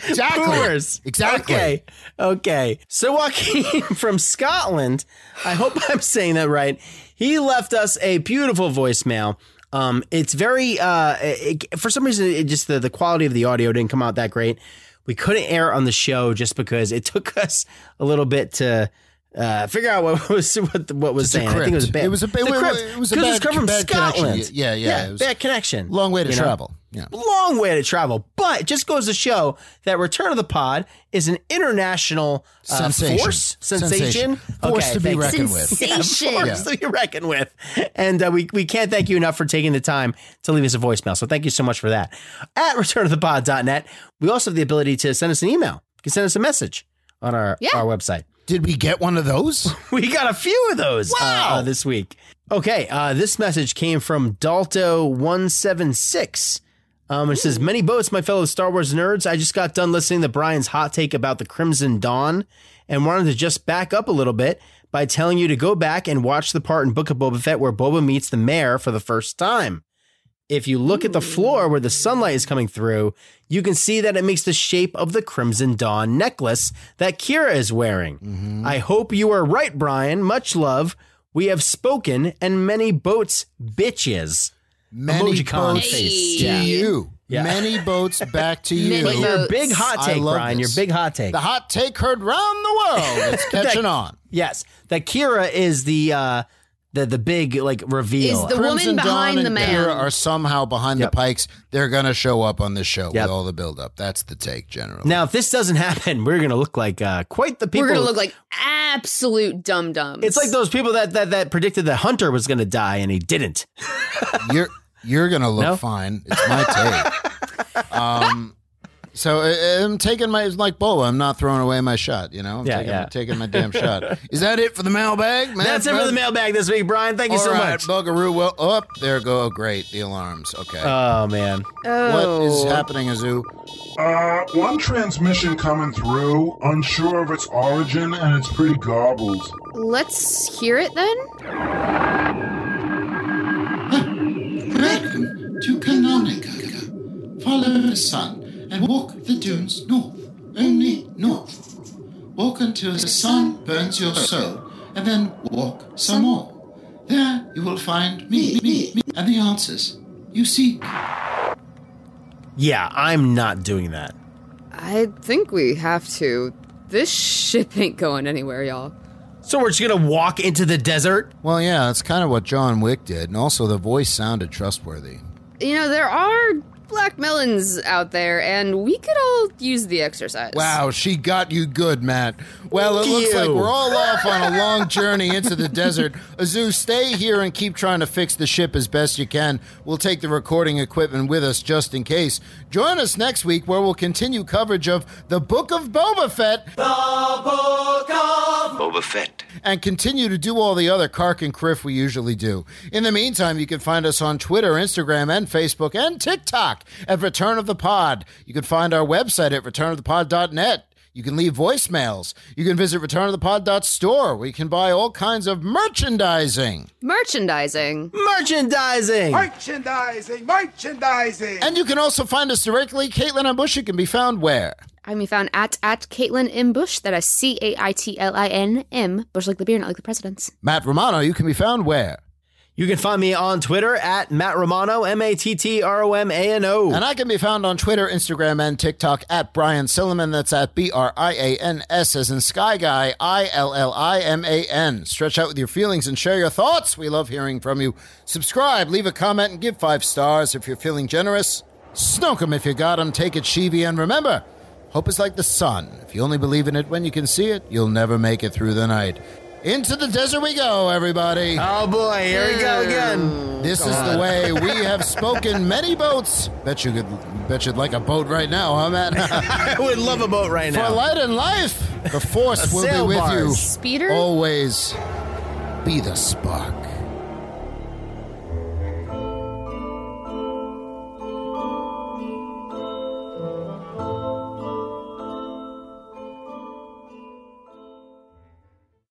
exactly.
Boomers.
Exactly.
Okay. Okay. So Joaquin from Scotland, I hope I'm saying that right. He left us a beautiful voicemail. Um, it's very uh, it, for some reason it just the, the quality of the audio didn't come out that great. We couldn't air it on the show just because it took us a little bit to uh, figure out what was what, what was saying. I think it was bad.
It was a bad.
the crypt.
It was a
'Cause
bad.
it's come from
bad connection.
Scotland.
Yeah, yeah. it was
bad connection.
long way to
you know? Uh,
travel. Yeah.
long way to travel, but it just goes to show that Return of the Pod is an international uh,
Sensation.
force
Sensation.
sensation,
Force to be
thanks.
reckoned with.
Sensation.
Yeah, force to be reckoned with. And uh, we we can't thank you enough for taking the time to leave us a voicemail. So thank you so much for that. At returnofthepod.net, we also have the ability to send us an email. You can send us a message on our
Yeah.
our website.
Did we get one of those?
We got a few of those uh, uh, this week. Okay, uh, this message came from Dalto176. Um, it says, Many boats, my fellow Star Wars nerds. I just got done listening to Brian's hot take about the Crimson Dawn and wanted to just back up a little bit by telling you to go back and watch the part in Book of Boba Fett where Boba meets the mayor for the first time. If you look at
Hmm.
the floor where the sunlight is coming through, you can see that it makes the shape of the Crimson Dawn necklace that Kira is wearing.
Mm-hmm.
I hope you are right, Brian. Much love. We have spoken, and many boats bitches.
Many
Emojicon
boats
face.
to
Yeah.
you.
Yeah.
Many boats back to you.
But your big hot
I
take,
love
Brian.
this.
Your big hot take.
The hot take heard round the world. It's catching on.
yes, that Kira is the uh, the the big like reveal.
Is the woman
Crimson
behind
Dawn
the
and
man.
Kira are somehow behind the pikes. They're going to show up on this show
Yep.
with all the buildup. That's the take, generally.
now, if this doesn't happen, we're gonna look like uh, quite the people.
We're gonna look like absolute dum dums.
It's like those people that that that predicted that Hunter was going to die and he didn't.
you're you're going to look
No?
fine. It's my take. um, so I, I'm taking my it's like Bola. I'm not throwing away my shot. You know, I'm
Yeah,
taking,
yeah.
taking my damn shot. Is that it for the mailbag? man?
That's it for the mailbag this week, Brian. Thank you
All
so
right,
much.
Buckaroo. Well, up there go. Oh, great, the alarms. Okay.
Oh man.
What is
Oh.
happening, Azu?
Uh, one transmission coming through, unsure of its origin, and it's pretty garbled.
Let's hear it then.
Redcombe to Canonica. Follow the sun and walk the dunes north, only north. Walk until the sun burns your soul, and then walk some more. There you will find me, me, me, and the answers you seek.
Yeah, I'm not doing that.
I think we have to. This ship ain't going anywhere, y'all.
So we're just gonna walk into the desert?
Well, yeah, that's kind of what John Wick did, and also the voice sounded trustworthy.
You know, there are black melons out there, and we could all use the exercise.
Wow, she got you good, Matt. Well, it
Thank
looks
you.
like we're all off on a long journey into the desert. Azu, stay here and keep trying to fix the ship as best you can. We'll take the recording equipment with us just in case. Join us next week where we'll continue coverage of The Book of Boba Fett.
Boba Fett.
and continue to do all the other Kark and Criff we usually do. In the meantime, you can find us on Twitter, Instagram, and Facebook, and TikTok at Return of the Pod. You can find our website at returnofthepod.net. You can leave voicemails. You can visit returnofthepod.store where you can buy all kinds of merchandising.
Merchandising.
Merchandising.
Merchandising. Merchandising.
And you can also find us directly. Caitlin and Bushy can be found where?
I'm found at at Caitlin M Bush. That is C A I T L I N M Bush like the beer, not like the president's.
Matt Romano, you can be found where?
You can find me on Twitter at Matt Romano, M A T T R O M A N O.
And I can be found on Twitter, Instagram, and TikTok at Brian Silliman. That's at B R I A N S as in Sky Guy, I L L I M A N. Stretch out with your feelings and share your thoughts. We love hearing from you. Subscribe, leave a comment, and give five stars if you're feeling generous. Snoke 'em if you got 'em. Take it, Sheevy. And remember, hope is like the sun. If you only believe in it when you can see it, you'll never make it through the night. Into the desert we go, everybody.
Oh boy, here we go again.
This is the
Oh, God.
way we have spoken many boats. Bet you could bet you'd like a boat right now, huh, Matt?
I would love a boat right now.
For light and life, the force
A
will be
sail Oh,
with you.
bars.
Speeder?
Always be the spark.